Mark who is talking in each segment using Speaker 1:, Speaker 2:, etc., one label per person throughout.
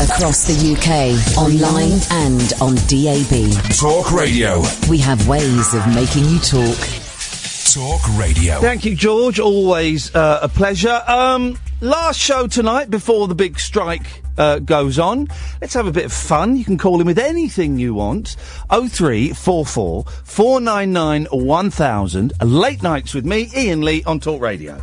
Speaker 1: across the UK, online and on DAB.
Speaker 2: Talk radio.
Speaker 1: We have ways of making you talk.
Speaker 2: Talk radio.
Speaker 3: Thank you, George. Always uh, a pleasure. Um, last show tonight before the big strike uh, goes on. Let's have a bit of fun. You can call in with anything you want. 0344 499 1000. Late nights with me, Ian Lee, on Talk Radio.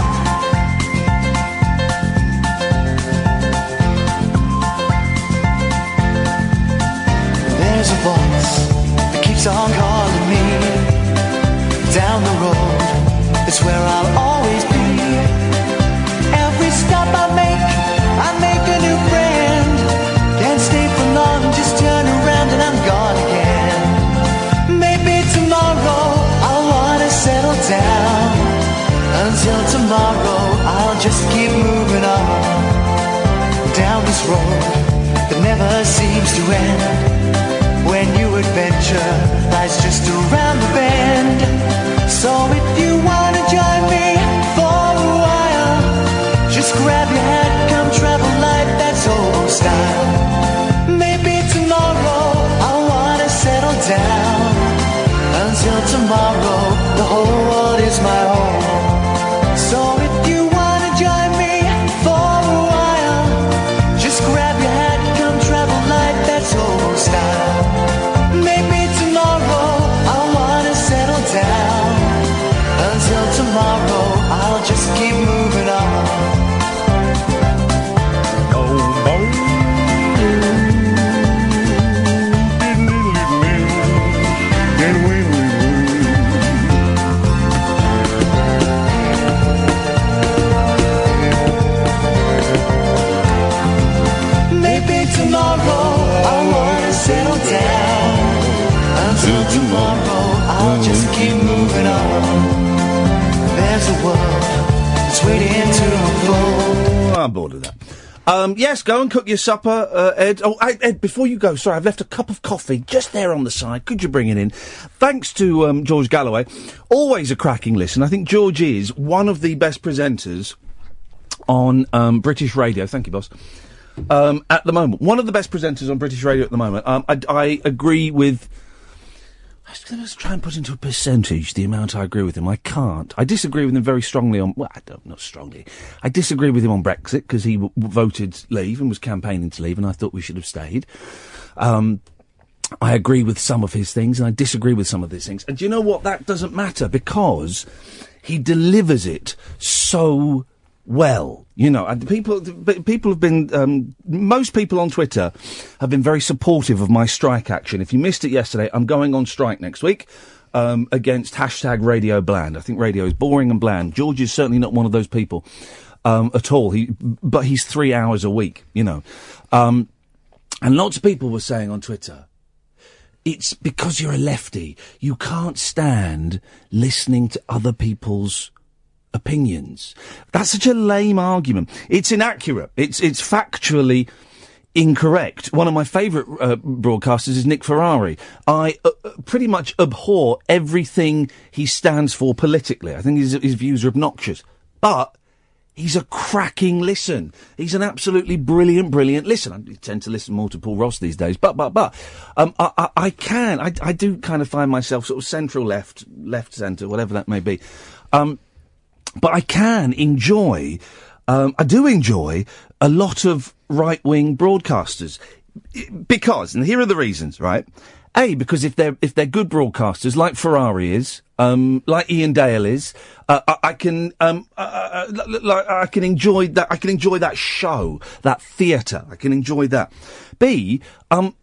Speaker 4: There's a voice that keeps on calling me down the road. It's where I'll always be. Every stop I make, I make a new friend. Can't stay for long, just turn around and I'm gone again. Maybe tomorrow I'll wanna settle down. Until tomorrow, I'll just keep moving on down this road that never seems to end. When new adventure lies just around the bend. So if you wanna join me for a while, just grab your hat, come travel like that's old style. Maybe tomorrow I wanna settle down. Until tomorrow, the whole world is my home. So if you wanna join me for a while, just grab your hat, come travel like that's old style. Maybe tomorrow I wanna settle down. Until tomorrow, I'll just keep moving on. Maybe tomorrow I wanna settle down. Until tomorrow I'll just keep moving on. There's a world that's waiting to unfold.
Speaker 3: Oh, I'm bored of that. Um, yes, go and cook your supper, uh, Ed. Oh, I, Ed, before you go, sorry, I've left a cup of coffee just there on the side. Could you bring it in? Thanks to um, George Galloway. Always a cracking listen. I think George is one of the best presenters on um, British radio. Thank you, boss. Um, at the moment, one of the best presenters on British radio at the moment. Um, I, I agree with. Let's try and put into a percentage the amount I agree with him. I can't. I disagree with him very strongly on. Well, I don't, not strongly. I disagree with him on Brexit because he w- w- voted leave and was campaigning to leave, and I thought we should have stayed. Um, I agree with some of his things, and I disagree with some of his things. And do you know what? That doesn't matter because he delivers it so well. You know, and the people the pe- people have been um, most people on Twitter have been very supportive of my strike action. If you missed it yesterday, I'm going on strike next week. Um, against hashtag Radio Bland. I think radio is boring and bland. George is certainly not one of those people um, at all. He, but he's three hours a week, you know. Um, and lots of people were saying on Twitter, it's because you're a lefty. You can't stand listening to other people's opinions. That's such a lame argument. It's inaccurate. It's it's factually incorrect. One of my favourite uh, broadcasters is Nick Ferrari. I uh, uh, pretty much abhor everything he stands for politically. I think his his views are obnoxious, but He's a cracking listen. He's an absolutely brilliant, brilliant listen. I tend to listen more to Paul Ross these days, but but but um, I, I, I can I, I do kind of find myself sort of central left, left centre, whatever that may be. Um, but I can enjoy. Um, I do enjoy a lot of right wing broadcasters because, and here are the reasons, right? A, because if they're if they're good broadcasters like Ferrari is, um, like Ian Dale is, uh, I, I can um, uh, uh, l- l- I can enjoy that. I can enjoy that show, that theatre. I can enjoy that. B, um,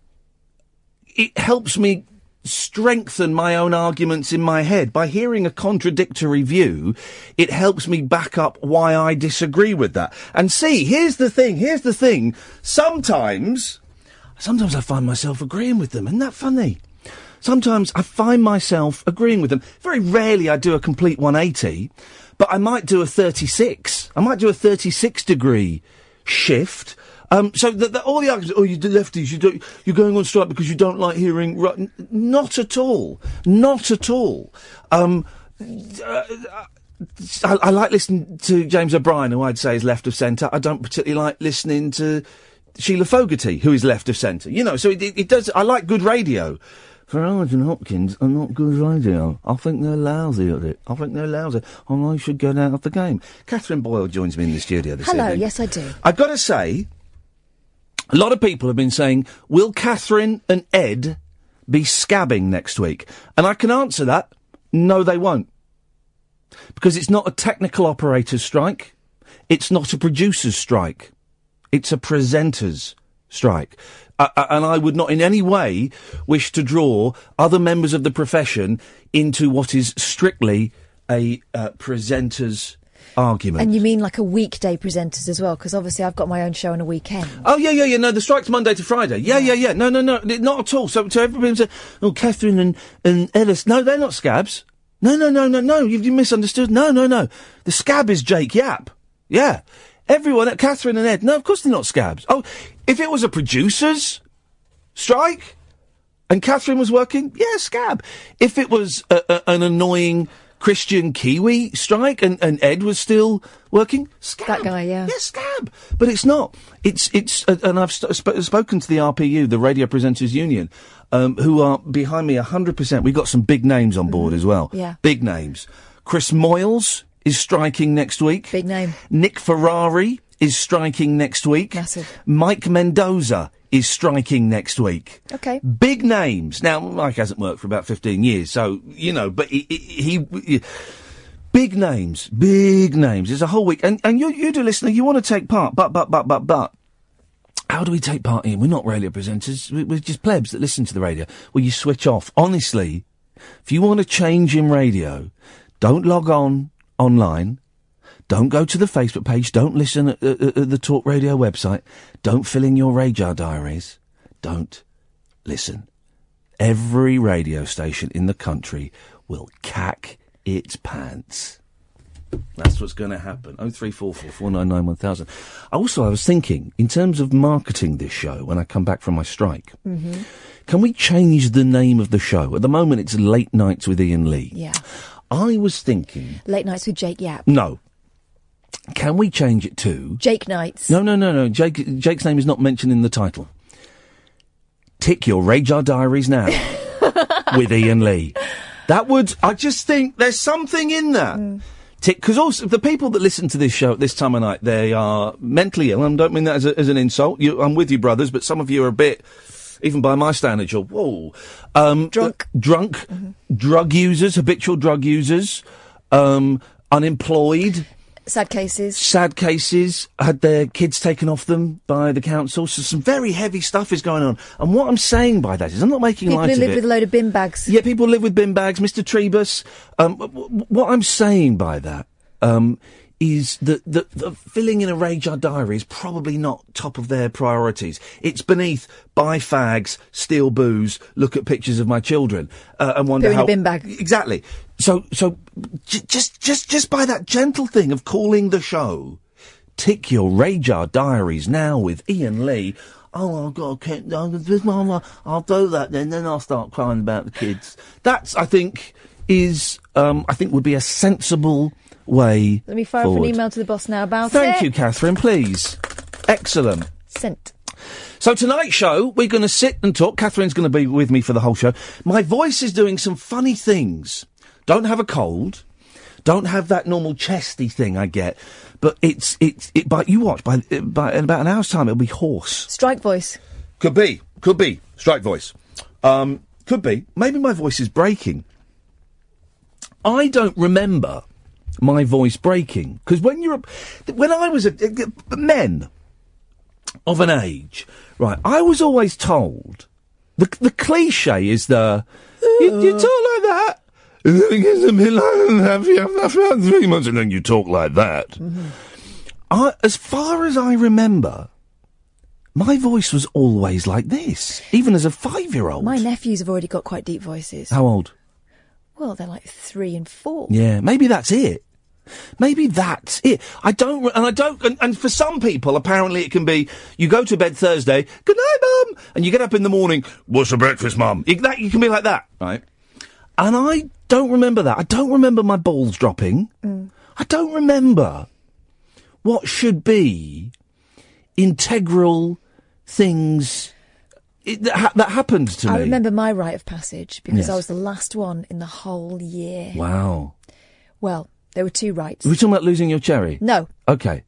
Speaker 3: it helps me strengthen my own arguments in my head by hearing a contradictory view it helps me back up why i disagree with that and see here's the thing here's the thing sometimes sometimes i find myself agreeing with them isn't that funny sometimes i find myself agreeing with them very rarely i do a complete 180 but i might do a 36 i might do a 36 degree shift. Um, so the, the, all the arguments, oh, you do lefties, you do, you're going on strike because you don't like hearing. Right. N- Not at all. Not at all. Um, I, I like listening to James O'Brien, who I'd say is left of centre. I don't particularly like listening to Sheila Fogarty, who is left of centre. You know, so it, it, it does. I like good radio. Farage and Hopkins are not good radio. I think they're lousy at it. I think they're lousy, and they should get out of the game. Catherine Boyle joins me in the studio this
Speaker 5: Hello,
Speaker 3: evening.
Speaker 5: yes, I do.
Speaker 3: I've got to say, a lot of people have been saying, will Catherine and Ed be scabbing next week? And I can answer that, no, they won't. Because it's not a technical operator's strike. It's not a producer's strike. It's a presenter's strike. Uh, uh, and I would not in any way wish to draw other members of the profession into what is strictly a uh, presenter's argument.
Speaker 5: And you mean like a weekday presenters as well? Because obviously I've got my own show on a weekend.
Speaker 3: Oh yeah, yeah, yeah. No, the strike's Monday to Friday. Yeah, yeah, yeah. No, no, no, n- not at all. So, so everybody's saying, oh, Catherine and and Ellis. No, they're not scabs. No, no, no, no, no. You've you misunderstood. No, no, no. The scab is Jake Yap. Yeah. Everyone, uh, Catherine and Ed. No, of course they're not scabs. Oh, if it was a producers strike, and Catherine was working, yeah, scab. If it was a, a, an annoying Christian Kiwi strike, and, and Ed was still working, scab. That guy, yeah, yeah, scab. But it's not. It's it's. Uh, and I've st- sp- spoken to the RPU, the Radio Presenters Union, um, who are behind me hundred percent. We've got some big names on board as well.
Speaker 5: Mm-hmm. Yeah.
Speaker 3: big names. Chris Moyles is striking next week.
Speaker 5: Big name.
Speaker 3: Nick Ferrari is striking next week.
Speaker 5: Massive.
Speaker 3: Mike Mendoza is striking next week.
Speaker 5: Okay.
Speaker 3: Big names. Now, Mike hasn't worked for about 15 years, so, you know, but he. he, he Big names, big names. It's a whole week, and and you you do listener, you want to take part, but but but but but how do we take part in? We're not radio presenters. we- We're just plebs that listen to the radio. Well, you switch off. Honestly, if you want to change in radio, don't log on online. Don't go to the Facebook page. Don't listen at, at, at the Talk Radio website. Don't fill in your radar diaries. Don't listen. Every radio station in the country will cack its pants. That's what's going to happen. Oh three four four four nine nine one thousand. Also, I was thinking in terms of marketing this show when I come back from my strike.
Speaker 6: Mm-hmm.
Speaker 3: Can we change the name of the show? At the moment, it's Late Nights with Ian Lee.
Speaker 5: Yeah.
Speaker 3: I was thinking,
Speaker 5: Late nights with Jake Yap.
Speaker 3: no. Can we change it to?
Speaker 5: Jake nights.
Speaker 3: No, no, no, no. Jake, Jake's name is not mentioned in the title. Tick your radar diaries now with Ian Lee. That would. I just think there's something in that. Tick because also the people that listen to this show at this time of night, they are mentally ill. I don't mean that as, a, as an insult. You, I'm with you, brothers, but some of you are a bit, even by my standards, you're whoa, um, drunk, drunk, drug users, habitual drug users, um, unemployed
Speaker 5: Sad cases.
Speaker 3: sad cases had their kids taken off them by the council. So some very heavy stuff is going on. And what I'm saying by that is, I'm not making
Speaker 5: People
Speaker 3: light
Speaker 5: who
Speaker 3: of
Speaker 5: live
Speaker 3: it.
Speaker 5: with a load of bin bags.
Speaker 3: Yeah, people live with bin bags. Mr. Trebus. Um, w- w- what I'm saying by that um, is that the, the filling in a radar diary is probably not top of their priorities. It's beneath buy fags, steal booze, look at pictures of my children, uh, and wonder
Speaker 5: Poo in a
Speaker 3: how
Speaker 5: bin bag.
Speaker 3: exactly. So, so j- just, just, just by that gentle thing of calling the show, tick your radar diaries now with Ian Lee. Oh, I've got to keep, I'll, I'll do that then, then I'll start crying about the kids. That's, I think, is, um, I think would be a sensible way.
Speaker 5: Let me fire
Speaker 3: forward.
Speaker 5: off an email to the boss now about it.
Speaker 3: Thank you, Catherine, please. Excellent.
Speaker 5: Sent.
Speaker 3: So tonight's show, we're going to sit and talk. Catherine's going to be with me for the whole show. My voice is doing some funny things. Don't have a cold. Don't have that normal chesty thing I get. But it's it's it. But you watch by by in about an hour's time, it'll be hoarse.
Speaker 5: Strike voice.
Speaker 3: Could be. Could be. Strike voice. Um, could be. Maybe my voice is breaking. I don't remember my voice breaking because when you're a, when I was a men of an age, right? I was always told the the cliche is the you, you talk like that. And then it gets a bit like after about three months, and then you talk like that. I, as far as I remember, my voice was always like this, even as a five-year-old.
Speaker 5: My nephews have already got quite deep voices.
Speaker 3: How old?
Speaker 5: Well, they're like three and four.
Speaker 3: Yeah, maybe that's it. Maybe that's it. I don't, re- and I don't, and, and for some people, apparently it can be you go to bed Thursday, good night, mum, and you get up in the morning, what's for breakfast, mum? You, that, you can be like that, right? And I don't remember that. I don't remember my balls dropping.
Speaker 5: Mm.
Speaker 3: I don't remember what should be integral things it, that, ha- that happened to
Speaker 5: I
Speaker 3: me.
Speaker 5: remember my rite of passage because I
Speaker 3: Yes.
Speaker 5: was the last one in the whole year.
Speaker 3: Wow.
Speaker 5: Well, there were two rites.
Speaker 3: Are we talking about losing your cherry?
Speaker 5: No,
Speaker 3: Okay.
Speaker 5: I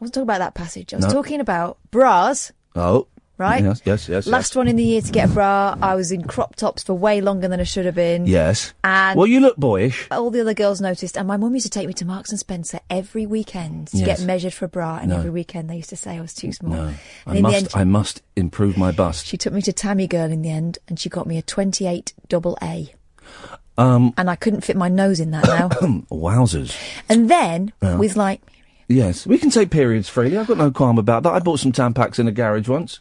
Speaker 5: wasn't talking about that passage. I was
Speaker 3: No.
Speaker 5: talking about bras.
Speaker 3: Oh.
Speaker 5: Right?
Speaker 3: Yes, yes, yes.
Speaker 5: Last one in the year to get a bra. I was in crop tops for way longer than I should have been.
Speaker 3: Yes.
Speaker 5: And-
Speaker 3: well, you look boyish.
Speaker 5: All the other girls noticed, and my mum used to take me to Marks and Spencer every weekend to
Speaker 3: Yes.
Speaker 5: get measured for a bra, and
Speaker 3: No.
Speaker 5: every weekend they used to say I was too small.
Speaker 3: No.
Speaker 5: And
Speaker 3: I
Speaker 5: in
Speaker 3: must.
Speaker 5: the end,
Speaker 3: I must improve my bust.
Speaker 5: she took me to Tammy Girl in the end, and she got me a 28 double A.
Speaker 3: Um.
Speaker 5: And I couldn't fit my nose in that now.
Speaker 3: Wowzers.
Speaker 5: and then, with like,
Speaker 3: Yes, we can take periods freely. I've got no qualm about that. I bought some Tampax in a garage once.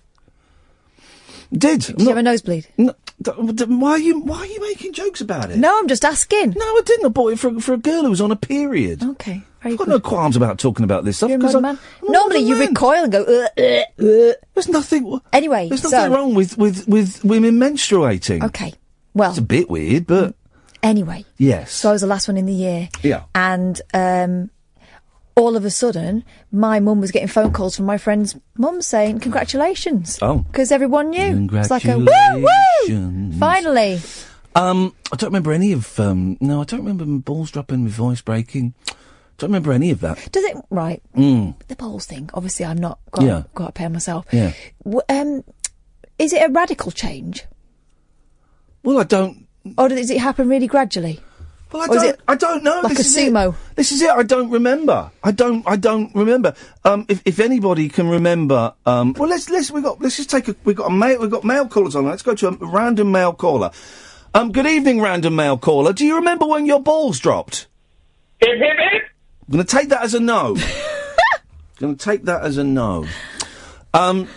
Speaker 3: Did?
Speaker 5: did you have a nosebleed?
Speaker 3: No, d- d- why are you Why are you making jokes about it?
Speaker 5: No, Oh, I'm just asking.
Speaker 3: No, I didn't. I bought it for, a- for a girl who was on a period.
Speaker 5: Okay, very
Speaker 3: I've got
Speaker 5: good.
Speaker 3: no qualms about talking about this stuff.
Speaker 5: You're a
Speaker 3: 'cause
Speaker 5: modern
Speaker 3: I-
Speaker 5: man.
Speaker 3: I'm a
Speaker 5: Normally
Speaker 3: modern
Speaker 5: you
Speaker 3: man.
Speaker 5: recoil and go, "Ugh, ugh, ugh."
Speaker 3: There's nothing.
Speaker 5: Anyway,
Speaker 3: there's nothing
Speaker 5: so-
Speaker 3: wrong with, with, with women menstruating.
Speaker 5: Okay. Well,
Speaker 3: It's a bit weird, but
Speaker 5: anyway.
Speaker 3: yes.
Speaker 5: So I was the last one in the year.
Speaker 3: Yeah.
Speaker 5: And um, all of a sudden, my mum was getting phone calls from my friend's mum saying, Congratulations.
Speaker 3: Oh.
Speaker 5: Because everyone knew. It's like a woo woo!
Speaker 3: Congratulations.
Speaker 5: Finally.
Speaker 3: Um, I don't remember any of. Um, no, I don't remember my balls dropping, my voice breaking. Don't remember any of that.
Speaker 5: Does it. Right. The bowls thing. Obviously, I'm not got,
Speaker 3: Yeah.
Speaker 5: got to pay myself.
Speaker 3: Yeah.
Speaker 5: W- um, is it a radical change?
Speaker 3: Well, I don't.
Speaker 5: Or does it happen really gradually?
Speaker 3: Well, I
Speaker 5: Or is
Speaker 3: don't.
Speaker 5: it
Speaker 3: I don't know.
Speaker 5: like
Speaker 3: this
Speaker 5: a
Speaker 3: is it.
Speaker 5: sumo?
Speaker 3: This is it. I don't remember. I don't. I don't remember. Um, if, if anybody can remember, um, well, let's let's we got let's just take a we got a mail we got mail callers on. Let's go to a random mail caller. Um, good evening, random mail caller. Do you remember when your balls dropped? I'm going to take that as a no. going to take that as a no. Um,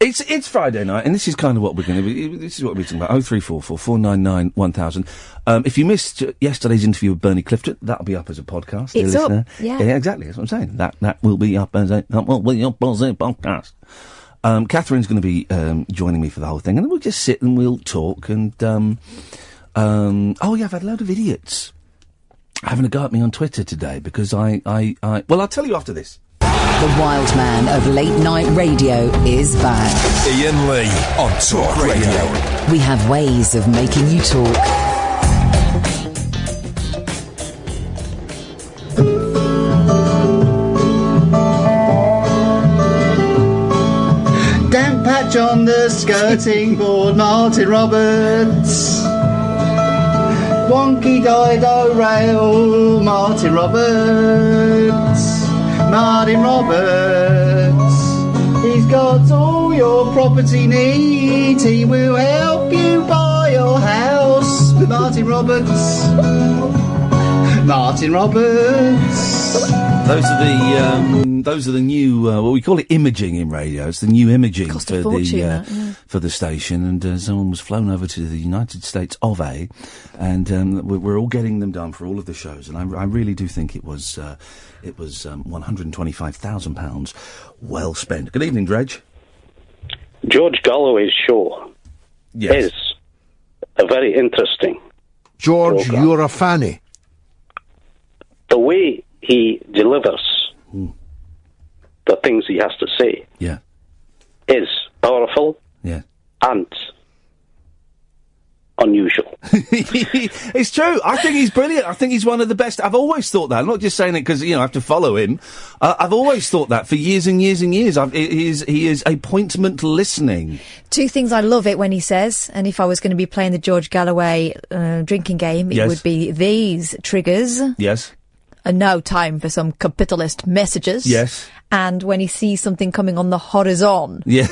Speaker 3: it's it's Friday night, and this is kind of what we're going to be. This is what we're talking about. Oh three four four four nine nine one thousand. Um, if you missed uh, yesterday's interview with Bernie Clifton, that'll be up as a podcast. dear
Speaker 5: It's up,
Speaker 3: listener.
Speaker 5: yeah.
Speaker 3: exactly. That's what I'm saying. That that will be up as a that will be up as a podcast. Um, Catherine's going to be um, joining me for the whole thing, and we'll just sit and we'll talk. And um, um, oh yeah, I've had a load of idiots having a go at me on Twitter today because I, I, I well, I'll tell you after this.
Speaker 1: The wild man of late night radio is back.
Speaker 2: Ian Lee on Talk Radio.
Speaker 1: We have ways of making you talk.
Speaker 6: Dan Patch on the skirting board, Martin Roberts. Wonky Dido Rail, Martin Roberts. Martin Roberts. He's got all your property needs. He will help you buy your house with Martin Roberts. Martin Roberts.
Speaker 3: Those are the um, those are the new uh, well, we call it imaging in radio. It's the new imaging
Speaker 5: Cost
Speaker 3: for
Speaker 5: a fortune,
Speaker 3: the uh,
Speaker 5: that, yeah.
Speaker 3: for the station, and uh, someone was flown over to the United States of A, and um, we- we're all getting them done for all of the shows, and I, I really do think it was uh, it was um, one hundred twenty five thousand pounds well spent. Good evening, Dredge.
Speaker 7: George Galloway's show is a very interesting.
Speaker 8: George, you're a fanny.
Speaker 7: The way he delivers the things he has to say
Speaker 3: yeah,
Speaker 7: is powerful
Speaker 3: yeah.
Speaker 7: and unusual.
Speaker 3: it's true. I think he's brilliant. I think he's one of the best. I've always thought that. I'm not just saying it because you know I have to follow him. Uh, I've always thought that for years and years and years. I've, he, is, he is appointment listening.
Speaker 5: Two things I love it when he says, and if I was going to be playing the George Galloway uh, drinking game, it
Speaker 3: Yes.
Speaker 5: would be these triggers.
Speaker 3: Yes.
Speaker 5: And now time for some capitalist messages.
Speaker 3: Yes.
Speaker 5: And when he sees something coming on the horizon,
Speaker 3: Yeah.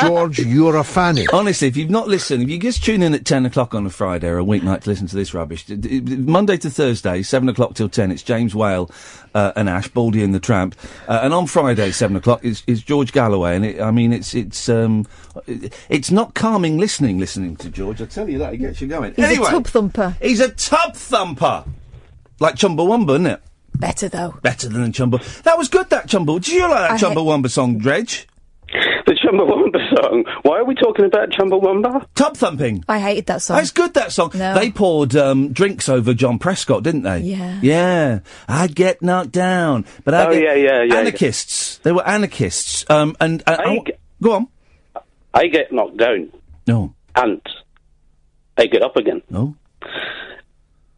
Speaker 8: George, you're a fanny.
Speaker 3: Honestly, if you've not listened, if you just tune in at ten o'clock on a Friday or a weeknight to listen to this rubbish, d- d- d- Monday to Thursday, seven o'clock till ten, it's James Whale uh, and Ash Baldy and the Tramp, uh, and on Friday seven o'clock it's, it's George Galloway, and it, I mean it's it's um it- it's not calming listening listening to George. I tell you that it gets you going.
Speaker 5: he's
Speaker 3: anyway,
Speaker 5: a tub thumper.
Speaker 3: he's a tub thumper, like Chumbawamba, isn't it?
Speaker 5: Better though.
Speaker 3: Better than a Chumba. That was good. That Chumba. Did you like
Speaker 5: I hate-
Speaker 3: that Chumbawamba song, Dredge?
Speaker 7: The Chumbawamba song. Why are we talking about Chumbawamba?
Speaker 3: Tub thumping.
Speaker 5: I hated that song.
Speaker 3: That's good, that song.
Speaker 5: No.
Speaker 3: They poured um, drinks over John Prescott, didn't they?
Speaker 5: Yeah.
Speaker 3: Yeah. I'd get knocked down. But I
Speaker 7: Oh,
Speaker 3: get
Speaker 7: yeah, yeah, yeah.
Speaker 3: Anarchists. They were anarchists. Um, and uh, I wa- Go on.
Speaker 7: I get knocked down.
Speaker 3: No.
Speaker 7: And I get up again.
Speaker 3: No.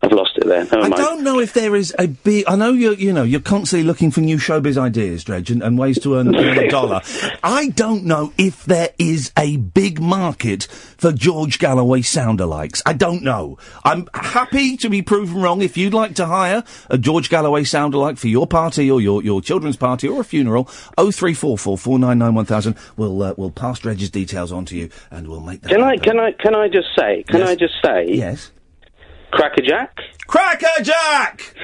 Speaker 7: I've lost it there. Never
Speaker 3: I
Speaker 7: mind.
Speaker 3: don't know if there is a big. I know you're, you know, you're constantly looking for new showbiz ideas, Dredge, and, and ways to earn earn a dollar. I don't know if there is a big market for George Galloway sound alikes. I don't know. I'm happy to be proven wrong. If you'd like to hire a George Galloway sound alike for your party or your, your children's party or a funeral, oh three four four four nine nine one thousand. We'll uh, we'll pass Dredge's details on to you, and we'll make that.
Speaker 7: Can I? Can I? Can I just say? Can I just say?
Speaker 3: Yes.
Speaker 7: Crackerjack.
Speaker 3: Cracker Jack!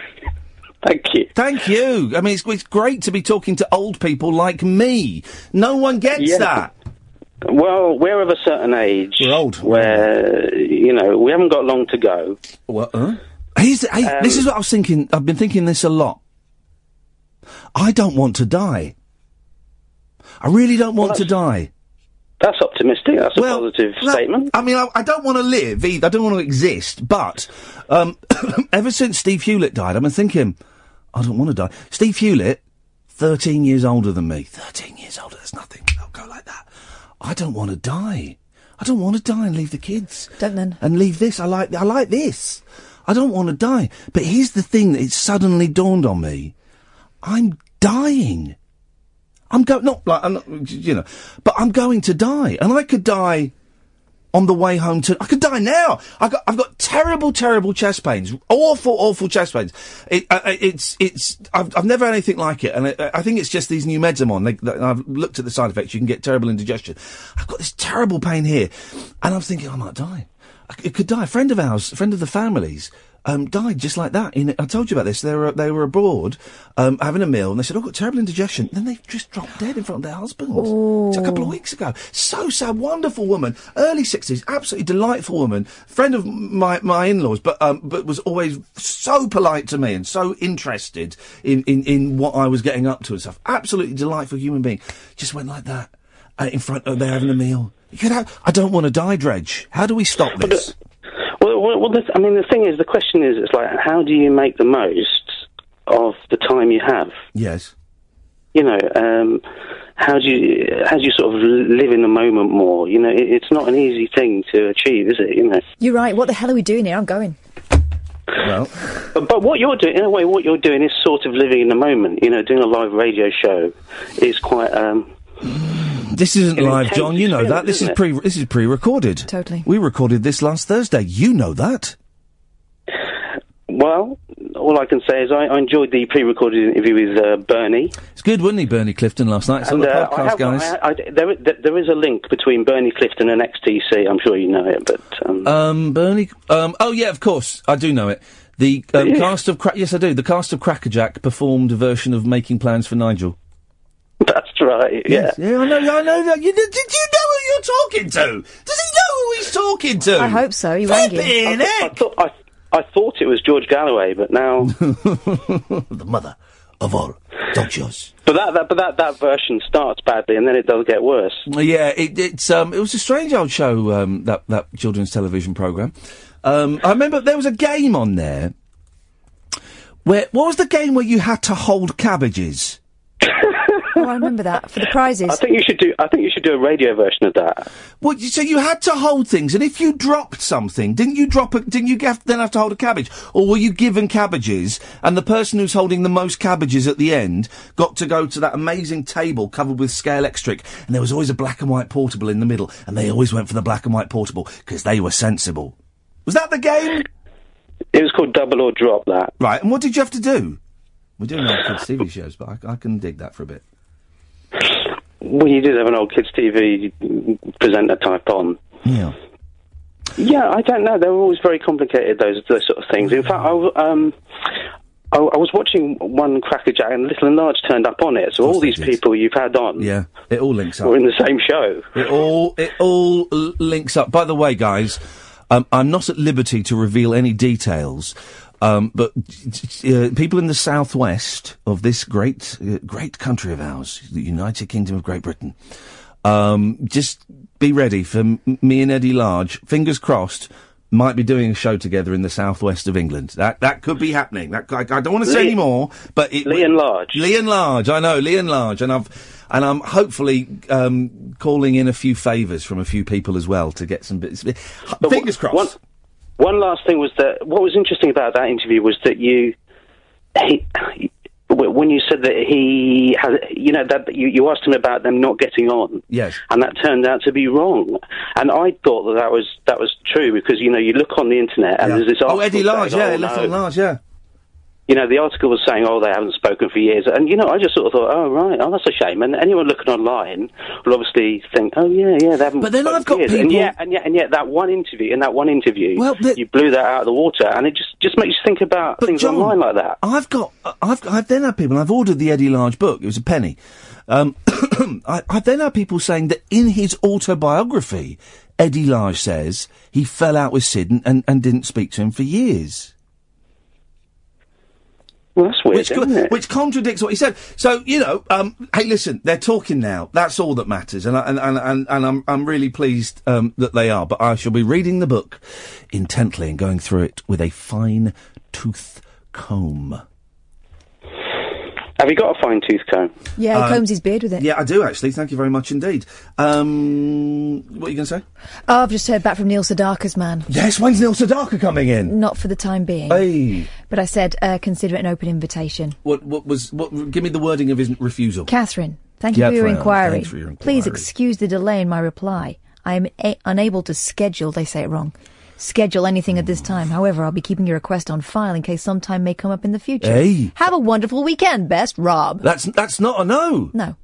Speaker 7: Thank you.
Speaker 3: Thank you. I mean, it's, it's great to be talking to old people like me. No one gets
Speaker 7: Yeah.
Speaker 3: that.
Speaker 7: Well, we're of a certain age. We're
Speaker 3: old.
Speaker 7: Where you know we haven't got long to go.
Speaker 3: What? Huh? Here's, hey, this
Speaker 7: Um,
Speaker 3: is what I was thinking. I've been thinking this a lot. I don't want to die. I really don't want to die.
Speaker 7: That's optimistic. That's a positive
Speaker 3: No,
Speaker 7: statement.
Speaker 3: I mean, I, I don't want to live either. I don't want to exist. But um, ever since Steve Hewlett died, I've been thinking, I don't want to die. Steve Hewlett, 13 years older than me. 13 years older, that's nothing. I'll go like that. I don't want to die. I don't want to die and leave the kids.
Speaker 5: Don't then.
Speaker 3: And leave this. I like, I like this. I don't want to die. But here's the thing that it suddenly dawned on me. I'm dying. I'm going, not like, I'm not, you know, but I'm going to die. And I could die on the way home to. I could die now. I got, I've got terrible, terrible chest pains. Awful, awful chest pains. It, uh, uh, it's, it's. I've, I've never had anything like it, and I, I think it's just these new meds I'm on. They, they- I've looked at the side effects. You can get terrible indigestion. I've got this terrible pain here, and I'm thinking I might die. I c- it could die. A friend of ours, a friend of the families, um, died just like that. In, I told you about this. They were they were abroad um, having a meal, and they said, "I've got terrible indigestion." Then they just dropped dead in front of their husband. It's a couple of weeks ago. So sad. Wonderful woman, early sixties, absolutely delightful woman, friend of my my in laws, but um, but was always so polite to me and so interested in, in in what I was getting up to and stuff. Absolutely delightful human being. Just went like that uh, in front of they're having a meal. You know, I don't want to die, Dredge. How do we stop
Speaker 7: uh,
Speaker 3: this?
Speaker 7: Well, well, well this, I mean, the thing is, the question is, it's like, how do you make the most of the time you have?
Speaker 3: Yes.
Speaker 7: You know, um, how do you how do you sort of l- live in the moment more? You know, it, it's not an easy thing to achieve, is it? You know,
Speaker 5: You're right. What the hell are we doing here? I'm going.
Speaker 3: Well,
Speaker 7: but, but what you're doing, in a way, what you're doing is sort of living in the moment. You know, doing a live radio show is quite. Um,
Speaker 3: This isn't
Speaker 7: An
Speaker 3: live,
Speaker 7: intense
Speaker 3: John. You know that.
Speaker 7: experience,
Speaker 3: This is
Speaker 7: isn't it?
Speaker 3: pre. This is pre-recorded.
Speaker 5: Totally.
Speaker 3: We recorded this last Thursday. You know that.
Speaker 7: well, all I can say is I, I enjoyed the pre-recorded interview with uh, Bernie.
Speaker 3: It's good, wasn't he, Bernie Clifton last night? It's on the
Speaker 7: uh, I
Speaker 3: podcast,
Speaker 7: have-
Speaker 3: guys.
Speaker 7: I- I- there, there- there is a link between Bernie Clifton and XTC. I'm sure you know it, but um,
Speaker 3: Um, Bernie. Um, oh yeah, of course, I do know it. The um, cast of Cra- yes, I do. The cast of Crackerjack performed a version of "Making Plans for Nigel."
Speaker 7: that's right.
Speaker 3: Yes. Yeah, I know. I know that. You, did, did you know who you're talking to? Does he know who he's talking to?
Speaker 5: I hope so. You rang
Speaker 7: yeah. I,
Speaker 5: him.
Speaker 3: Flipping
Speaker 7: thought- I thought I, I thought it was George Galloway, but now,
Speaker 3: the mother of all dog shows.
Speaker 7: but that, that but that that version starts badly, and then it does get worse.
Speaker 3: Yeah, it, it's um, it was a strange old show um, that that children's television program. Um, I remember there was a game on there. Where what was the game where you had to hold cabbages?
Speaker 5: Oh, I remember that for the prizes.
Speaker 7: I think you should do. I think you should do a radio version of that.
Speaker 3: Well, you- so you had to hold things, and if you dropped something, didn't you drop? A, didn't you have, then have to hold a cabbage, or were you given cabbages? And the person who's holding the most cabbages at the end got to go to that amazing table covered with scale electric, and there was always a black and white portable in the middle, and they always went for the black and white portable because they were sensible. Was that the game?
Speaker 7: It was called Double or Drop. That
Speaker 3: Right, and what did you have to do? We're doing old kids' TV shows, but I, I can dig that for a bit.
Speaker 7: well, you did have an old kids TV presenter type on.
Speaker 3: Yeah.
Speaker 7: Yeah, I don't know. They were always very complicated. Those those sort of things. In fact, I w- um. I I was watching one crackerjack, and Little and Large turned up on it. So all
Speaker 3: they
Speaker 7: these
Speaker 3: did.
Speaker 7: people you've had on
Speaker 3: Yeah, it all links up.
Speaker 7: were in the same show.
Speaker 3: It all it all l- links up. By the way, guys, um, I'm not at liberty to reveal any details. Um, but uh, people in the southwest of this great, uh, great country of ours, the United Kingdom of Great Britain, Um, just be ready for m- me and Eddie Large. Fingers crossed. Might be doing a show together in the southwest of England. That that could be happening. That I, I don't want to say
Speaker 7: Lee-
Speaker 3: any more, but it, Lee
Speaker 7: and Large.
Speaker 3: Lee and Large. I know Lee and Large, and I've and I'm hopefully um, calling in a few favours from a few people as well to get some bits. Fingers crossed.
Speaker 7: One, one last thing was that what was interesting about that interview was that you, he, w- when you said that he had, you know, that you, you asked him about them not getting on.
Speaker 3: Yes.
Speaker 7: And that turned out to be wrong. And I thought that that was that was true because you know you look on the internet and
Speaker 3: Yeah.
Speaker 7: there's this
Speaker 3: oh,
Speaker 7: article
Speaker 3: Eddie Large,
Speaker 7: saying,
Speaker 3: yeah,
Speaker 7: oh,
Speaker 3: Eddie
Speaker 7: no.
Speaker 3: Large, yeah.
Speaker 7: You know, the article was saying, oh, they haven't spoken for years. And, you know, I just sort of thought, oh, right, oh, that's a shame. And anyone looking online will obviously think, oh, yeah, yeah, they haven't
Speaker 3: But then
Speaker 7: spoken
Speaker 3: I've
Speaker 7: for
Speaker 3: got
Speaker 7: years. And
Speaker 3: people-
Speaker 7: yet, and yet, and yet, that one interview, in that one interview,
Speaker 3: Well, the-
Speaker 7: you blew that out of the water. And it just, just makes you think about things
Speaker 3: John,
Speaker 7: online like that.
Speaker 3: I've got, I've, I've then had people, and I've ordered the Eddie Large book. It was a penny. Um, I, I've then had people saying that in his autobiography, Eddie Large says he fell out with Sid and, and, and didn't speak to him for years.
Speaker 7: Well, that's weird,
Speaker 3: which, co-
Speaker 7: isn't it?
Speaker 3: which contradicts what he said. So you know, um, hey, listen, they're talking now. That's all that matters, and I, and, and and and I'm I'm really pleased um, that they are. But I shall be reading the book intently and going through it with a fine tooth comb.
Speaker 7: Have you got a fine tooth comb?
Speaker 5: Yeah, he
Speaker 3: Um,
Speaker 5: combs his beard with it.
Speaker 3: Yeah, I do actually. Thank you very much indeed. Um, what are you going to say?
Speaker 5: Oh, I've just heard back from Neil Sedaka's man.
Speaker 3: Yes, when's Neil Sedaka coming in?
Speaker 5: Not for the time being.
Speaker 3: Hey,
Speaker 5: But I said, uh, consider it an open invitation.
Speaker 3: what what was what? Give me the wording of his refusal.
Speaker 5: Catherine, thank you
Speaker 3: Yeah,
Speaker 5: for your,
Speaker 3: Fran,
Speaker 5: inquiry.
Speaker 3: thanks for your
Speaker 5: Please
Speaker 3: inquiry.
Speaker 5: excuse the delay in my reply. I am a- unable to schedule, they say it wrong, schedule anything at this time. However, I'll be keeping your request on file in case some time may come up in the future.
Speaker 3: Hey.
Speaker 5: Have a wonderful weekend, best Rob.
Speaker 3: That's that's not a no.
Speaker 5: No.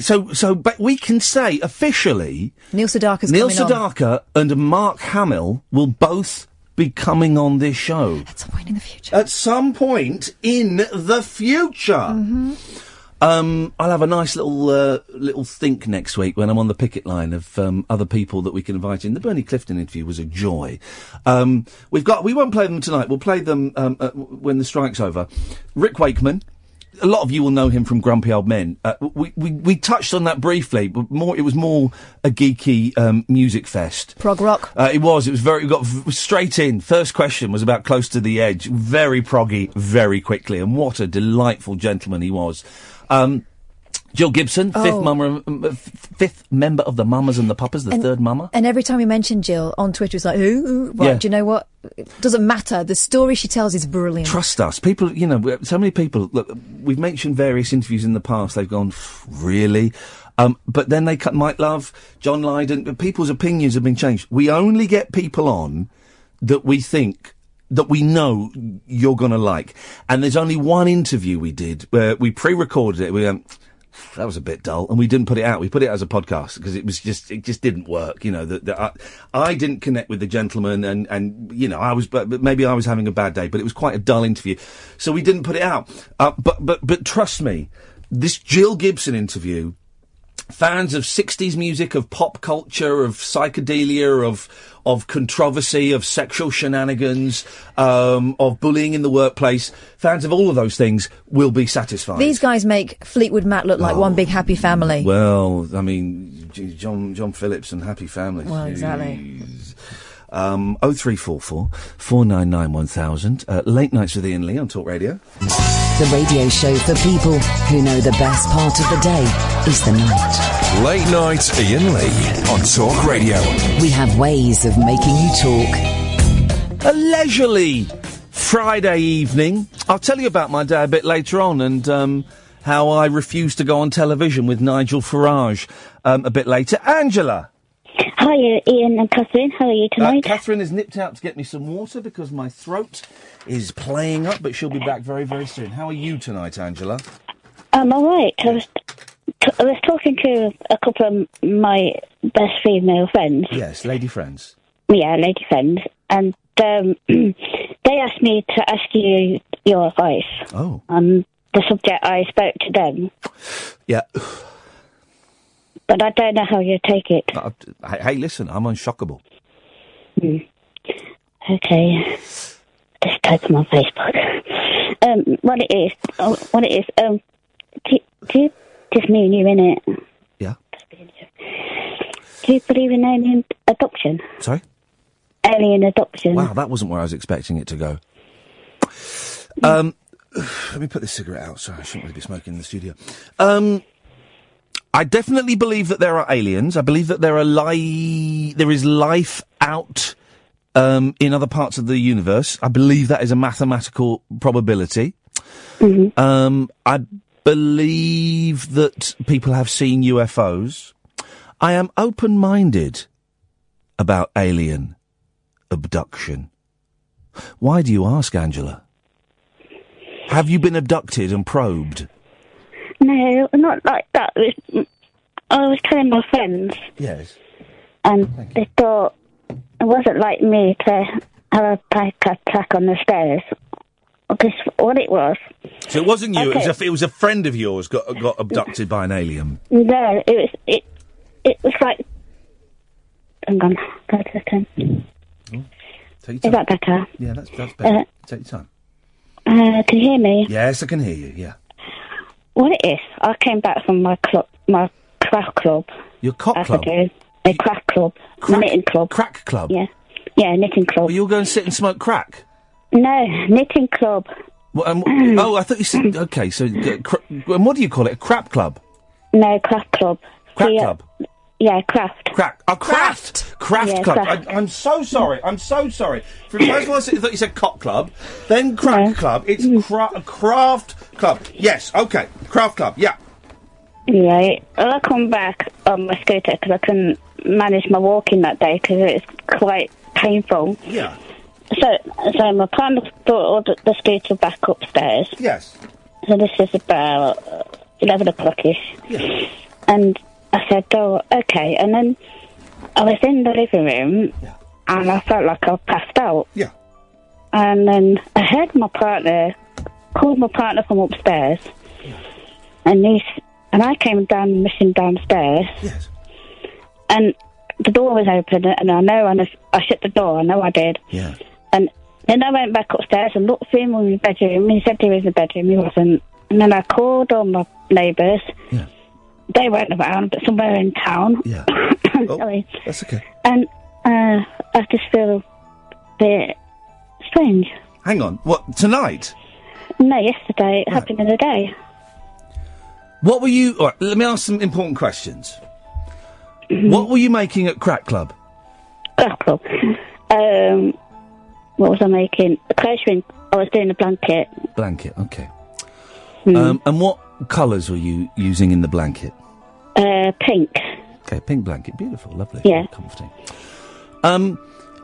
Speaker 3: So so but we can say officially
Speaker 5: Neil Sedaka's
Speaker 3: Neil
Speaker 5: coming on.
Speaker 3: Sedaka and Mark Hamill will both be coming on this show
Speaker 5: At some point in the future.
Speaker 3: at some point in the future.
Speaker 5: Mm-hmm.
Speaker 3: Um, I'll have a nice little uh, little think next week when I'm on the picket line of um, other people that we can invite in. The Bernie Clifton interview was a joy. Um, we've got we won't play them tonight. We'll play them um, uh, w- when the strike's over. Rick Wakeman. A lot of you will know him from Grumpy Old Men. Uh, we, we we touched on that briefly, but more it was more a geeky um, music fest.
Speaker 5: Prog rock.
Speaker 3: Uh, it was. It was very. We got v- straight in. First question was about close to the edge. Very proggy, very quickly, and what a delightful gentleman he was. Um, Jill Gibson, fifth
Speaker 5: Oh.
Speaker 3: mummer, um, f- fifth member of the Mummers and the Papas, the
Speaker 5: And-
Speaker 3: third mummer.
Speaker 5: And every time we mention Jill on Twitter, it's like, ooh, ooh. Right,
Speaker 3: Yeah.
Speaker 5: do you know what? It doesn't matter. The story she tells is brilliant.
Speaker 3: Trust us, people. You know, we- so many people. Look, we've mentioned various interviews in the past. They've gone "Pff, really, um, but then they cut Mike Love, John Lydon. but People's opinions have been changed. We only get people on that we think that we know you're going to like. And there's only one interview we did where we pre-recorded it. We went, that was a bit dull, and we didn't put it out. We put it as a podcast because it was just it just didn't work. You know that that I, I didn't connect with the gentleman, and and you know I was but but maybe I was having a bad day, but it was quite a dull interview, so we didn't put it out. Uh, but but but trust me, this Jill Gibson interview fans of 60s music, of pop culture, of psychedelia, of of controversy, of sexual shenanigans, um, of bullying in the workplace, fans of all of those things will be satisfied.
Speaker 5: These guys make Fleetwood Mac look like one big happy family.
Speaker 3: Oh. well, I mean, J- John John Phillips and Happy Family.
Speaker 5: Well, exactly.
Speaker 3: Jeez. Um, 0344 499 1000. Uh, late nights with Ian Lee on Talk Radio.
Speaker 1: The radio show for people who know the best part of the day is the night.
Speaker 2: Late night Ian Lee on Talk Radio.
Speaker 1: We have ways of making you talk.
Speaker 3: a leisurely Friday evening. I'll tell you about my day a bit later on and um, how I refused to go on television with Nigel Farage um, a bit later. Angela!
Speaker 9: Hiya, uh, Ian and Catherine. How are you
Speaker 3: Uh,
Speaker 9: tonight?
Speaker 3: Catherine has nipped out to get me some water because my throat is playing up, but she'll be back very, very soon. How are you tonight, Angela?
Speaker 9: I'm all right. I was, t- I was talking to a couple of my best female friends.
Speaker 3: Yes, lady friends.
Speaker 9: Yeah, lady friends, and um, they asked me to ask you your advice
Speaker 3: Oh.
Speaker 9: on the subject I spoke to them.
Speaker 3: Yeah.
Speaker 9: But I don't know how you take it.
Speaker 3: Uh, hey, hey, listen, I'm unshockable.
Speaker 9: Hmm. Okay. Just type them on Facebook. Um, what it is, oh, what it is, um, do, do, just me and you in it.
Speaker 3: Yeah.
Speaker 9: Do you believe in alien adoption?
Speaker 3: Sorry?
Speaker 9: Alien adoption.
Speaker 3: Wow, that wasn't where I was expecting it to go. Um, let me put this cigarette out. Sorry, I shouldn't really be smoking in the studio. Um, I definitely believe that there are aliens. I believe that there are li- there is life out um, in other parts of the universe. I believe that is a mathematical probability. Um, I believe that people have seen UFOs. I am open-minded about alien abduction. Why do you ask, Angela? Have you been abducted and probed?
Speaker 9: No, not like that. It was- mm, I was telling my friends,
Speaker 3: Yes.
Speaker 9: and they thought it wasn't like me to have a panic attack on the stairs. Because what it was,
Speaker 3: So it wasn't you. It was a
Speaker 9: Okay.
Speaker 3: it was a friend of yours got got abducted by an alien.
Speaker 9: no, it was it. It was like. Hang on, go to the turn.
Speaker 3: Take
Speaker 9: Is
Speaker 3: your time.
Speaker 9: that better?
Speaker 3: Yeah, that's that's better.
Speaker 9: Uh,
Speaker 3: Take your time.
Speaker 9: Uh, can you hear me?
Speaker 3: Yes, I can hear you. Yeah.
Speaker 9: What it is, I came back from my club, my crack club.
Speaker 3: Your cock
Speaker 9: That's
Speaker 3: club,
Speaker 9: what I do. A crack club, my knitting club.
Speaker 3: crack club.
Speaker 9: Yeah, yeah, knitting club.
Speaker 3: Well, you'll go and sit and smoke crack.
Speaker 9: No, knitting club,
Speaker 3: Well, um, oh, I thought you said okay. So, uh, cr- and what do you call it? A crap club,
Speaker 9: no craft club.
Speaker 3: crack
Speaker 9: See, uh,
Speaker 3: club,
Speaker 9: Yeah, craft.
Speaker 3: crack. Oh, craft, craft
Speaker 9: Yeah,
Speaker 3: club.
Speaker 9: craft.
Speaker 3: I, I'm so sorry. I'm so sorry. For first of all, I thought you said cock club, then crack
Speaker 9: Uh,
Speaker 3: club. It's
Speaker 9: mm.
Speaker 3: cra- craft club. Yes. Okay. Craft club. Yeah.
Speaker 9: Right. Well, I come back on my scooter because I couldn't manage my walking that day because it's quite painful.
Speaker 3: Yeah.
Speaker 9: So, so my partner brought the, the scooter back upstairs.
Speaker 3: Yes.
Speaker 9: So this is about uh, eleven o'clockish.
Speaker 3: Yeah.
Speaker 9: And I said, oh, okay. And then I was in the living room and I felt like I passed out.
Speaker 3: Yeah.
Speaker 9: And then I heard my partner, called my partner from upstairs. And he, s- and I came down, missing downstairs.
Speaker 3: Yes.
Speaker 9: And the door was open and I know and I, I shut the door. I know I did.
Speaker 3: Yeah.
Speaker 9: And then I went back upstairs and looked for him in the bedroom. He said he was in the bedroom. He wasn't. And then I called all my neighbours.
Speaker 3: Yeah.
Speaker 9: They weren't around, but somewhere in town.
Speaker 3: Yeah. Oh,
Speaker 9: Sorry.
Speaker 3: That's okay.
Speaker 9: And uh, I just feel a bit strange.
Speaker 3: Hang on. What tonight?
Speaker 9: No, yesterday it happened in the day.
Speaker 3: What were you? All right, let me ask some important questions. What were you making at crack club?
Speaker 9: Mm-hmm. Crack club. Um, what was I making? A clothesline. I was doing a blanket.
Speaker 3: Blanket. Okay.
Speaker 9: Hmm.
Speaker 3: Um, and what colours were you using in the blanket?
Speaker 9: Uh, pink.
Speaker 3: Okay, pink blanket, beautiful, lovely,
Speaker 9: Yeah.
Speaker 3: comforting. Um,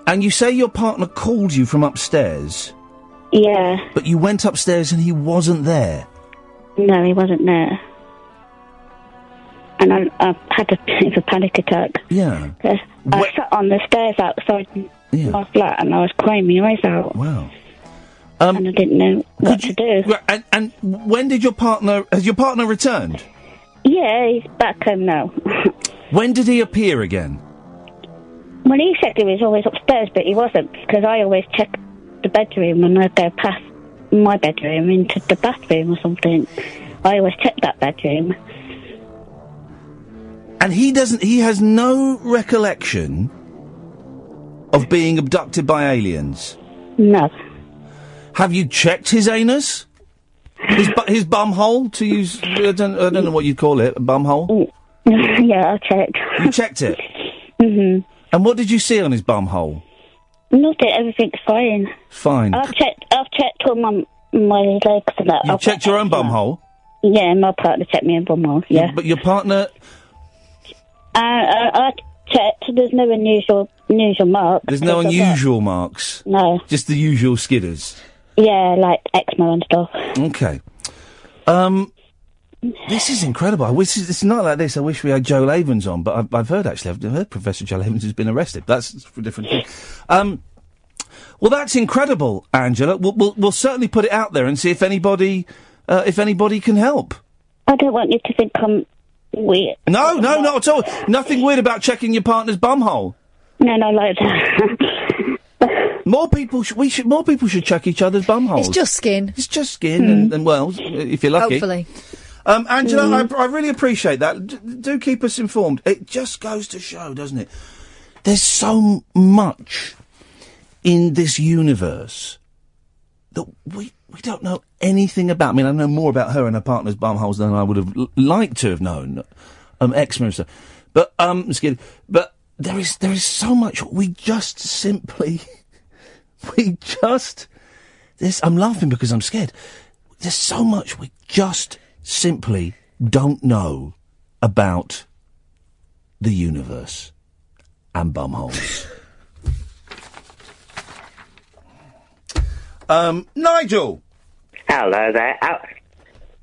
Speaker 3: and you say your partner called you from upstairs,
Speaker 9: Yeah.
Speaker 3: but you went upstairs and he wasn't there.
Speaker 9: No, he wasn't there. And I, I had a bit of a panic attack. Uh,
Speaker 3: Yeah.
Speaker 9: I sat on the stairs outside
Speaker 3: Yeah.
Speaker 9: my flat and I was crying my eyes out.
Speaker 3: Wow. Um,
Speaker 9: and I didn't know what to do.
Speaker 3: Right, And, and when did your partner? Has your partner returned?
Speaker 9: Yeah, he's back home now.
Speaker 3: When did he appear again?
Speaker 9: Well, he said he was always upstairs, but he wasn't because I always check the bedroom and I go past my bedroom into the bathroom or something. I always check that bedroom.
Speaker 3: And he doesn't. He has no recollection of being abducted by aliens.
Speaker 9: No,
Speaker 3: Have you checked his anus? His bu- his bum hole to use. I don't, I don't know what you call it. A bum hole.
Speaker 9: yeah, I checked.
Speaker 3: You checked it.
Speaker 9: Mhm.
Speaker 3: And what did you see on his bum hole?
Speaker 9: Nothing, Uh, everything's fine.
Speaker 3: Fine.
Speaker 9: I've checked. I've checked all my my legs and that.
Speaker 3: you
Speaker 9: I've
Speaker 3: checked your own bum hole.
Speaker 9: Yeah, my partner checked me in Bromwell. Yeah,
Speaker 3: But your partner. Mm.
Speaker 9: and uh, I, I checked. There's no unusual unusual marks.
Speaker 3: There's no
Speaker 9: because I've got-
Speaker 3: unusual marks.
Speaker 9: No.
Speaker 3: Just the usual skidders.
Speaker 9: Yeah, like eczema and stuff.
Speaker 3: Okay. Um, this is incredible. I wish it's not like this. I wish we had Joe Lavens on, but I've, I've heard actually, I've heard Professor Joe Lavens has been arrested. That's for a different thing. Um, well, that's incredible, Angela. We'll, we'll, we'll certainly put it out there and see if anybody, uh, if anybody can help.
Speaker 9: I don't want you to think I'm weird.
Speaker 3: No, no, not at all. Nothing weird about checking your partner's bumhole.
Speaker 9: No, no, like that.
Speaker 3: More people, sh- we should. More people should check each other's bumholes.
Speaker 5: It's just skin.
Speaker 3: It's just skin and, and well, if you're lucky.
Speaker 5: Hmm. Hopefully.
Speaker 3: Um, Angela,
Speaker 4: Mm.
Speaker 3: I, I really appreciate that. D- do keep us informed. It just goes to show, doesn't it? There's so much in this universe that we we don't know anything about. I mean, I know more about her and her partner's bumholes than I would have l- liked to have known. Um, eczema and stuff. But um, excuse- but there is there is so much we just simply we just this. I'm laughing because I'm scared. There's so much we just simply don't know about the universe and bumholes. um, Nigel.
Speaker 10: Hello there. How,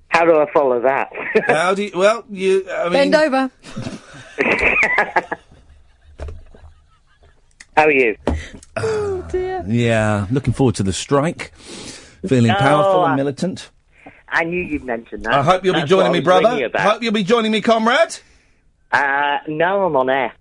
Speaker 10: how do I follow that?
Speaker 3: How do you, well, you, I mean.
Speaker 5: Bend over.
Speaker 10: How are you?
Speaker 5: Oh dear.
Speaker 3: Yeah, looking forward to the strike. Feeling
Speaker 10: Oh,
Speaker 3: powerful
Speaker 10: I-
Speaker 3: and militant.
Speaker 10: I knew you'd mention that.
Speaker 3: I hope you'll be
Speaker 10: That's
Speaker 3: joining
Speaker 10: what I
Speaker 3: me,
Speaker 10: was
Speaker 3: brother.
Speaker 10: ringing
Speaker 3: I
Speaker 10: about.
Speaker 3: hope you'll be joining me, comrade.
Speaker 10: Uh, no, I'm on air.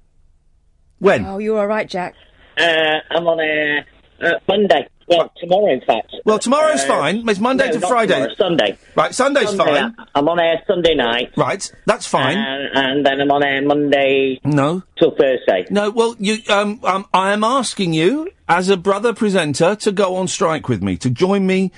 Speaker 3: When?
Speaker 5: Oh, you're all right, Jack.
Speaker 10: Uh, I'm on air uh, Monday. Well, tomorrow, in fact.
Speaker 3: Well, tomorrow's
Speaker 10: Uh,
Speaker 3: fine. It's Monday
Speaker 10: no,
Speaker 3: to
Speaker 10: not
Speaker 3: Friday.
Speaker 10: tomorrow, Sunday.
Speaker 3: Right, Sunday's
Speaker 10: Sunday,
Speaker 3: fine.
Speaker 10: I- I'm on air Sunday night.
Speaker 3: Right, that's fine.
Speaker 10: And, and then I'm on air Monday
Speaker 3: no.
Speaker 10: till Thursday.
Speaker 3: No, well, you, um, um, I am asking you, as a brother presenter, to go on strike with me, to join me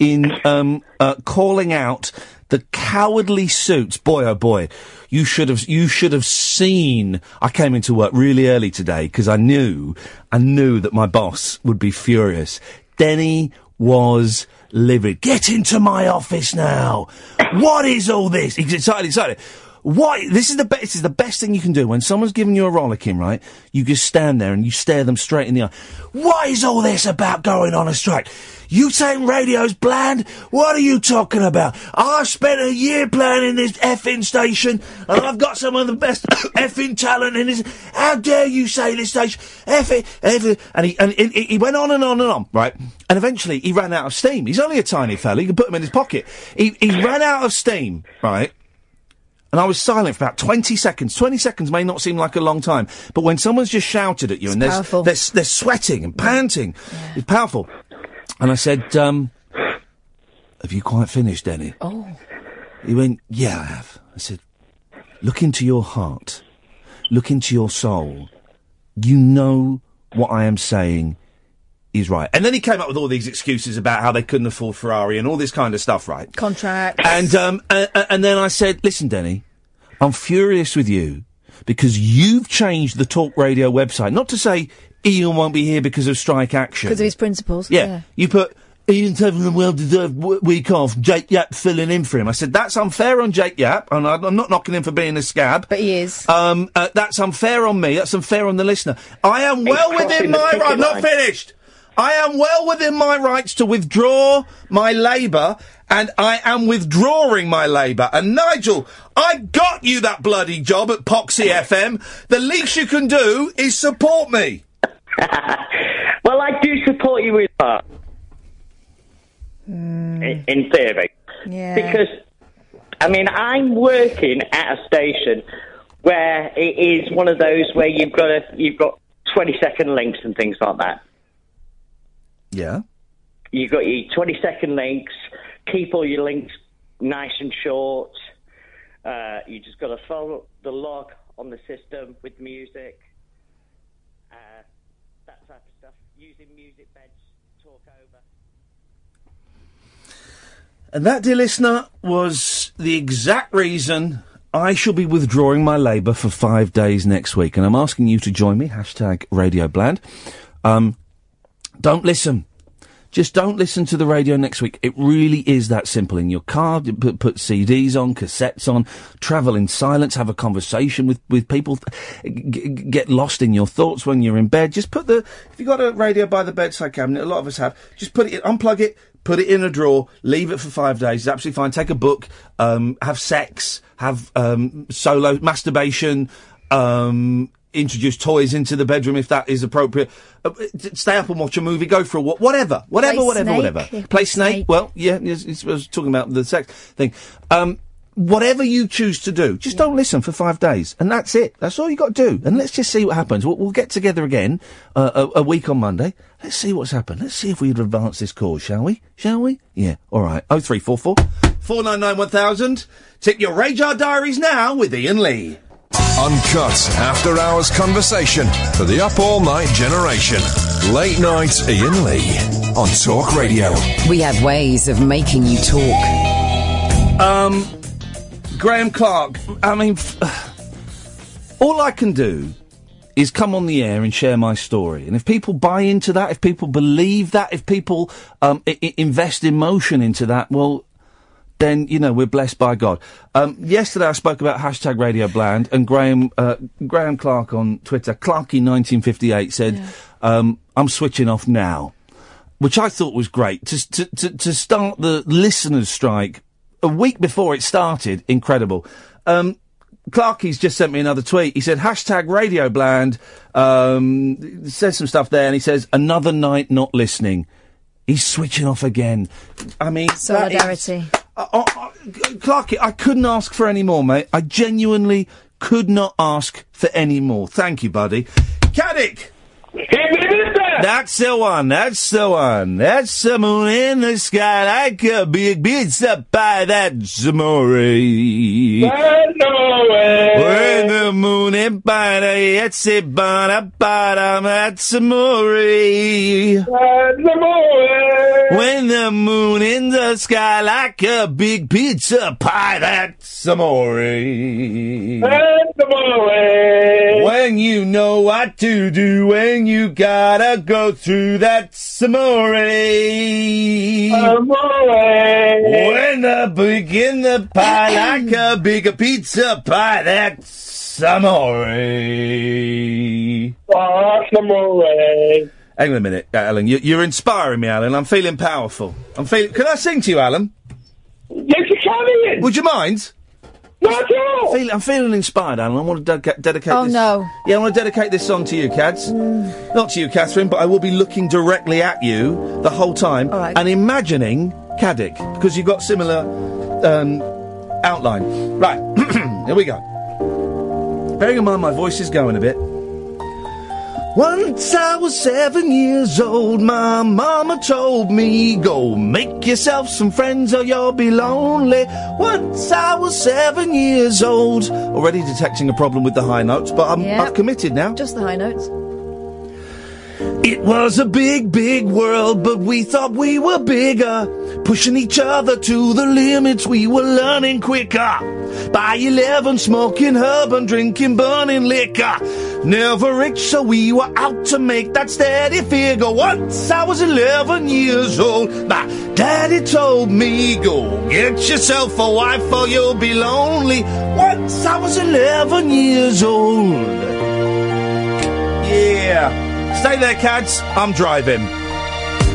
Speaker 3: in um, uh, calling out the cowardly suits. Boy, oh boy, you should have, you should have seen. I came into work really early today because I knew, I knew that my boss would be furious. Denny was livid. Get into my office now. What is all this? He's excited, excited. Why? This is the best. This is the best thing you can do when someone's giving you a rollicking, right? You just stand there and you stare them straight in the eye. What is all this about going on a strike? You saying radio's bland? What are you talking about? I spent a year planning this effing station, and I've got some of the best effing talent in this. How dare you say this station effing effing? And he and he, he went on and on and on, right? And eventually he ran out of steam. He's only a tiny fella. You can put him in his pocket. He he ran out of steam, right? And I was silent for about 20 seconds. 20 seconds may not seem like a long time, but when someone's just shouted at you and there's,
Speaker 4: powerful.
Speaker 3: they're, they're sweating and panting, it's powerful. And I said, um, Have you quite finished, Denny?
Speaker 5: Oh.
Speaker 3: He went, Yeah, I have. I said, Look into your heart, look into your soul. You know what I am saying is right. And then he came up with all these excuses about how they couldn't afford Ferrari and all this kind of stuff, right?
Speaker 5: Contract.
Speaker 3: And um, uh, and then I said, "Listen, Denny, I'm furious with you because you've changed the talk radio website. Not to say Ian won't be here because of strike action.
Speaker 5: Because of his principles.
Speaker 3: yeah. you put." Ian's having a well-deserved w- week off. Jake Yap filling in for him. I said that's unfair on Jake Yap, and I- I'm not knocking him for being a scab. But
Speaker 5: he is.
Speaker 3: Um, uh, that's unfair on me. That's unfair on the listener. I am well within
Speaker 4: crossing the
Speaker 3: my.
Speaker 4: picket
Speaker 3: I'm not
Speaker 4: line.
Speaker 3: finished. I am well within my rights to withdraw my labour, and I am withdrawing my labour. And Nigel, I got you that bloody job at Poxy FM. The least you can do is support me.
Speaker 10: well, I do support you with that. In, in theory.
Speaker 5: Hmm. Yeah.
Speaker 10: Because, I mean, I'm working at a station where it is one of those where you've got a, you've got 20 second links and things like that.
Speaker 3: Yeah.
Speaker 10: You've got your 20 second links, keep all your links nice and short. Uh, you just got to follow the log on the system with music, uh, that type of stuff. Using music beds, talk over.
Speaker 3: And that, dear listener, was the exact reason I shall be withdrawing my labour for five days next week. And I'm asking you to join me, hashtag Radio Bland. Um, don't listen. Just don't listen to the radio next week. It really is that simple. In your car, you put, put CDs on, cassettes on, travel in silence, have a conversation with, with people, g- g- get lost in your thoughts when you're in bed. Just put the, if you've got a radio by the bedside cabinet, a lot of us have, just put it, in, unplug it, put it in a drawer, leave it for five days. It's absolutely fine. Take a book, um, have sex, have um, solo masturbation, um, introduce toys into the bedroom if that is appropriate. Uh, t- stay up and watch a movie. Go for a walk. Whatever, whatever,
Speaker 4: Play
Speaker 3: whatever,
Speaker 4: Snake, if
Speaker 3: whatever.
Speaker 4: you
Speaker 3: Play
Speaker 4: play
Speaker 3: snake.
Speaker 4: Snake.
Speaker 3: Well, yeah, yes, it's- I was talking about the sex thing. Um, whatever you choose to do, just don't listen for five days, and that's it. That's all you got to do. And let's just see what happens. We'll, we'll get together again uh, a, a week on Monday. Let's see what's happened. Let's see if we'd advance this cause, shall we? Shall we? Yeah. All right. Oh three four four 499 1000. Tip your Radar Diaries now with Ian Lee.
Speaker 2: Uncut after hours conversation for the up all night generation. Late night Ian Lee on Talk Radio.
Speaker 1: We have ways of making you talk.
Speaker 3: Um, Graham Clark, I mean, f- all I can do is come on the air and share my story. And if people buy into that, if people believe that, if people um, I- I- invest emotion into that, well, then, you know, we're blessed by God. Um, yesterday I spoke about hashtag Radio Bland and Graham, uh, Graham Clark on Twitter, Clarky1958 said, um, I'm switching off now. Which I thought was great. To, to, to, to start the listeners' strike a week before it started, incredible. Um, Clarky's just sent me another tweet. He said, hashtag Radio Bland, um, says some stuff there, and he says, another night not listening. He's switching off again. I mean, that is-
Speaker 5: Solidarity.
Speaker 3: Clarky, I couldn't ask for any more, mate. I genuinely could not ask for any more. Thank you, buddy. Caddick! That's the one, that's the one. That's the moon in the sky like a big pizza pie. That's amore. When the moon in bada, it's a bada bada, that's amore. When the moon in the sky like a big pizza pie, that's amore. When you know what to do, when you gotta go through that amore. When the big in the pie like a bigger pizza pie, that's amore. Hang on a minute, uh, Alan. You, you're inspiring me, Alan. I'm feeling powerful. I'm feeling. Can I sing to you, Alan? Yes, you can. Ian. Would you mind? Not at all. Feel, I'm feeling inspired, Alan. I want to de- dedicate.
Speaker 5: Oh,
Speaker 3: this,
Speaker 5: no. Mm.
Speaker 3: Yeah, I want to dedicate this song to you, Cads. Not to you, Catherine, but I will be looking directly at you the whole time
Speaker 5: All right.
Speaker 3: and imagining Caddick because you've got similar um, outline. Right, here we go. Bearing in mind my voice is going a bit. Once I was seven years old, my mama told me, Go make yourself some friends or you'll be lonely. Once I was seven years old. Already detecting a problem with the high notes, but I'm,
Speaker 5: Yeah.
Speaker 3: I've committed now.
Speaker 5: Just the high notes.
Speaker 3: It was a big, big world, but we thought we were bigger. Pushing each other to the limits, we were learning quicker. By 11, smoking herb and drinking burning liquor. Never rich, so we were out to make that steady figure. Once I was 11 years old, my daddy told me, Go get yourself a wife or you'll be lonely. Once I was 11 years old. Yeah. Stay there, cats. I'm driving.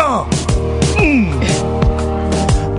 Speaker 3: Uh, mm.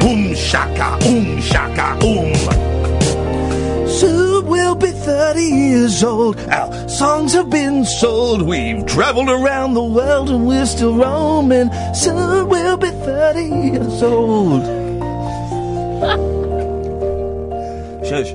Speaker 3: Boom shaka, boom shaka, boom. Soon we'll be 30 years old. Our songs have been sold. We've traveled around the world and we're still roaming. Soon we'll be 30 years old. Shush.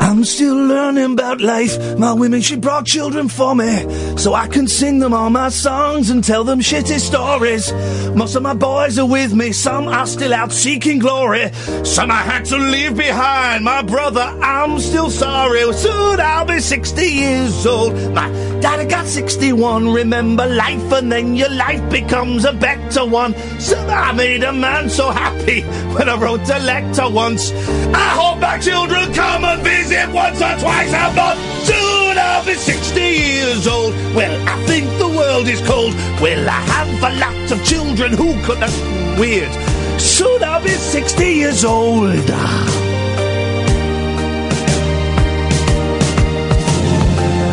Speaker 3: I'm I'm still learning about life. My women, she brought children for me. So I can sing them all my songs and tell them shitty stories. Most of my boys are with me. Some are still out seeking glory. Some I had to leave behind. My brother, I'm still sorry. Soon I'll be 60 years old. My daddy got 61. Remember life and then your life becomes a better one. So I made a man so happy when I wrote a letter once. I hope my children come and visit once or twice a month. Soon I'll be 60 years old. Well, I think the world is cold. Well, I have a lot of children who could... That's weird. Soon I'll be 60 years old.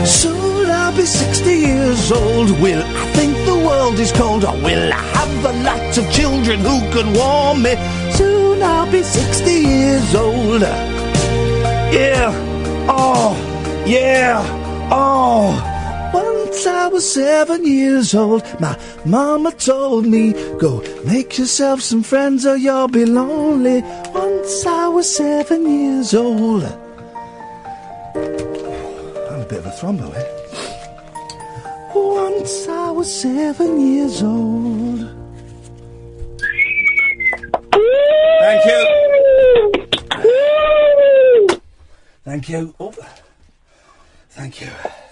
Speaker 3: Soon I'll be 60 years old. Will I think the world is cold? Or will I have a lot of children who can warm me? Soon I'll be 60 years old. Yeah. Oh. Yeah. Oh. Once I was seven years old, my mama told me, Go make yourself some friends or you'll be lonely. Once I was seven years old. I'm a bit of a thrombo, eh? Once I was seven years old. Thank you. Thank you. Oh, thank you.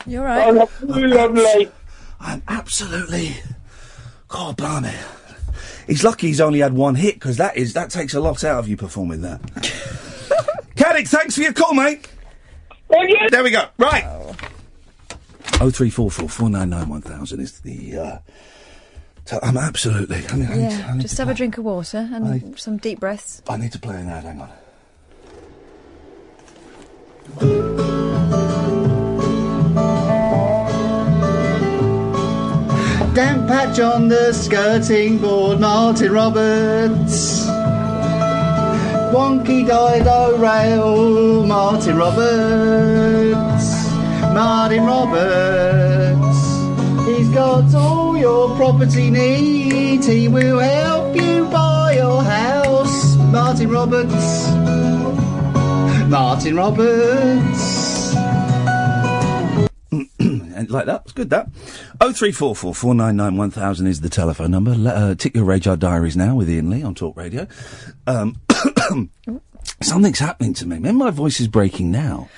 Speaker 5: You're
Speaker 3: right. Oh, lovely. I'm absolutely. God, blimey. He's lucky he's only had one hit because that is that takes a lot out of you performing that. Caddick, thanks for your call, mate. There we go. Right. Oh three four four four nine nine one thousand is the. Uh, t- I'm absolutely. I mean, I need, to-
Speaker 5: Yeah,
Speaker 3: I, need
Speaker 5: just
Speaker 3: to,
Speaker 5: have a drink of water and
Speaker 3: I-
Speaker 5: some deep breaths.
Speaker 3: I need to play an ad. Hang on.
Speaker 11: Dan Patch on the skirting board, Martin Roberts. Wonky Dido Rail, Martin Roberts. Martin Roberts. He's got all your property needs. He will help you buy your house. Martin Roberts. Martin Roberts.
Speaker 3: And like that. It's good that. Oh three four four four nine nine one thousand is the telephone number. Le- uh, tick your radar diaries now with Ian Lee on Talk Radio. Um, something's happening to me. Maybe my voice is breaking now.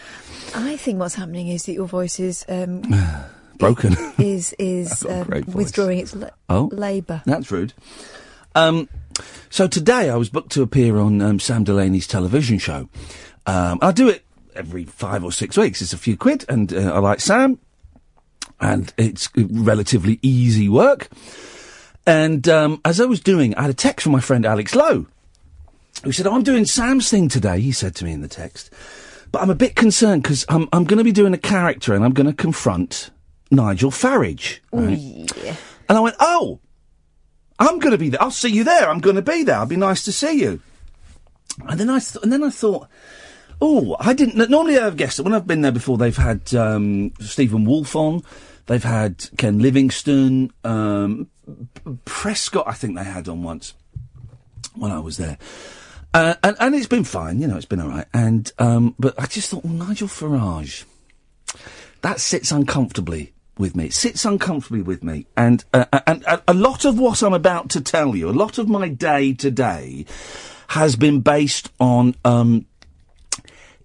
Speaker 5: I think what's happening is that your voice is um,
Speaker 3: Broken.
Speaker 5: is is
Speaker 3: got a
Speaker 5: um,
Speaker 3: great voice.
Speaker 5: withdrawing its la-
Speaker 3: Oh.
Speaker 5: labour.
Speaker 3: That's rude. Um, so today I was booked to appear on um, Sam Delaney's television show. Um, I do it every five or six weeks. It's a few quid, and uh, I like Sam, and it's relatively easy work. And um, as I was doing, I had a text from my friend Alex Lowe, who said, oh, "I'm doing Sam's thing today." He said to me in the text, "But I'm a bit concerned because I'm, I'm going to be doing a character, and I'm going to confront Nigel Farage." right? And I went, "Oh." I'm going to be there. I'll see you there. I'm going to be there. It'd be nice to see you. And then I th- and then I thought, oh, I didn't. Normally I've guessed that when I've been there before, they've had um, Stephen Wolf on, they've had Ken Livingstone, um, Prescott. I think they had on once when I was there. Uh, and, and it's been fine, you know, it's been all right. And um, but I just thought, well, Nigel Farage, that sits uncomfortably with me. It sits uncomfortably with me, and uh, and a, a lot of what I'm about to tell you, a lot of my day today, has been based on um,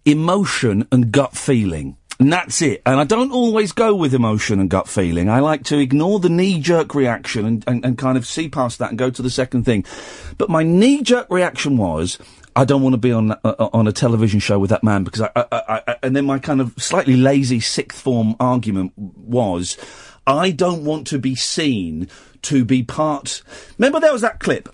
Speaker 3: emotion and gut feeling. And that's it. And I don't always go with emotion and gut feeling. I like to ignore the knee jerk reaction and, and, and kind of see past that and go to the second thing. But my knee jerk reaction was, I don't want to be on uh, on a television show with that man because I, I, I, I and then my kind of slightly lazy sixth form argument was, I don't want to be seen to be part. Remember there was that clip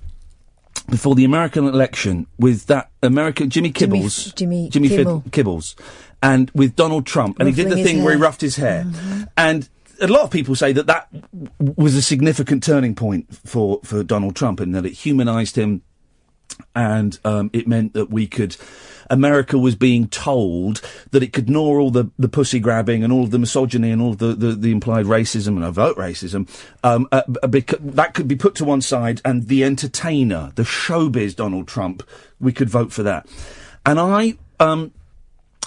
Speaker 3: before the American election with that American Jimmy
Speaker 5: Jimmy-
Speaker 3: Kibbles,
Speaker 5: Jimmy
Speaker 3: Jimmy Fid-
Speaker 5: Kimmel.
Speaker 3: Kibbles, and with Donald Trump, and he did
Speaker 5: Ruffling
Speaker 3: the
Speaker 5: his
Speaker 3: thing where he
Speaker 5: hair.
Speaker 3: roughed his hair, and a lot of people say that that w- was a significant turning point for for Donald Trump, and that it humanised him, and um, it meant that we could. America was being told that it could ignore all the, the pussy grabbing and all of the misogyny and all of the, the, the implied racism and I vote racism. Um, uh, b- becau- that could be put to one side and the entertainer, the showbiz Donald Trump, we could vote for that. And I um,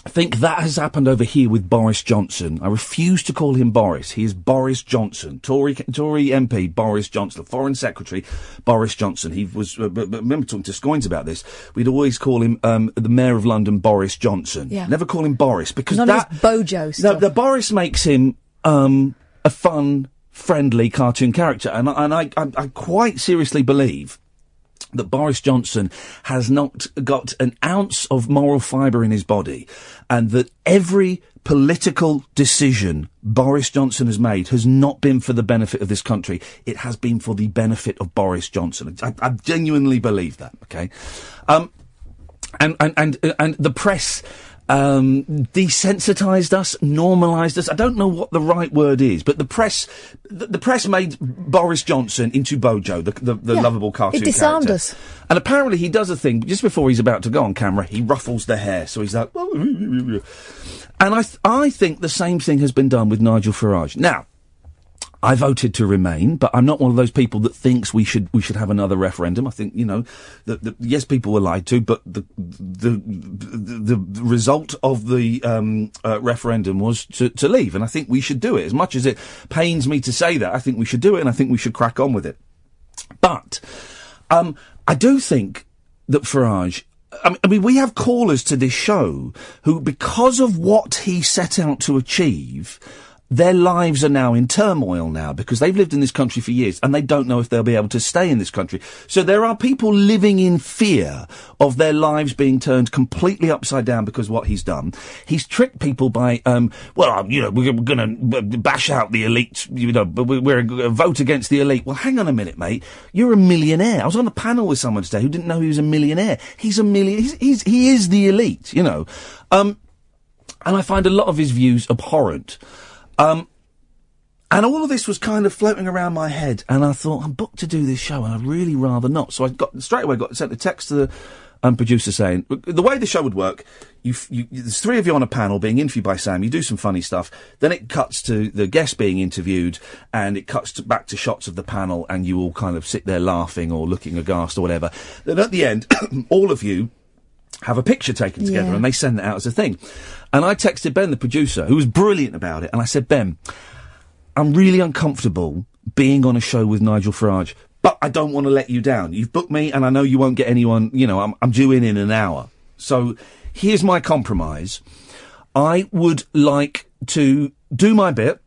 Speaker 3: I think that has happened over here with Boris Johnson. I refuse to call him Boris. He is Boris Johnson, Tory Tory MP Boris Johnson, the Foreign Secretary Boris Johnson. He was. Uh, b- b- remember talking to Scoins about this. We'd always call him um, the Mayor of London, Boris Johnson.
Speaker 5: Yeah.
Speaker 3: Never call him Boris because
Speaker 5: None of
Speaker 3: that
Speaker 5: this bojo
Speaker 3: no,
Speaker 5: stuff.
Speaker 3: the Boris makes him um, a fun, friendly cartoon character, and, I- and I, I, I quite seriously believe that Boris Johnson has not got an ounce of moral fibre in his body, and that every political decision Boris Johnson has made has not been for the benefit of this country. It has been for the benefit of Boris Johnson. I, I genuinely believe that. Okay. Um, and and and, and the press um, desensitized us, normalized us. I don't know what the right word is, but the press, the, the press made Boris Johnson into Bojo, the the, the
Speaker 5: Yeah.
Speaker 3: lovable cartoon.
Speaker 5: It disarmed
Speaker 3: character.
Speaker 5: us.
Speaker 3: And apparently he does a thing just before he's about to go on camera. He ruffles the hair, so he's like, and I th- I think the same thing has been done with Nigel Farage. Now. I voted to remain, but I'm not one of those people that thinks we should we should have another referendum. I think you know that that- yes, people were lied to, but the the the, the result of the um, uh, referendum was to, to leave, and I think we should do it. As much as it pains me to say that, I think we should do it, and I think we should crack on with it. But um, I do think that Farage. I mean- I mean, we have callers to this show who, because of what he set out to achieve, their lives are now in turmoil now because they've lived in this country for years and they don't know if they'll be able to stay in this country. So there are people living in fear of their lives being turned completely upside down because of what he's done. He's tricked people by, um, well, um, you know, we're going to bash out the elite, you know, but we- we're going to vote against the elite. Well, hang on a minute, mate. You're a millionaire. I was on a panel with someone today who didn't know he was a millionaire. He's a million. He's, he's he is the elite, you know. Um, and I find a lot of his views abhorrent. Um, and all of this was kind of floating around my head, and I thought I'm booked to do this show, and I'd really rather not. So I got straight away got sent a text to the um, producer saying the way the show would work: you, f- you, there's three of you on a panel being interviewed by Sam. You do some funny stuff, then it cuts to the guest being interviewed, and it cuts to, back to shots of the panel, and you all kind of sit there laughing or looking aghast or whatever. Then at the end, all of you have a picture taken together
Speaker 12: Yeah.
Speaker 3: and they send that out as a thing. And I texted Ben, the producer, who was brilliant about it, and I said, Ben, I'm really uncomfortable being on a show with Nigel Farage, but I don't want to let you down. You've booked me and I know you won't get anyone, you know, I'm, I'm due in in an hour. So here's my compromise. I would like to do my bit.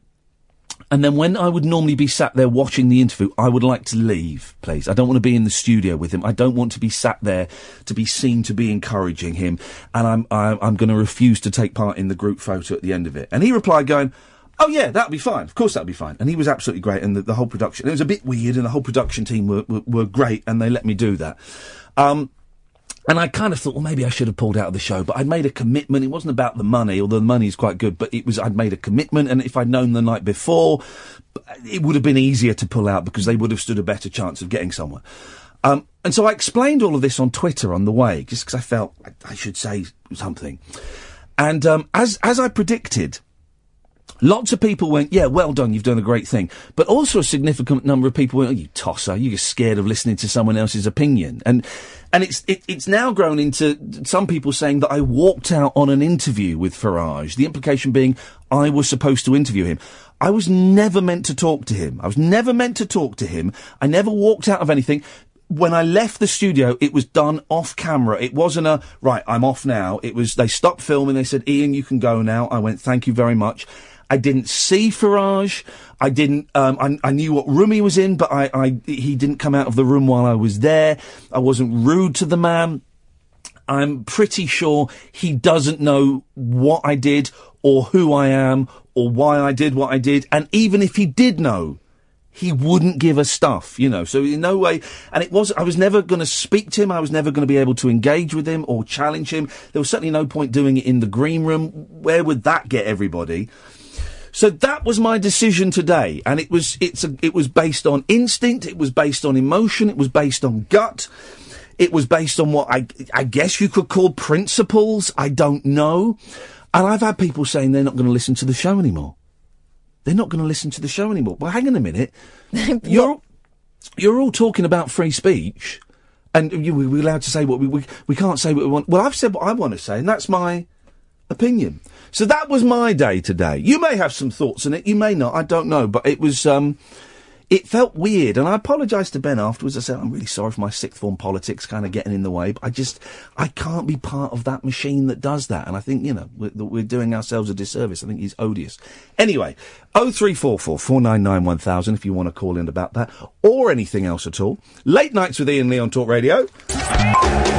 Speaker 3: And then when I would normally be sat there watching the interview, I would like to leave, please. I don't want to be in the studio with him. I don't want to be sat there to be seen to be encouraging him. And I'm, I'm, I'm going to refuse to take part in the group photo at the end of it. And he replied going, Oh yeah, that'll be fine. Of course that'll be fine. And he was absolutely great. And the, the whole production, it was a bit weird and the whole production team were, were, were great and they let me do that. Um, and I kind of thought, well, maybe I should have pulled out of the show, but I'd made a commitment. It wasn't about the money, although the money is quite good, but it was, I'd made a commitment. And if I'd known the night before, it would have been easier to pull out because they would have stood a better chance of getting somewhere. Um, and so I explained all of this on Twitter on the way, just because I felt I, I should say something. And um, as as I predicted, Lots of people went, yeah, well done, you've done a great thing. But also a significant number of people went, oh, you tosser, you're just scared of listening to someone else's opinion. And, and it's, it, it's now grown into some people saying that I walked out on an interview with Farage. The implication being I was supposed to interview him. I was never meant to talk to him. I was never meant to talk to him. I never walked out of anything when I left the studio, it was done off camera. It wasn't a right. I'm off now. It was they stopped filming. They said, "Ian, you can go now." I went, "Thank you very much." I didn't see Farage. I didn't. Um, I, I knew what room he was in, but I, I he didn't come out of the room while I was there. I wasn't rude to the man. I'm pretty sure he doesn't know what I did or who I am or why I did what I did. And even if he did know, he wouldn't give a stuff, you know. So in no way, and it was, I was never going to speak to him. I was never going to be able to engage with him or challenge him. There was certainly no point doing it in the green room. Where would that get everybody? So that was my decision today, and it was it's a, it was based on instinct, it was based on emotion, it was based on gut, it was based on what I I guess you could call principles. I don't know, and I've had people saying they're not going to listen to the show anymore. They're not going to listen to the show anymore. Well, hang on a minute, you're you're all talking about free speech, and you, we- we're allowed to say what we, we we can't say what we want. Well, I've said what I want to say, and that's my opinion. So that was my day today. You may have some thoughts on it, you may not, I don't know, but it was, um, it felt weird, and I apologised to Ben afterwards. I said, I'm really sorry for my sixth form politics kind of getting in the way, but I just, I can't be part of that machine that does that. And I think, you know, we're, that we're doing ourselves a disservice. I think he's odious. Anyway, 0344 499 1000 if you want to call in about that or anything else at all. Late nights with Ian Lee on Talk Radio.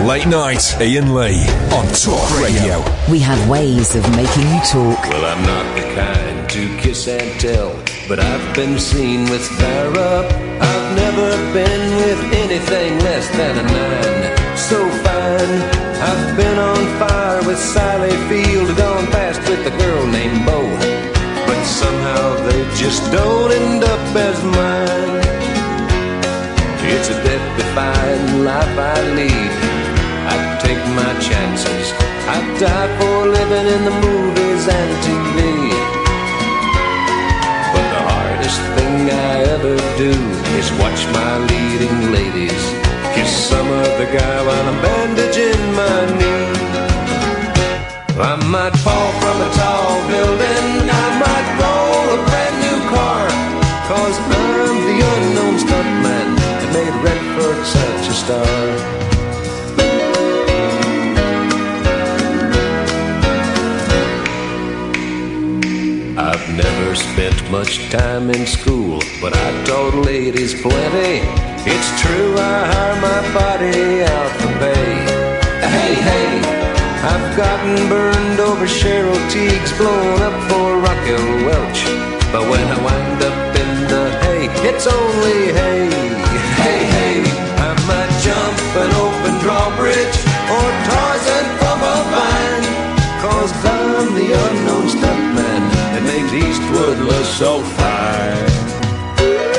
Speaker 13: Late night, Ian Lee on Talk Radio.
Speaker 1: We have ways of making you talk.
Speaker 2: Well, I'm not the kind to kiss and tell, but I've been seen with Farrah. I've never been with anything less than a nine. So fine, I've been on fire with Sally Field, gone fast with a girl named Bo. But somehow they just don't end up as mine. It's a death defying life I lead. I take my chances. I die for living in the movies and TV. But the hardest thing I ever do is watch my leading ladies kiss some other guy while I'm bandaging my knee. I might fall from a tall building. I might roll a brand new car. Cause I'm the unknown stuntman that made Redford such a star. I've never spent much time in school, but I taught ladies plenty. It's true, I hire my body out for pay. Hey, hey, I've gotten burned over Cheryl Teagues, blown up for Raquel Welch. But when I wind up in the hay, it's only hay. Hey, hey, I might jump an open drawbridge or Tarzan from a vine. Cause I'm the unknown stuntman that makes Eastwood look so fine.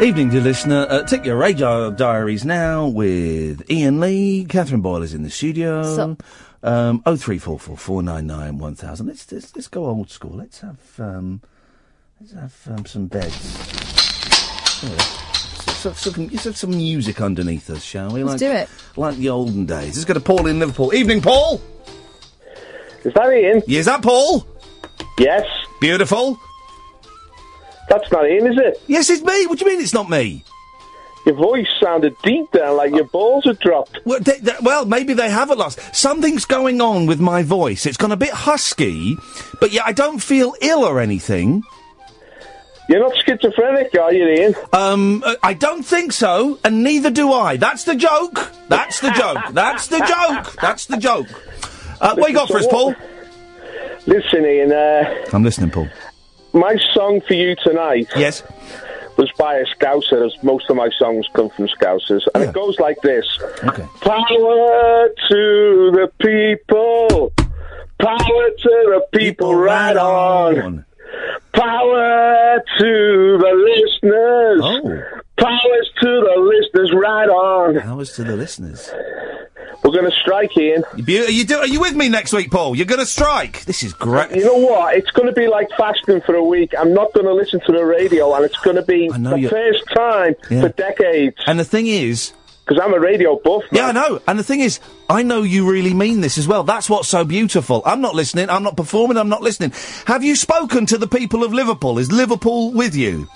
Speaker 3: Evening, dear listener. Uh, take your radio diaries now with Ian Lee. Catherine Boyle is in the studio.
Speaker 11: Sup.
Speaker 3: Um, 0344 499 1000. Let's, let's, let's go old school. Let's have, um, let's have um, some beds. Yeah. Let's have some, let's have some music underneath us, shall we?
Speaker 5: Let's do it.
Speaker 3: Like the olden days. Let's go to Paul in Liverpool. Evening, Paul.
Speaker 14: Is that Ian?
Speaker 3: Is that Paul?
Speaker 14: Yes.
Speaker 3: Beautiful.
Speaker 14: That's not Ian, is it?
Speaker 3: Yes, it's me. What do you mean it's not me?
Speaker 14: Your voice sounded deep there, like your balls had dropped.
Speaker 3: Well, they, they- well, maybe they haven't lost. Something's going on with my voice. It's gone a bit husky, but yeah, I don't feel ill or anything.
Speaker 14: You're not schizophrenic, are you, Ian?
Speaker 3: Um, uh, I don't think so, and neither do I. That's the joke. That's the joke. That's the joke. That's the joke. Uh, what you got for us, Paul?
Speaker 14: Listen, Ian, uh,
Speaker 3: I'm listening, Paul.
Speaker 14: my song for you tonight.
Speaker 3: Yes.
Speaker 14: Was by a scouser, as most of my songs come from scousers. And it goes like this
Speaker 3: Okay.
Speaker 14: Power to the people. Power to the people, right on. Power to the listeners.
Speaker 3: Oh.
Speaker 14: Powers to the listeners, right on.
Speaker 3: Powers to the listeners.
Speaker 14: We're going to strike, Ian.
Speaker 3: You be- are, you do- are you with me next week, Paul? You're going to strike. This is great.
Speaker 14: Uh, You know what? It's going to be like fasting for a week. I'm not going to listen to the radio, and it's going to be
Speaker 3: know
Speaker 14: the
Speaker 3: you-
Speaker 14: first time
Speaker 3: Yeah.
Speaker 14: for decades.
Speaker 3: And the thing is,
Speaker 14: because I'm a radio buff.
Speaker 3: Yeah, I know. And the thing is, I know you really mean this as well. That's what's so beautiful. I'm not listening. I'm not performing. I'm not listening. Have you spoken to the people of Liverpool? Is Liverpool with you?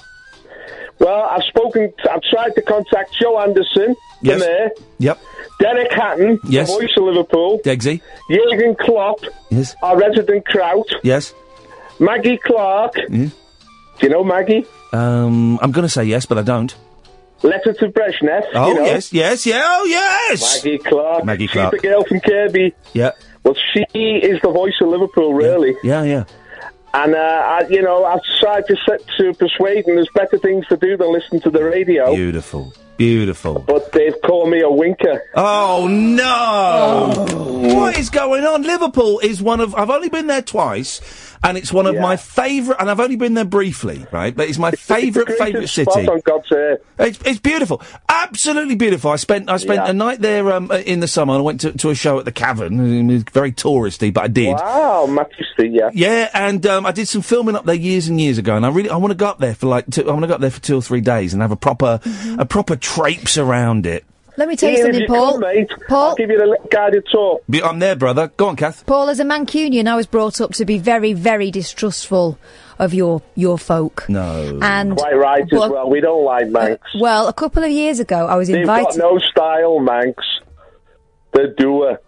Speaker 14: Well, I've spoken. I've tried to contact Joe Anderson
Speaker 3: Yes.
Speaker 14: from there,
Speaker 3: Yep.
Speaker 14: Derek Hatton, the
Speaker 3: Yes.
Speaker 14: voice of Liverpool,
Speaker 3: Degsy.
Speaker 14: Jurgen Klopp,
Speaker 3: Yes.
Speaker 14: our resident Kraut,
Speaker 3: Yes.
Speaker 14: Maggie Clark.
Speaker 3: Yeah.
Speaker 14: Do you know Maggie?
Speaker 3: Um, I'm going to say yes, but I don't.
Speaker 14: Letter to Brezhnev.
Speaker 3: Oh
Speaker 14: you know.
Speaker 3: yes, yes, yeah. Oh yes.
Speaker 14: Maggie Clark.
Speaker 3: Maggie
Speaker 14: She's
Speaker 3: Clark.
Speaker 14: the girl from Kirby.
Speaker 3: Yeah.
Speaker 14: Well, she is the voice of Liverpool, really.
Speaker 3: Yeah. Yeah.
Speaker 14: And uh, I, you know, I've tried to set to persuade them there's better things to do than listen to the radio.
Speaker 3: Beautiful. Beautiful.
Speaker 14: But they've called me a winker.
Speaker 3: Oh no! What is going on? Liverpool is one of I've only been there twice, and it's one of my favourite. And I've only been there briefly, right? But it's my favourite
Speaker 14: the
Speaker 3: favourite
Speaker 14: greatest
Speaker 3: city.
Speaker 14: spot on God's earth.
Speaker 3: It's, it's beautiful, absolutely beautiful. I spent I spent
Speaker 14: Yeah.
Speaker 3: a night there um, uh, in the summer. and I went to, to a show at the Cavern. It was very touristy, but I did.
Speaker 14: Wow, Matthew Steve, yeah.
Speaker 3: Yeah, and um, I did some filming up there years and years ago, and I really I want to go up there for like two, I want to go up there for two or three days and have a proper a proper traipse around it.
Speaker 5: Let me tell you
Speaker 14: Ian,
Speaker 5: something,
Speaker 14: if
Speaker 5: Paul.
Speaker 14: Come, mate, I'll give you a li- guided tour.
Speaker 3: Be- I'm there, brother. Go on, Kath.
Speaker 5: Paul, as a Mancunian, I was brought up to be very, very distrustful of your your folk.
Speaker 3: No.
Speaker 5: And
Speaker 14: Quite right as
Speaker 5: well-
Speaker 14: well. We don't like Manx.
Speaker 5: Well, a couple of years ago, I was
Speaker 14: They've got
Speaker 5: invited.
Speaker 14: no style, Manx. They're doer.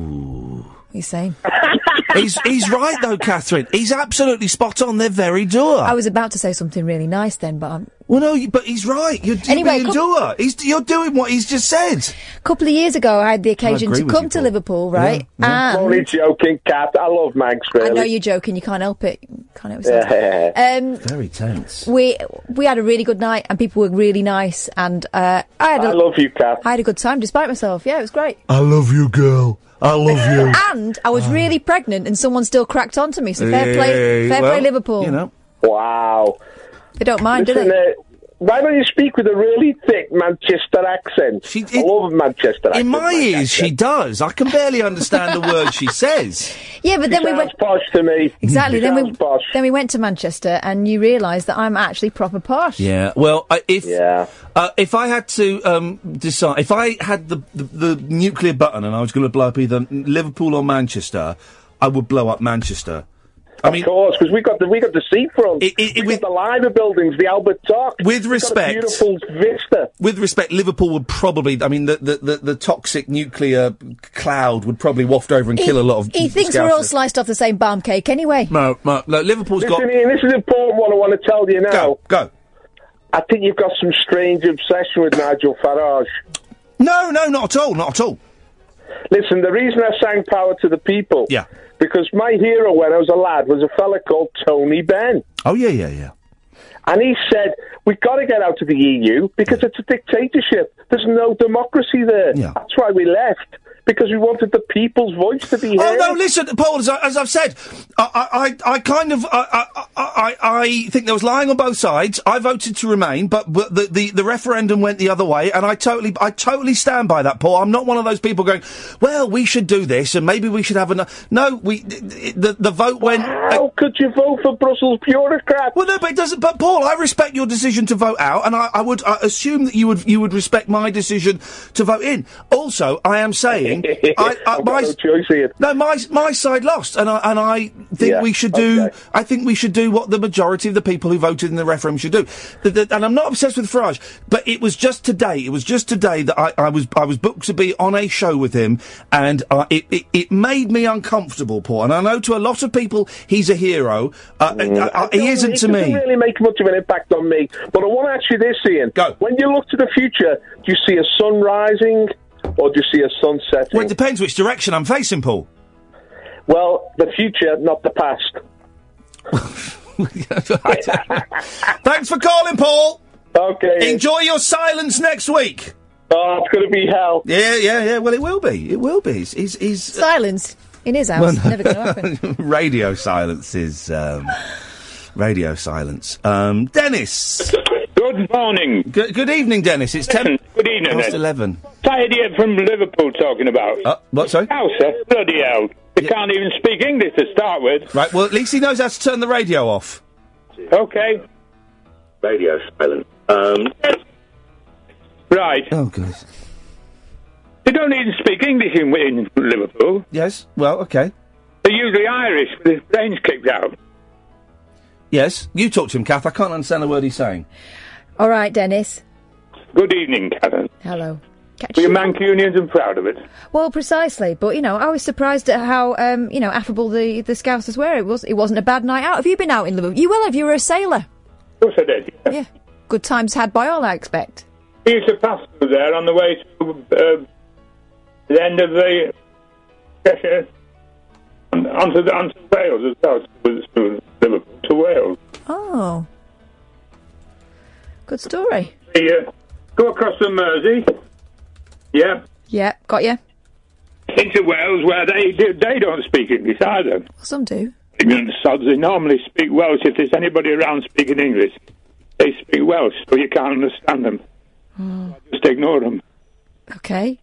Speaker 5: What are you saying?
Speaker 3: he's he's right though, Catherine. He's absolutely spot on. They're very doer.
Speaker 5: I was about to say something really nice then, but I'm.
Speaker 3: Well, no, you- but he's right. You're, you're
Speaker 5: Anyway,
Speaker 3: being
Speaker 5: come-
Speaker 3: doer. He's, you're doing what he's just said.
Speaker 5: A couple of years ago, I had the occasion
Speaker 3: agree
Speaker 5: to
Speaker 3: with
Speaker 5: come
Speaker 3: you,
Speaker 5: to Liverpool, right?
Speaker 14: I'm
Speaker 5: And
Speaker 14: only joking, Cat. I love Manx, really.
Speaker 5: I know you're joking. You can't help it. Can't help yourself.
Speaker 14: Yeah.
Speaker 5: Um,
Speaker 3: Very tense.
Speaker 5: we we had a really good night, and people were really nice, and uh, I had a,
Speaker 14: I love you, Cat.
Speaker 5: I had a good time despite myself. Yeah, it was great.
Speaker 8: I love you, girl. I love you.
Speaker 5: And I was
Speaker 3: Ah.
Speaker 5: really pregnant, and someone still cracked onto me. So fair play,
Speaker 14: Hey,
Speaker 5: fair play,
Speaker 14: well,
Speaker 5: Liverpool.
Speaker 14: you know. Wow.
Speaker 5: They don't mind, do
Speaker 14: Listen,
Speaker 5: they?
Speaker 14: uh, why don't you speak with a really thick Manchester accent? I love Manchester accent.
Speaker 3: In my ears, she does. I can barely understand the words she says.
Speaker 5: Yeah, but then we went.
Speaker 14: posh to me.
Speaker 5: Mm-hmm. Exactly.
Speaker 14: She
Speaker 5: Then we
Speaker 14: sounds posh.
Speaker 5: then we went to Manchester, and you realised that I'm actually proper posh.
Speaker 3: Yeah. Well, I if uh, if I had to um, decide, if I had the, the the nuclear button and I was going to blow up either Liverpool or Manchester, I would blow up Manchester. I mean,
Speaker 14: of course, because we got the we got the seafront. we got the Liver buildings, the Albert Dock.
Speaker 3: With respect-
Speaker 14: it's got a beautiful vista.
Speaker 3: With respect, Liverpool would probably. I mean, the the, the, the toxic nuclear cloud would probably waft over and kill a lot of.
Speaker 5: He thinks we're all sliced off the same barm cake anyway.
Speaker 3: No, no, no, Liverpool's got.
Speaker 14: Listen, Ian, this is an important one. I want to tell you now. Go,
Speaker 3: go.
Speaker 14: I think you've got some strange obsession with Nigel Farage.
Speaker 3: No, no, not at all, not at all.
Speaker 14: Listen, the reason I sang "Power to the People," yeah, because my hero when I was a lad was a fella called Tony Benn.
Speaker 3: Oh yeah, yeah, yeah.
Speaker 14: And he said, we've got to get out of the EU because it's a dictatorship. There's no democracy there. That's why we left, because we wanted the people's voice to be heard.
Speaker 3: Oh no! Listen, Paul. As, I, as I've said, I, I, I kind of, I, I, I, I think there was lying on both sides. I voted to remain, but, but the, the the referendum went the other way, and I totally, I totally stand by that, Paul. I'm not one of those people going, well, we should do this, and maybe we should have another. No, we, the the vote went. How
Speaker 14: could you vote for Brussels bureaucrats?
Speaker 3: Well, no, but it doesn't. But Paul, I respect your decision to vote out, and I, I would I assume that you would you would respect my decision to vote in. Also, I am saying, I, I, my no, my my side lost, and I and I think we should do. I think we should do what the majority of the people who voted in the referendum should do. The, the, and I'm not obsessed with Farage, but it was just today. It was just today that I, I was I was booked to be on a show with him, and uh, it, it it made me uncomfortable, Paul. And I know to a lot of people he's a hero. Uh, uh, uh, he isn't
Speaker 14: it
Speaker 3: to
Speaker 14: doesn't
Speaker 3: me.
Speaker 14: really make much of an impact on me. But I want to ask you this, Ian. Go. When you look to the future, do you see a sun rising or do you see a sun setting?
Speaker 3: Well, it depends which direction I'm facing, Paul.
Speaker 14: Well, the future, not the past.
Speaker 3: Thanks for calling, Paul.
Speaker 14: Okay.
Speaker 3: Enjoy your silence next week.
Speaker 14: Oh, it's going to be hell.
Speaker 3: Yeah, yeah, yeah. Well, it will be. It will be. It's, it's, it's
Speaker 5: Silence in his house.
Speaker 3: Well, no.
Speaker 5: Never going to happen.
Speaker 3: radio silence is um, radio silence. Um, Dennis.
Speaker 15: Good morning.
Speaker 3: Good, evening, Dennis. It's ten.
Speaker 15: Good evening.
Speaker 3: past
Speaker 15: Ed.
Speaker 3: eleven.
Speaker 15: That idiot from Liverpool talking about.
Speaker 3: Uh, what? Sorry.
Speaker 15: Scouser, bloody hell! You can't even speak English to start with.
Speaker 3: Right. Well, at least he knows how to turn the radio off.
Speaker 15: Okay.
Speaker 16: Radio silent. Um,
Speaker 15: Right.
Speaker 3: Oh, good.
Speaker 15: They don't even speak English in, in Liverpool.
Speaker 3: Yes. Well, okay.
Speaker 15: They're usually Irish with his brains kicked out.
Speaker 3: Yes. You talk to him, Kath. I can't understand a word he's saying.
Speaker 5: All right, Dennis.
Speaker 15: Good evening, Karen.
Speaker 5: Hello. Catch
Speaker 15: We're
Speaker 5: you.
Speaker 15: Mancunians and proud of it.
Speaker 5: Well, precisely. But you know, I was surprised at how um, you know affable the the Scousers were. It was it wasn't a bad night out. Have you been out in Liverpool? You will have. You were a sailor.
Speaker 15: Of course I did.
Speaker 5: Yeah. Good times had by all, I expect.
Speaker 15: We used to pass through there on the way to uh, the end of the Cheshire, and onto, the, onto Wales as well, to, to Liverpool to Wales.
Speaker 5: Oh. Good story.
Speaker 15: We, uh, go across the Mersey, yeah,
Speaker 5: Yeah, got you.
Speaker 15: into Wales where they do, they don't speak English either.
Speaker 5: Some do.
Speaker 15: You know, the sods, they normally speak Welsh. If there's anybody around speaking English, they speak Welsh, so you can't understand them.
Speaker 5: Hmm.
Speaker 15: Just ignore them.
Speaker 5: Okay.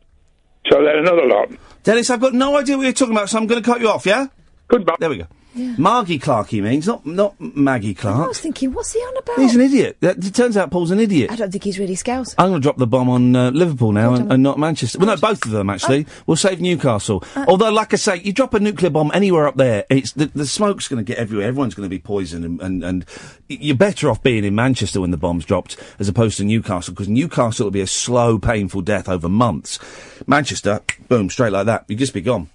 Speaker 15: So they're another lot.
Speaker 3: Dennis, I've got no idea what you're talking about, so I'm going to cut you off. Yeah.
Speaker 15: Goodbye.
Speaker 3: There we go. Margie Clark, he means, not not Maggie
Speaker 5: I
Speaker 3: Clark.
Speaker 5: was thinking, what's he on about?
Speaker 3: He's an idiot. That, it turns out Paul's an idiot.
Speaker 5: I don't think he's really scoused.
Speaker 3: I'm going to drop the bomb on uh, Liverpool now and, and not Manchester. Well, no, both of them actually. we'll save Newcastle. Although, like I say, you drop a nuclear bomb anywhere up there, it's the, the smoke's going to get everywhere. Everyone's going to be poisoned, and, and and you're better off being in Manchester when the bomb's dropped as opposed to Newcastle because Newcastle will be a slow, painful death over months. Manchester, boom, straight like that. You'd just be gone.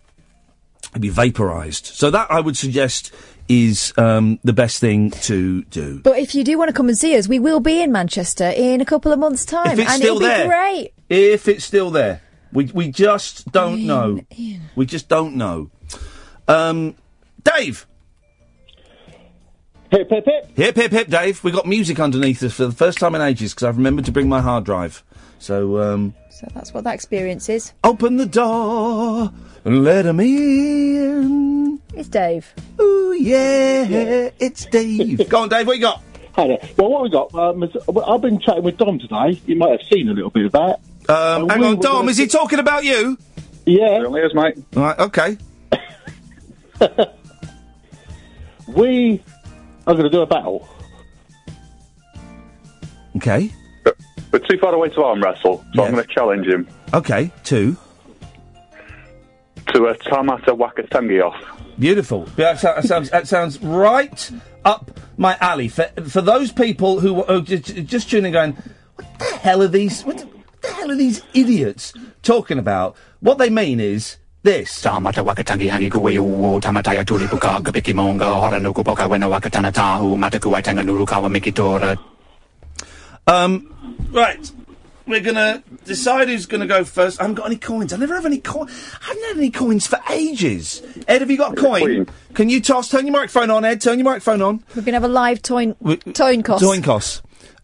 Speaker 3: You'd be vaporised. So that I would suggest is um, the best thing to do.
Speaker 5: But if you do want to come and see us, we will be in Manchester in a couple of months' time,
Speaker 3: If it's
Speaker 5: and
Speaker 3: still
Speaker 5: it'll
Speaker 3: there.
Speaker 5: be great.
Speaker 3: If it's still there. We, we just don't know. We just don't know. Um, Dave! Hip, hip, hip. Hip, hip, hip, Dave. We got music underneath us for the first time in ages because I've remembered to bring my hard drive. So, um,
Speaker 5: So that's what that experience is.
Speaker 3: open the door and let 'em in.
Speaker 5: It's Dave.
Speaker 3: Ooh, Oh, yeah, it's Dave. Go on, Dave, what you got?
Speaker 14: Hi there. Well, what we got, um, is- well, I've been chatting with Dom today. You might have seen a little bit of that. Uh,
Speaker 3: Um, hang on, Dom, is he talking about you?
Speaker 14: Yeah.
Speaker 3: Certainly is, mate. Right, okay.
Speaker 14: We are going to do a battle.
Speaker 3: Okay.
Speaker 17: We're too far away to arm wrestle, so I'm going to challenge him
Speaker 3: Okay, two.
Speaker 17: to a Tamata Wakatangi off.
Speaker 3: Beautiful. Yeah, That, sou- that sounds that sounds right up my alley. For for those people who are just, just tuning, in going, what the hell are these? What the, what the hell are these idiots talking about? What they mean is this.
Speaker 12: Tamata wakatangi hangi kuwe uo tamataya tulipuka kapiki monga hora nuku poka wena wakatana tahu matakuai tanga nuru kawa mikitora.
Speaker 3: Um, right. We're gonna decide who's gonna go first. I haven't got any coins. I never have any coins. I haven't had any coins for ages. Ed, have you got a coin? Can you toss? Turn your microphone on, Ed. Turn your microphone on.
Speaker 5: We're going to have a live toin
Speaker 3: We-
Speaker 5: toin cost.
Speaker 3: Doinkos.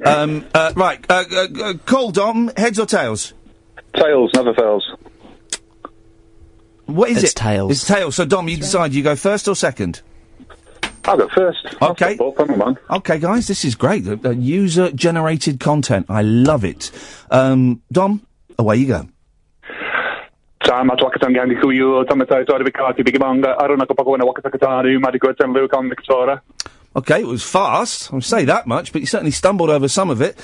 Speaker 3: Um, uh, right. Uh, uh, uh, call Dom. Heads or tails?
Speaker 17: Tails, never fails.
Speaker 3: What is
Speaker 17: It's
Speaker 3: it? Tails. It's tails. So Dom, you decide. You go first or second?
Speaker 17: I'll go first.
Speaker 3: Okay. Okay, guys, this is great. The, the user-generated content. I love it. Um, Dom, away you go.
Speaker 17: Tamata Wakatangi hangi kuwe tamataya tulipukaka kapiki monga hora nuku poka wena wakatakataru matakuai tanga nuru kawa mikitora.
Speaker 3: Okay, it was fast. I'll say that much, but you certainly stumbled over some of it.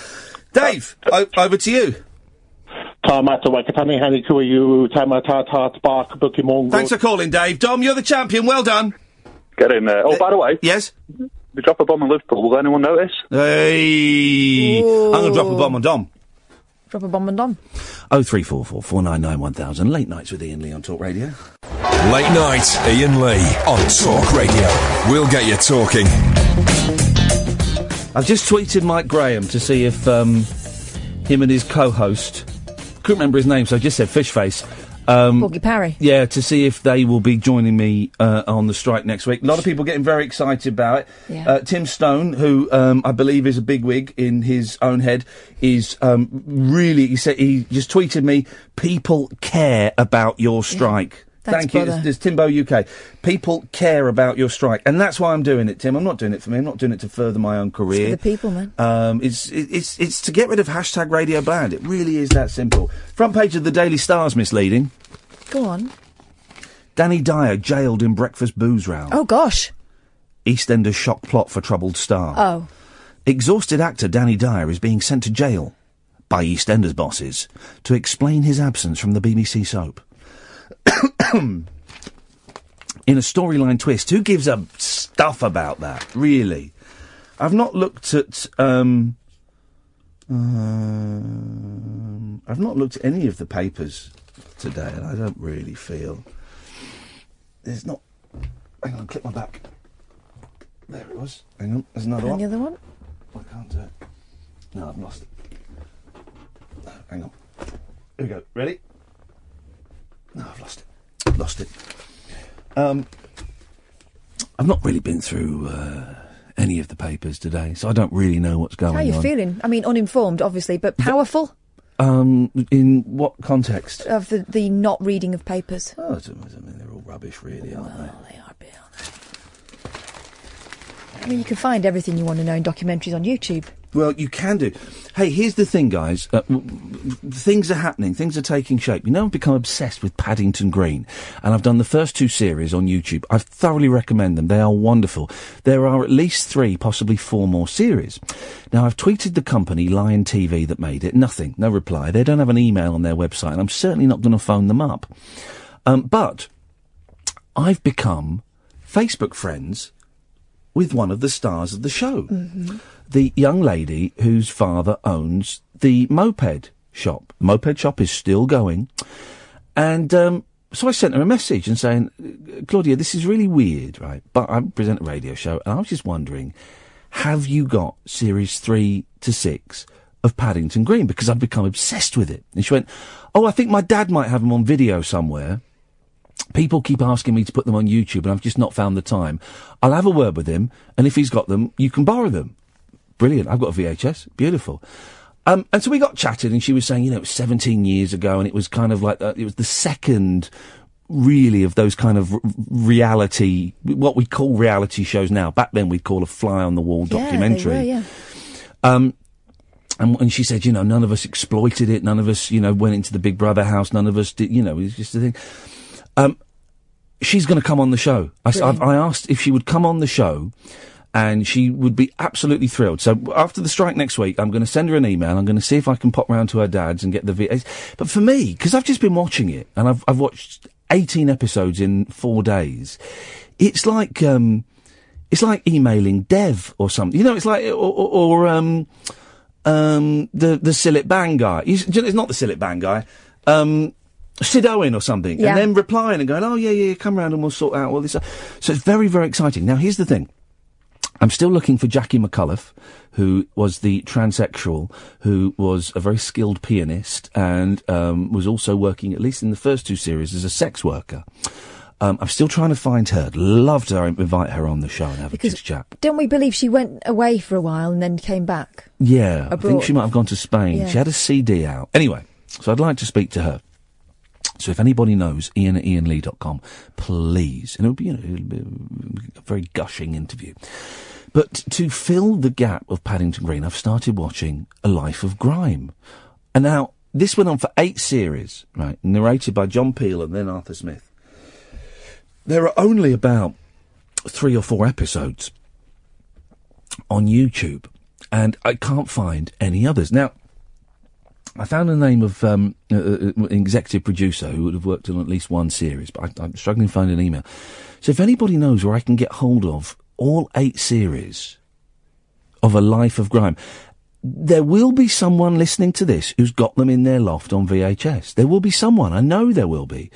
Speaker 3: Dave,
Speaker 17: Uh,
Speaker 3: o- over to you.
Speaker 14: Tamata Wakatani Hani Kuyu Tamata Tat Bark Bukimongo.
Speaker 3: Thanks for calling, Dave. Dom, you're the champion. Well done. Uh,
Speaker 17: Get in there. Oh, by the way.
Speaker 3: Yes?
Speaker 17: We drop a bomb in Liverpool. Will anyone notice?
Speaker 3: Hey, I'm going to drop a bomb on Dom.
Speaker 5: Drop a bomb and Dom.
Speaker 3: Oh three four four four nine nine one thousand. Late nights with Ian Lee on Talk Radio.
Speaker 18: Late night, Ian Lee on Talk Radio. We'll get you talking.
Speaker 3: I've just tweeted Mike Graham to see if um, him and his co-host, couldn't remember his name, so I just said Fishface. Um,
Speaker 5: Porgy Parry.
Speaker 3: Yeah, to see if they will be joining me uh, on the strike next week. A lot of people getting very excited about it.
Speaker 5: Yeah.
Speaker 3: Uh, Tim Stone, who um, I believe is a bigwig in his own head, is um, really. He said he just tweeted me, "People care about your strike."
Speaker 19: Thanks,
Speaker 3: Thank you.
Speaker 19: brother.
Speaker 3: There's Timbo UK. People care about your strike, and that's why I'm doing it, Tim. I'm not doing it for me. I'm not doing it to further my own career.
Speaker 5: The people, man.
Speaker 3: Um, it's it- it's it's to get rid of hashtag Radio Band. It really is that simple. Front page of the Daily Star's misleading.
Speaker 5: Go on.
Speaker 3: Danny Dyer jailed in breakfast booze round.
Speaker 5: Oh gosh.
Speaker 3: EastEnders shock plot for troubled star.
Speaker 5: Oh.
Speaker 3: Exhausted actor Danny Dyer is being sent to jail by EastEnders bosses to explain his absence from the BBC soap. in a storyline twist. Who gives a stuff about that, really? I've not looked at. Um, um, I've not looked at any of the papers today, and I don't really feel. There's not. Hang on, clip my back. There it was. Hang on, there's another
Speaker 5: And
Speaker 3: one.
Speaker 5: the other one?
Speaker 3: I can't do it. No, I've lost it. No, hang on. Here we go. Ready? No, I've lost it. Lost it. Um, I've not really been through uh, any of the papers today, so I don't really know what's going
Speaker 5: How are you
Speaker 3: on.
Speaker 5: feeling? I mean, uninformed, obviously, but powerful
Speaker 3: Um, in what context?
Speaker 5: of the, the not reading of papers.
Speaker 3: Oh, I don't- I don't mean, they're all rubbish, really, aren't they?
Speaker 5: I mean, you can find everything you want to know in documentaries on YouTube.
Speaker 3: Well, you can do. Hey, here's the thing, guys. Uh, w- w- things are happening. Things are taking shape. You know, I've become obsessed with Paddington Green, and I've done the first two series on YouTube. I thoroughly recommend them. They are wonderful. There are at least three, possibly four more series. Now, I've tweeted the company Lion TV that made it. Nothing. No reply. They don't have an email on their website, and I'm certainly not going to phone them up. Um, but I've become Facebook friends with one of the stars of the show
Speaker 20: Mm-hmm.
Speaker 3: the young lady whose father owns the moped shop. The moped shop is still going. And um, so I sent her a message and saying, Claudia, this is really weird, right? But I present a radio show and I was just wondering, have you got series three to six of Paddington Green? Because I've become obsessed with it. And she went, Oh, I think my dad might have them on video somewhere. People keep asking me to put them on YouTube and I've just not found the time. I'll have a word with him and if he's got them, you can borrow them brilliant. I've got a VHS. Beautiful. Um, and so we got chatted, and she was saying, you know, it was 17 years ago, and it was kind of like uh, it was the second, really, of those kind of r- reality, what we call reality shows now. Back then, we'd call a fly on the wall documentary.
Speaker 11: Yeah, they were, yeah.
Speaker 3: Um, and, and she said, you know, none of us exploited it. None of us, you know, went into the Big Brother house. None of us did, you know, it's just a thing. Um, she's going to come on the show. I, s- I've- I asked if she would come on the show and she would be absolutely thrilled. So after the strike next week, I'm going to send her an email. I'm going to see if I can pop round to her dad's and get the VHS. But for me, because I've just been watching it and I've, I've watched 18 episodes in four days, it's like, um, it's like emailing Dev or something. You know, it's like, or, or, or um, um, the the Sillet Bang guy. You s- do you know, it's not the Sillet Bang guy. Um, Sid Owen or something,
Speaker 4: Yeah.
Speaker 3: and then replying and going, "Oh yeah, yeah, yeah, come round and we'll sort out all this." stuff." So it's very, very exciting. Now here's the thing: I'm still looking for Jackie McCullough, who was the transsexual, who was a very skilled pianist, and um, was also working, at least in the first two series, as a sex worker. Um, I'm still trying to find her. Love to invite her on the show and have a chit chat.
Speaker 11: Don't we believe she went away for a while and then came back?
Speaker 3: Yeah, I think
Speaker 11: Abroad.
Speaker 3: she might have gone to Spain.
Speaker 11: Yeah.
Speaker 3: She had a CD out. Anyway, so I'd like to speak to her. So if anybody knows, ian at ianlee.com, please. And it'll be, you know, it'll be a very gushing interview. But to fill the gap of Paddington Green, I've started watching A Life of Grime. And now, this went on for eight series, right, narrated by John Peel and then Arthur Smith. There are only about three or four episodes on YouTube, and I can't find any others. Now, I found the name of um, uh, uh, an executive producer who would have worked on at least one series, but I, I'm struggling to find an email. So, if anybody knows where I can get hold of all eight series of A Life of Grime, there will be someone listening to this who's got them in their loft on VHS. There will be someone. I know there will be.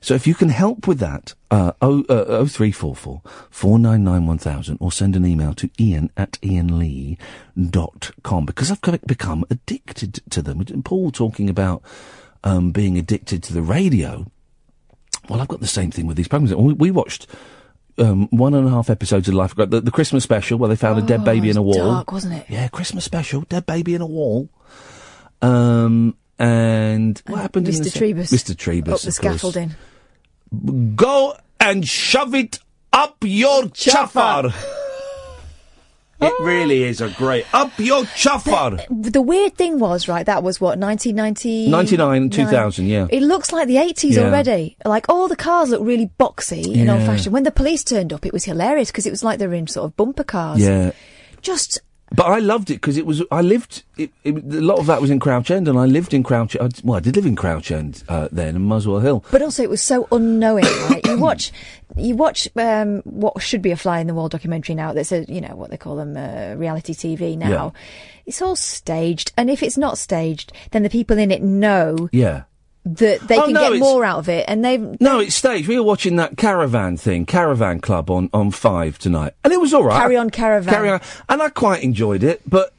Speaker 3: So if you can help with that, uh, oh, uh, 0344 499 1000 or send an email to ian at ianlee.com because I've got- become addicted to them. And Paul talking about um, being addicted to the radio. Well, I've got the same thing with these programs. We, we watched um, one and a half episodes of Life of Grime, the, the Christmas special where they found a dead
Speaker 4: Oh,
Speaker 3: baby in a
Speaker 4: it was
Speaker 3: wall.
Speaker 4: dark, wasn't it?
Speaker 3: Yeah, Christmas special, dead baby in a wall. Um, and what happened in the
Speaker 11: Uh, Mr.
Speaker 3: se-
Speaker 11: Trebus.
Speaker 3: Mr. Trebus,
Speaker 11: Up the
Speaker 3: of course.
Speaker 11: scaffolding.
Speaker 3: Go and shove it up your chaffer. it really is a great up your chaffer.
Speaker 11: The weird thing was, right, that was what, 1990?
Speaker 3: 99, 2000, yeah.
Speaker 11: It looks like the 80s
Speaker 3: Yeah.
Speaker 11: already. Like, all the cars look really boxy and
Speaker 3: Yeah.
Speaker 11: old fashioned. When the police turned up, it was hilarious because it was like they were in sort of bumper cars.
Speaker 3: Yeah.
Speaker 11: Just,
Speaker 3: But I loved it because it was. I lived. It, it, a lot of that was in Crouch End, and I lived in Crouch. I, well, I did live in Crouch End uh, then, in Muswell Hill.
Speaker 11: but also it was so unknowing, right? You watch, you watch, um, what should be a fly in the wall documentary now that's a, you know, what they call them, uh, reality TV now. It's all staged. And if it's not staged, then the people in it know
Speaker 3: Yeah.
Speaker 11: that they
Speaker 3: Oh,
Speaker 11: can
Speaker 3: no,
Speaker 11: get
Speaker 3: it's-
Speaker 11: more out of it and they've,
Speaker 3: No, it's staged. We were watching that caravan thing, Caravan Club on, on Five tonight, and it was all right.
Speaker 11: Carry on caravan.
Speaker 3: Carry on, and I quite enjoyed it. But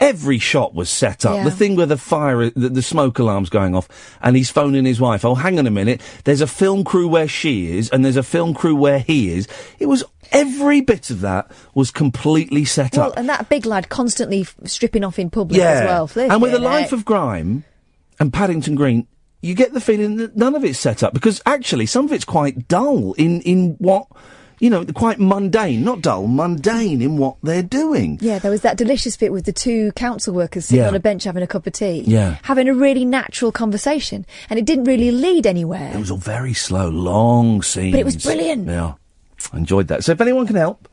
Speaker 3: every shot was set up.
Speaker 11: Yeah.
Speaker 3: The thing where the fire, the, the smoke alarm's going off, and he's phoning his wife. Oh, hang on a minute. There's a film crew where she is, and there's a film crew where he is. It was every bit of that was completely set
Speaker 11: Well,
Speaker 3: up.
Speaker 11: and that big lad constantly f- stripping off in public as well.
Speaker 3: And with a
Speaker 11: Flipping
Speaker 3: life
Speaker 11: heck.
Speaker 3: of grime and Paddington Green, you get the feeling that none of it's set up because actually some of it's quite dull in, in what you know, quite mundane, not dull, mundane in what they're doing.
Speaker 11: Yeah, there was that delicious bit with the two council workers sitting
Speaker 3: Yeah.
Speaker 11: on a bench having a cup of tea.
Speaker 3: Yeah.
Speaker 11: Having a really natural conversation. And it didn't really lead anywhere.
Speaker 3: It was all very slow, long scenes.
Speaker 11: But it was brilliant.
Speaker 3: Yeah, I enjoyed that. So if anyone can help,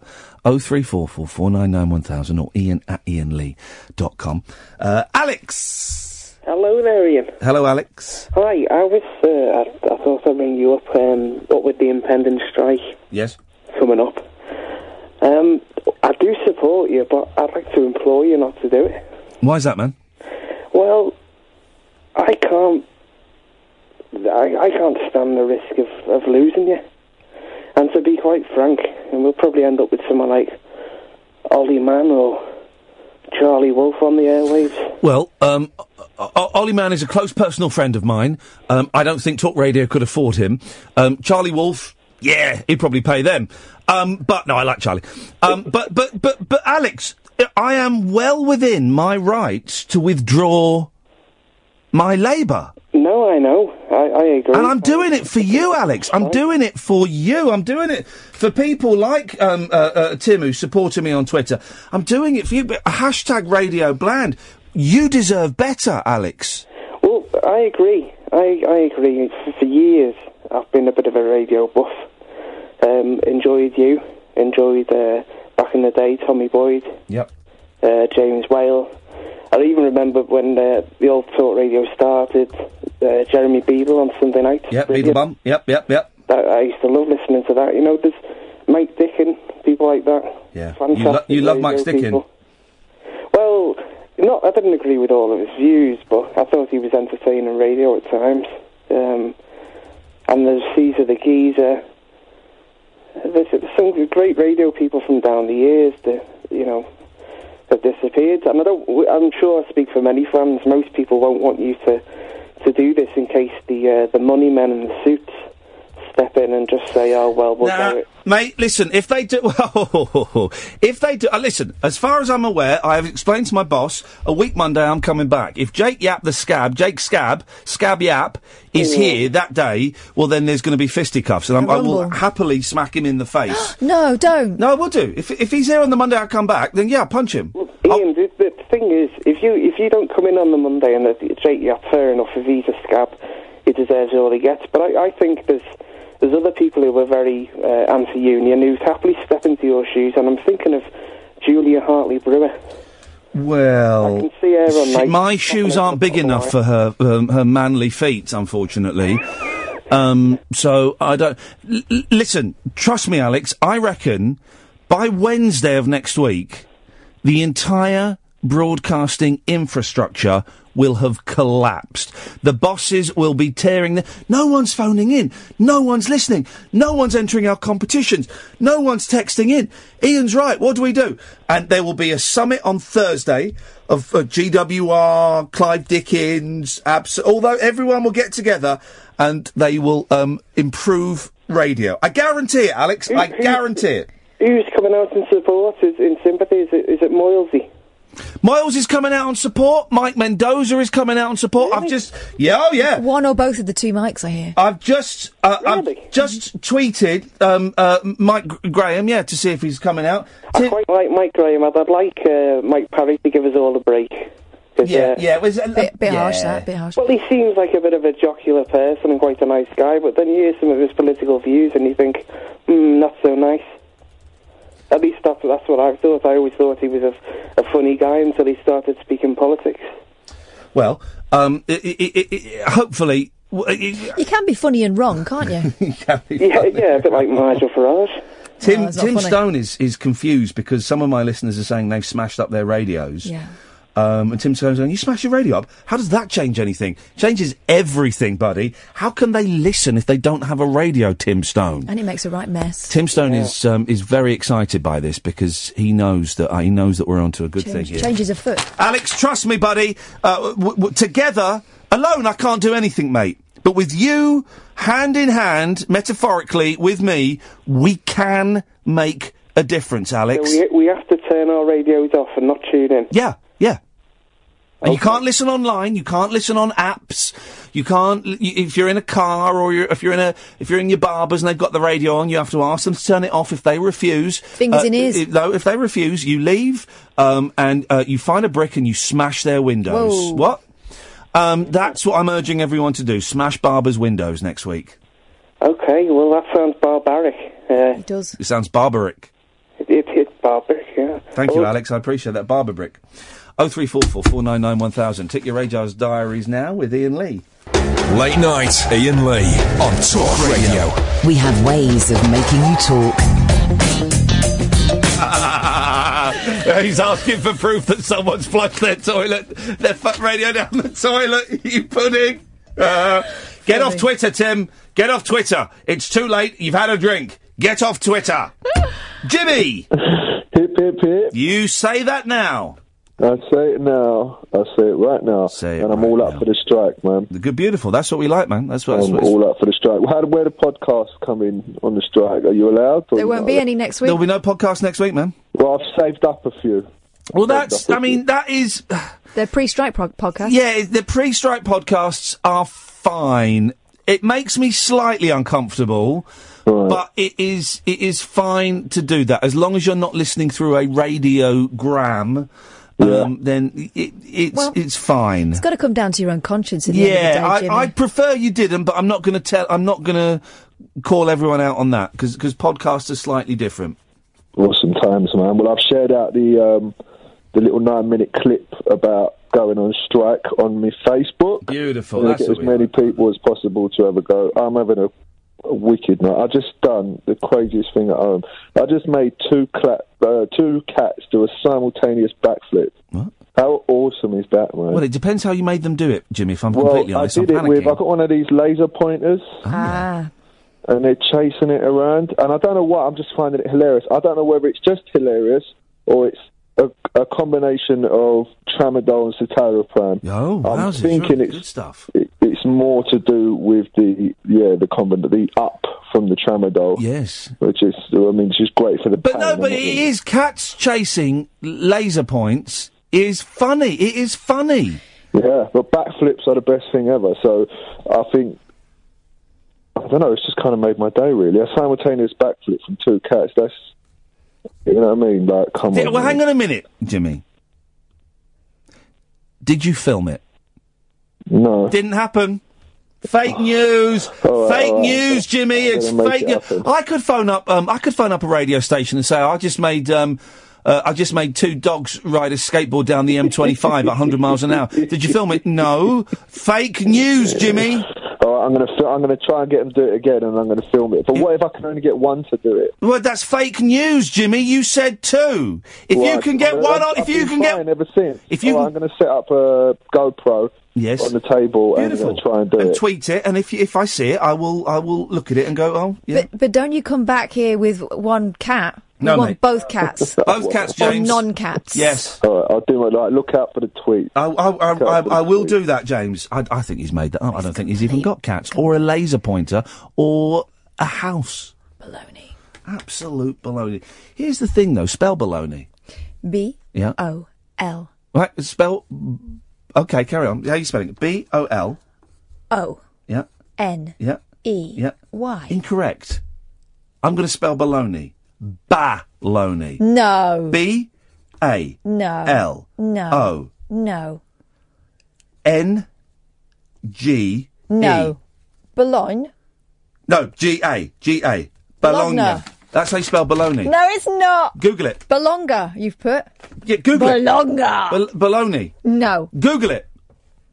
Speaker 3: 0344 499 1000 or ian at ianlee.com. Uh, Alex!
Speaker 21: Hello there, Ian.
Speaker 3: Hello, Alex.
Speaker 21: Hi, I was. Uh, I, I thought I'd ring you up. Um, up with the impending strike
Speaker 3: Yes?
Speaker 21: coming up. Um, I do support you, but I'd like to implore you not to do it.
Speaker 3: Why is that, man?
Speaker 21: Well, I can't. I, I can't stand the risk of, of losing you. And to be quite frank, and we'll probably end up with someone like Ollie Mann or Charlie Wolf on the airwaves.
Speaker 3: Well, um, O- O- Ollie Mann is a close personal friend of mine. Um, I don't think Talk Radio could afford him. Um, Charlie Wolf, yeah, he'd probably pay them. Um, but no, I like Charlie. Um, but but but but Alex, I am well within my rights to withdraw my Labour.
Speaker 21: No, I know. I, I agree.
Speaker 3: And I'm doing it for you, Alex. I'm doing it for you. I'm doing it for people like um, uh, uh, Tim, who's supporting me on Twitter. I'm doing it for you. But hashtag Radio Bland. You deserve better, Alex.
Speaker 21: Well, I agree. I, I agree. F- For years, I've been a bit of a radio buff. Um, enjoyed you. Enjoyed uh, back in the day, Tommy Boyd,
Speaker 3: Yep.
Speaker 21: uh, James Whale. I even remember when uh, the old talk radio started. Uh, Jeremy Beadle on Sunday night.
Speaker 3: Yep, Beetle Bum. Yep, yep, yep.
Speaker 21: That, I used to love listening to that. You know, there's Mike Dickin, people like that.
Speaker 3: Yeah. You, lo-
Speaker 21: Fantastic
Speaker 3: you love Mike
Speaker 21: radio
Speaker 3: Stickin.
Speaker 21: people. Well, not. I didn't agree with all of his views, but I thought he was entertaining radio at times. Um, and there's Caesar the Geezer. There's some great radio people from down the years that you know have disappeared. And I don't. I'm sure I speak for many fans. Most people won't want you to to do this in case the uh, the money men in the suits step in and just say, "Oh well, we'll
Speaker 3: Nah,
Speaker 21: go it."
Speaker 3: mate, listen, if they do, if they do, uh, listen, as far as I'm aware, I have explained to my boss, a week Monday I'm coming back. If Jake Yap the scab, Jake Scab, Scab Yap,
Speaker 11: Mm.
Speaker 3: is here that day, well then there's going to be fisticuffs and I'm, I will
Speaker 11: Rumble.
Speaker 3: happily smack him in the face.
Speaker 11: No, don't.
Speaker 3: no, I will do. If, if he's here on the Monday I come back, then yeah, I'll punch him. Oh.
Speaker 21: Ian, the, the thing is, if you if you don't come in on the Monday and the Jake Yap, fair enough, if he's a scab, he deserves all he gets. But I, I think there's there's other people who are very uh, anti-union who'd happily step into your shoes, and I'm thinking of Julia Hartley Brewer.
Speaker 3: Well,
Speaker 21: see her on,
Speaker 3: she-
Speaker 21: like,
Speaker 3: my shoes aren't big enough for her um, her manly feet, unfortunately. Um, so I don't l- l- listen. Trust me, Alex. I reckon by Wednesday of next week, the entire broadcasting infrastructure will have collapsed. The bosses will be tearing the No one's phoning in. No one's listening. No one's entering our competitions. No one's texting in. Ian's right. What do we do? And there will be a summit on Thursday of uh, GWR, Clive Dickens, abs- although everyone will get together and they will um, improve radio. I guarantee it, Alex. I guarantee it.
Speaker 21: Who's coming out in support? Is in sympathy? Is it is it Moylesy?
Speaker 3: Miles is coming out on support. Mike Mendoza is coming out on support. I've just, yeah, oh yeah.
Speaker 11: One or both of the two mics I hear.
Speaker 3: I've just, uh, I've just tweeted um, uh, Mike Gr- Graham, yeah, to see if he's coming out.
Speaker 21: I quite like Mike Graham. I'd, I'd like uh, Mike Parry to give us all a break. 'Cause,
Speaker 3: Yeah,
Speaker 21: uh,
Speaker 3: yeah, it was a bit,
Speaker 11: bit harsh, that, bit harsh.
Speaker 21: Well, he seems like a bit of a jocular person and quite a nice guy, but then you hear some of his political views and you think, hmm, not so nice. At least that's, that's what I thought. I always thought he was a, a funny guy until he started speaking politics.
Speaker 3: Well, um, i i i i hopefully, w- i-
Speaker 11: You can be funny and wrong, can't you?
Speaker 3: i-
Speaker 21: Yeah, yeah, a bit like Nigel Farage.
Speaker 3: Tim,
Speaker 11: No, it's not
Speaker 3: Tim
Speaker 11: funny.
Speaker 3: Stone is, is confused because some of my listeners are saying they've smashed up their radios.
Speaker 11: Yeah.
Speaker 3: Um, and Tim Stone's going, you smash your radio up? How does that change anything? Changes everything, buddy. How can they listen if they don't have a radio, Tim Stone?
Speaker 11: and it makes a right mess.
Speaker 3: Tim Stone is um, is very excited by this because he knows that uh, he knows that we're onto a good thing
Speaker 11: Change,
Speaker 3: here.
Speaker 11: changes a foot.
Speaker 3: Alex, trust me, buddy. Uh, w- w- together, alone, I can't do anything, mate. But with you, hand in hand, metaphorically, with me, we can make a difference, Alex.
Speaker 21: So we, we have to turn our radios off and not tune in.
Speaker 3: Yeah, yeah. And you can't listen online, you can't listen on apps, You can't y- if you're in a car or you're, if you're in a if you're in your barbers and they've got the radio on. You have to ask them to turn it off. If they refuse,
Speaker 11: Fingers in ears.
Speaker 3: i- No, if they refuse, you leave um, and uh, you find a brick and you smash their windows.
Speaker 11: Whoa.
Speaker 3: What? Um, that's what I'm urging everyone to do. Smash barbers' windows next week.
Speaker 21: Okay, well, that sounds barbaric. Uh,
Speaker 11: it does.
Speaker 3: It sounds barbaric.
Speaker 21: It, it, it's barbaric, yeah.
Speaker 3: Thank
Speaker 11: Oh.
Speaker 3: you, Alex. I appreciate that. Barber Brick. 0344 499 1000. Tick your radars diaries now with Ian Lee.
Speaker 2: Late night, Ian Lee on Talk Radio.
Speaker 1: We have ways of making you talk.
Speaker 4: He's asking for proof that someone's flushed their toilet, their foot radio down the toilet. You pudding.
Speaker 3: Uh, get off Twitter, Tim. Get off Twitter. It's too late. You've had a drink. Get off Twitter. Jimmy!
Speaker 20: Hip, hip, hip.
Speaker 3: You say that now.
Speaker 20: I say it now. I say it right now. and I'm all up for the strike, man.
Speaker 3: The good, beautiful. That's what we like, man. That's what. That's
Speaker 20: I'm
Speaker 3: what
Speaker 20: Um, all up for the strike. How, where the podcast come in on the strike? Are you allowed? or
Speaker 11: There
Speaker 20: you're
Speaker 11: won't
Speaker 20: not
Speaker 11: be
Speaker 20: allowed?
Speaker 11: any next week.
Speaker 3: There'll be no podcast next week, man.
Speaker 20: Well, I've saved up a few.
Speaker 3: Well, that's. I mean, that is.
Speaker 11: They're pre-strike pro- podcast.
Speaker 3: Yeah, the pre-strike podcasts are fine. It makes me slightly uncomfortable, but it is it is fine to do that as long as you're not listening through a radiogram. Um, then it, it's it's fine.
Speaker 11: It's got to come down to your own conscience. At the end
Speaker 3: Yeah,
Speaker 11: of the day,
Speaker 3: I,
Speaker 11: Jimmy.
Speaker 3: I prefer you didn't, but I'm not going to tell. I'm not going to call everyone out on that because podcasts are slightly different.
Speaker 20: Awesome times, man. Well, I've shared out the um, the little nine minute clip about going on strike on my Facebook.
Speaker 3: Beautiful.
Speaker 20: Wanna
Speaker 3: That's
Speaker 20: get
Speaker 3: what
Speaker 20: as
Speaker 3: we
Speaker 20: many people as possible to have a go. I'm having a, a wicked night. I just done the craziest thing at home. I just made two clap, uh, two cats do a simultaneous backflip. How awesome is that, man?
Speaker 3: Well, it depends how you made them do it, Jimmy. If I'm
Speaker 20: Well,
Speaker 3: completely
Speaker 20: I
Speaker 3: honest,
Speaker 20: did
Speaker 3: I'm
Speaker 20: it with.
Speaker 3: panicking. Oh.
Speaker 20: I got one of these laser pointers.
Speaker 11: Ah.
Speaker 20: And they're chasing it around, and I don't know why. I'm just finding it hilarious. I don't know whether it's just hilarious or it's a, a combination of tramadol and citalopram.
Speaker 3: Oh,
Speaker 20: I'm
Speaker 3: wowzers,
Speaker 20: thinking
Speaker 3: right,
Speaker 20: it's
Speaker 3: good stuff.
Speaker 20: it, it's more to do with the yeah the common the up from the tramadol.
Speaker 3: Yes,
Speaker 20: which is I mean she's great for the
Speaker 3: But
Speaker 4: Oh,
Speaker 3: no, but it is cats chasing laser points is funny. It is funny.
Speaker 20: Yeah, but backflips are the best thing ever. So I think I don't know. It's just kind of made my day really. A simultaneous backflip from two cats. That's you know what I mean. Like come
Speaker 3: Did-
Speaker 20: on.
Speaker 3: well,
Speaker 20: man.
Speaker 3: hang on a minute, Jimmy. Did you film it?
Speaker 20: No.
Speaker 3: Didn't happen. Fake news.
Speaker 4: All right, all
Speaker 3: fake
Speaker 4: right.
Speaker 3: news, Jimmy.
Speaker 4: I'm
Speaker 3: It's
Speaker 4: gonna make
Speaker 3: fake.
Speaker 4: it
Speaker 3: news.
Speaker 4: happen.
Speaker 3: I could phone up. Um, I could phone up a radio station and say I just made. Um, uh, I just made two dogs ride a skateboard down the M25 at 100 miles an hour. Did you film it? No. Fake news, Jimmy.
Speaker 20: All right, Oh, I'm gonna fil- I'm gonna try and get them to do it again, and I'm gonna film it. But what if I can only get one to do it?
Speaker 3: Well, that's fake news, Jimmy. You said two. If
Speaker 20: Well,
Speaker 3: you
Speaker 20: I-
Speaker 3: can get
Speaker 20: I mean,
Speaker 3: one,
Speaker 20: I've-
Speaker 3: on, if
Speaker 20: I've
Speaker 3: you
Speaker 20: been
Speaker 3: can get
Speaker 20: fine ever since.
Speaker 3: if you
Speaker 20: All right, I'm going to set up a GoPro
Speaker 3: Yes.
Speaker 20: on the table and uh, try and do
Speaker 3: and
Speaker 20: it.
Speaker 3: tweet it, and if you, if I see it, I will I will look at it and go, oh yeah.
Speaker 11: But, but don't you come back here with one cat? You
Speaker 3: No,
Speaker 11: want
Speaker 3: mate.
Speaker 11: both cats.
Speaker 3: Both cats, James.
Speaker 11: Or non-cats.
Speaker 3: Yes.
Speaker 20: All right, I'll do my like. Look out for the tweet.
Speaker 3: I, I, I, I, I will do that, James. I, I think he's made that up. I don't think he's even got cats or a laser pointer or a house.
Speaker 11: Baloney.
Speaker 3: Absolute baloney. Here's the thing, though. Spell baloney.
Speaker 11: B
Speaker 3: Yeah.
Speaker 11: O L
Speaker 3: Right. Spell. Okay. Carry on. How are you spelling it? B O L.
Speaker 11: O
Speaker 3: Yeah.
Speaker 11: N
Speaker 3: Yeah.
Speaker 11: E
Speaker 3: Yeah.
Speaker 11: Y.
Speaker 3: Incorrect. I'm going to spell baloney. Baloney.
Speaker 11: No.
Speaker 3: B A
Speaker 11: No.
Speaker 3: L
Speaker 11: No.
Speaker 3: O
Speaker 11: No.
Speaker 3: N G E.
Speaker 11: No. Bologna.
Speaker 3: No, G A G A Bologna.
Speaker 11: Bologna.
Speaker 3: That's how you spell baloney.
Speaker 11: No, it's not.
Speaker 3: Google it.
Speaker 11: Bolonga, you've put.
Speaker 3: Yeah, Google
Speaker 11: Bologna.
Speaker 3: it. Bologna. Baloney.
Speaker 11: No.
Speaker 3: Google it.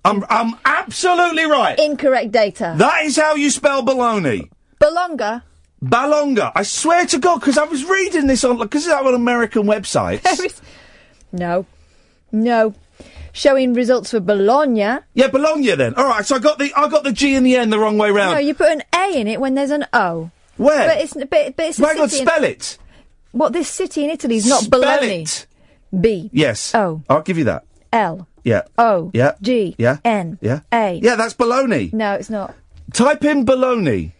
Speaker 3: I'm I'm absolutely right.
Speaker 11: Incorrect data.
Speaker 3: That is how you spell baloney.
Speaker 11: Bolonga.
Speaker 3: Balonga. I swear to God, because I was reading this on because it's on American websites.
Speaker 11: No. No. Showing results for Bologna.
Speaker 3: yeah, Bologna. Then all right. So I got the I got the G and the N the wrong way round.
Speaker 11: No, you put an A in it when there's an O.
Speaker 3: Where?
Speaker 11: But it's but, but it's a
Speaker 3: Hang on,
Speaker 11: city in-
Speaker 3: spell it.
Speaker 11: What this city in Italy is not
Speaker 3: Spell
Speaker 11: Bologna.
Speaker 3: it.
Speaker 11: B
Speaker 3: Yes.
Speaker 11: O
Speaker 3: I'll give you that.
Speaker 11: L
Speaker 3: Yeah.
Speaker 11: O
Speaker 3: Yeah.
Speaker 11: G
Speaker 3: Yeah.
Speaker 11: N
Speaker 3: Yeah.
Speaker 11: A.
Speaker 3: Yeah, that's baloney.
Speaker 11: No, it's not.
Speaker 3: Type in baloney.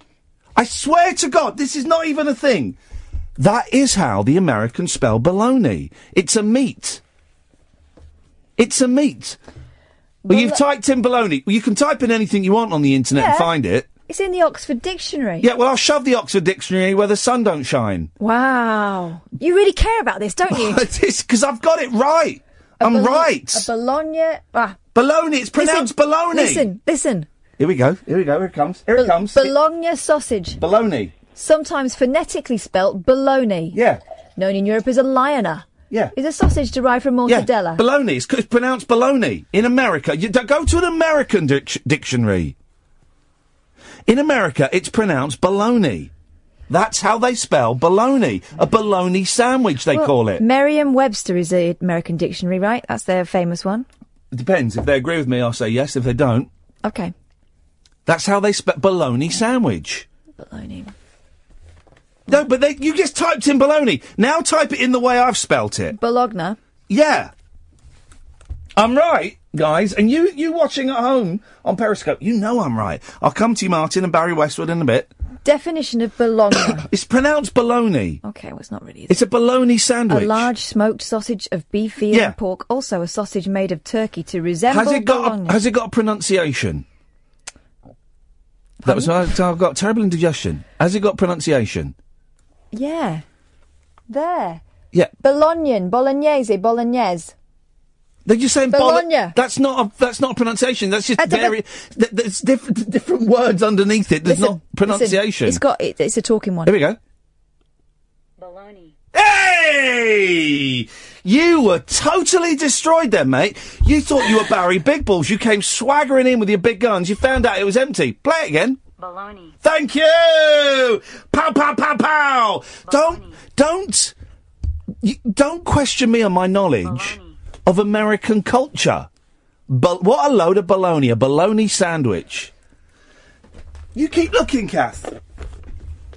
Speaker 3: I swear to God, this is not even a thing. That is how the Americans spell baloney. It's a meat. It's a meat. Well, you've typed in baloney. Well, you can type in anything you want on the internet and
Speaker 11: Yeah.
Speaker 3: find it.
Speaker 11: It's in the Oxford Dictionary.
Speaker 3: Yeah, well, I'll shove the Oxford Dictionary where the sun don't shine.
Speaker 11: Wow. You really care about this, don't you?
Speaker 3: Because I've got it right.
Speaker 11: i
Speaker 3: I'm right.
Speaker 11: A bologna. Ah.
Speaker 3: Bologna. It's pronounced
Speaker 11: listen,
Speaker 3: baloney.
Speaker 11: Listen, listen.
Speaker 3: Here we go. Here we go. Here it comes. Here it comes.
Speaker 11: Bologna sausage.
Speaker 3: Baloney.
Speaker 11: Sometimes phonetically spelt bologna.
Speaker 3: Yeah.
Speaker 11: Known in Europe as a lioner.
Speaker 3: Yeah.
Speaker 11: Is a sausage derived from
Speaker 3: Yeah,
Speaker 11: mortadella.
Speaker 3: baloney. It's, it's pronounced baloney in America. You, d- go to an American dic- dictionary. In America, it's pronounced baloney. That's how they spell baloney. A baloney sandwich, they
Speaker 11: Well,
Speaker 3: call it.
Speaker 11: Merriam-Webster is the American dictionary, right? That's their famous one.
Speaker 3: It depends. If they agree with me, I'll say yes. If they don't,
Speaker 11: Okay.
Speaker 3: that's how they spell baloney sandwich.
Speaker 11: Baloney.
Speaker 3: No, but they, you just typed in baloney. Now type it in the way I've spelt it.
Speaker 11: Bologna.
Speaker 3: Yeah. I'm right, guys. And you, you watching at home on Periscope, you know I'm right. I'll come to you, Martin and Barry Westwood, in a bit.
Speaker 11: Definition of bologna.
Speaker 3: It's pronounced bologna.
Speaker 11: okay, well, it's not really.
Speaker 3: It's a bologna sandwich.
Speaker 11: A large smoked sausage of beef, veal,
Speaker 3: Yeah.
Speaker 11: and pork. Also, a sausage made of turkey to resemble
Speaker 3: has it got
Speaker 11: bologna.
Speaker 3: a, has it got a pronunciation? That was my, I've got terrible indigestion. Has it got pronunciation?
Speaker 11: Yeah. There.
Speaker 3: Yeah.
Speaker 11: Bolognan, bolognese, bolognese.
Speaker 3: They're just saying
Speaker 11: Bologna.
Speaker 3: That's not a that's not a pronunciation. That's just
Speaker 11: That's a bo-
Speaker 3: very. th- there's different different words underneath it. There's
Speaker 11: Listen,
Speaker 3: not pronunciation.
Speaker 11: listen, it's got. It, it's a talking one.
Speaker 3: There we go. Hey! You were totally destroyed there, mate. You thought you were Barry Big Balls. You came swaggering in with your big guns. You found out it was empty. Play it again. Baloney. Thank you! Pow, pow, pow, pow! Don't, don't, you, don't question me on my knowledge of American culture. But what a load of baloney, a baloney sandwich. You keep looking, Kath.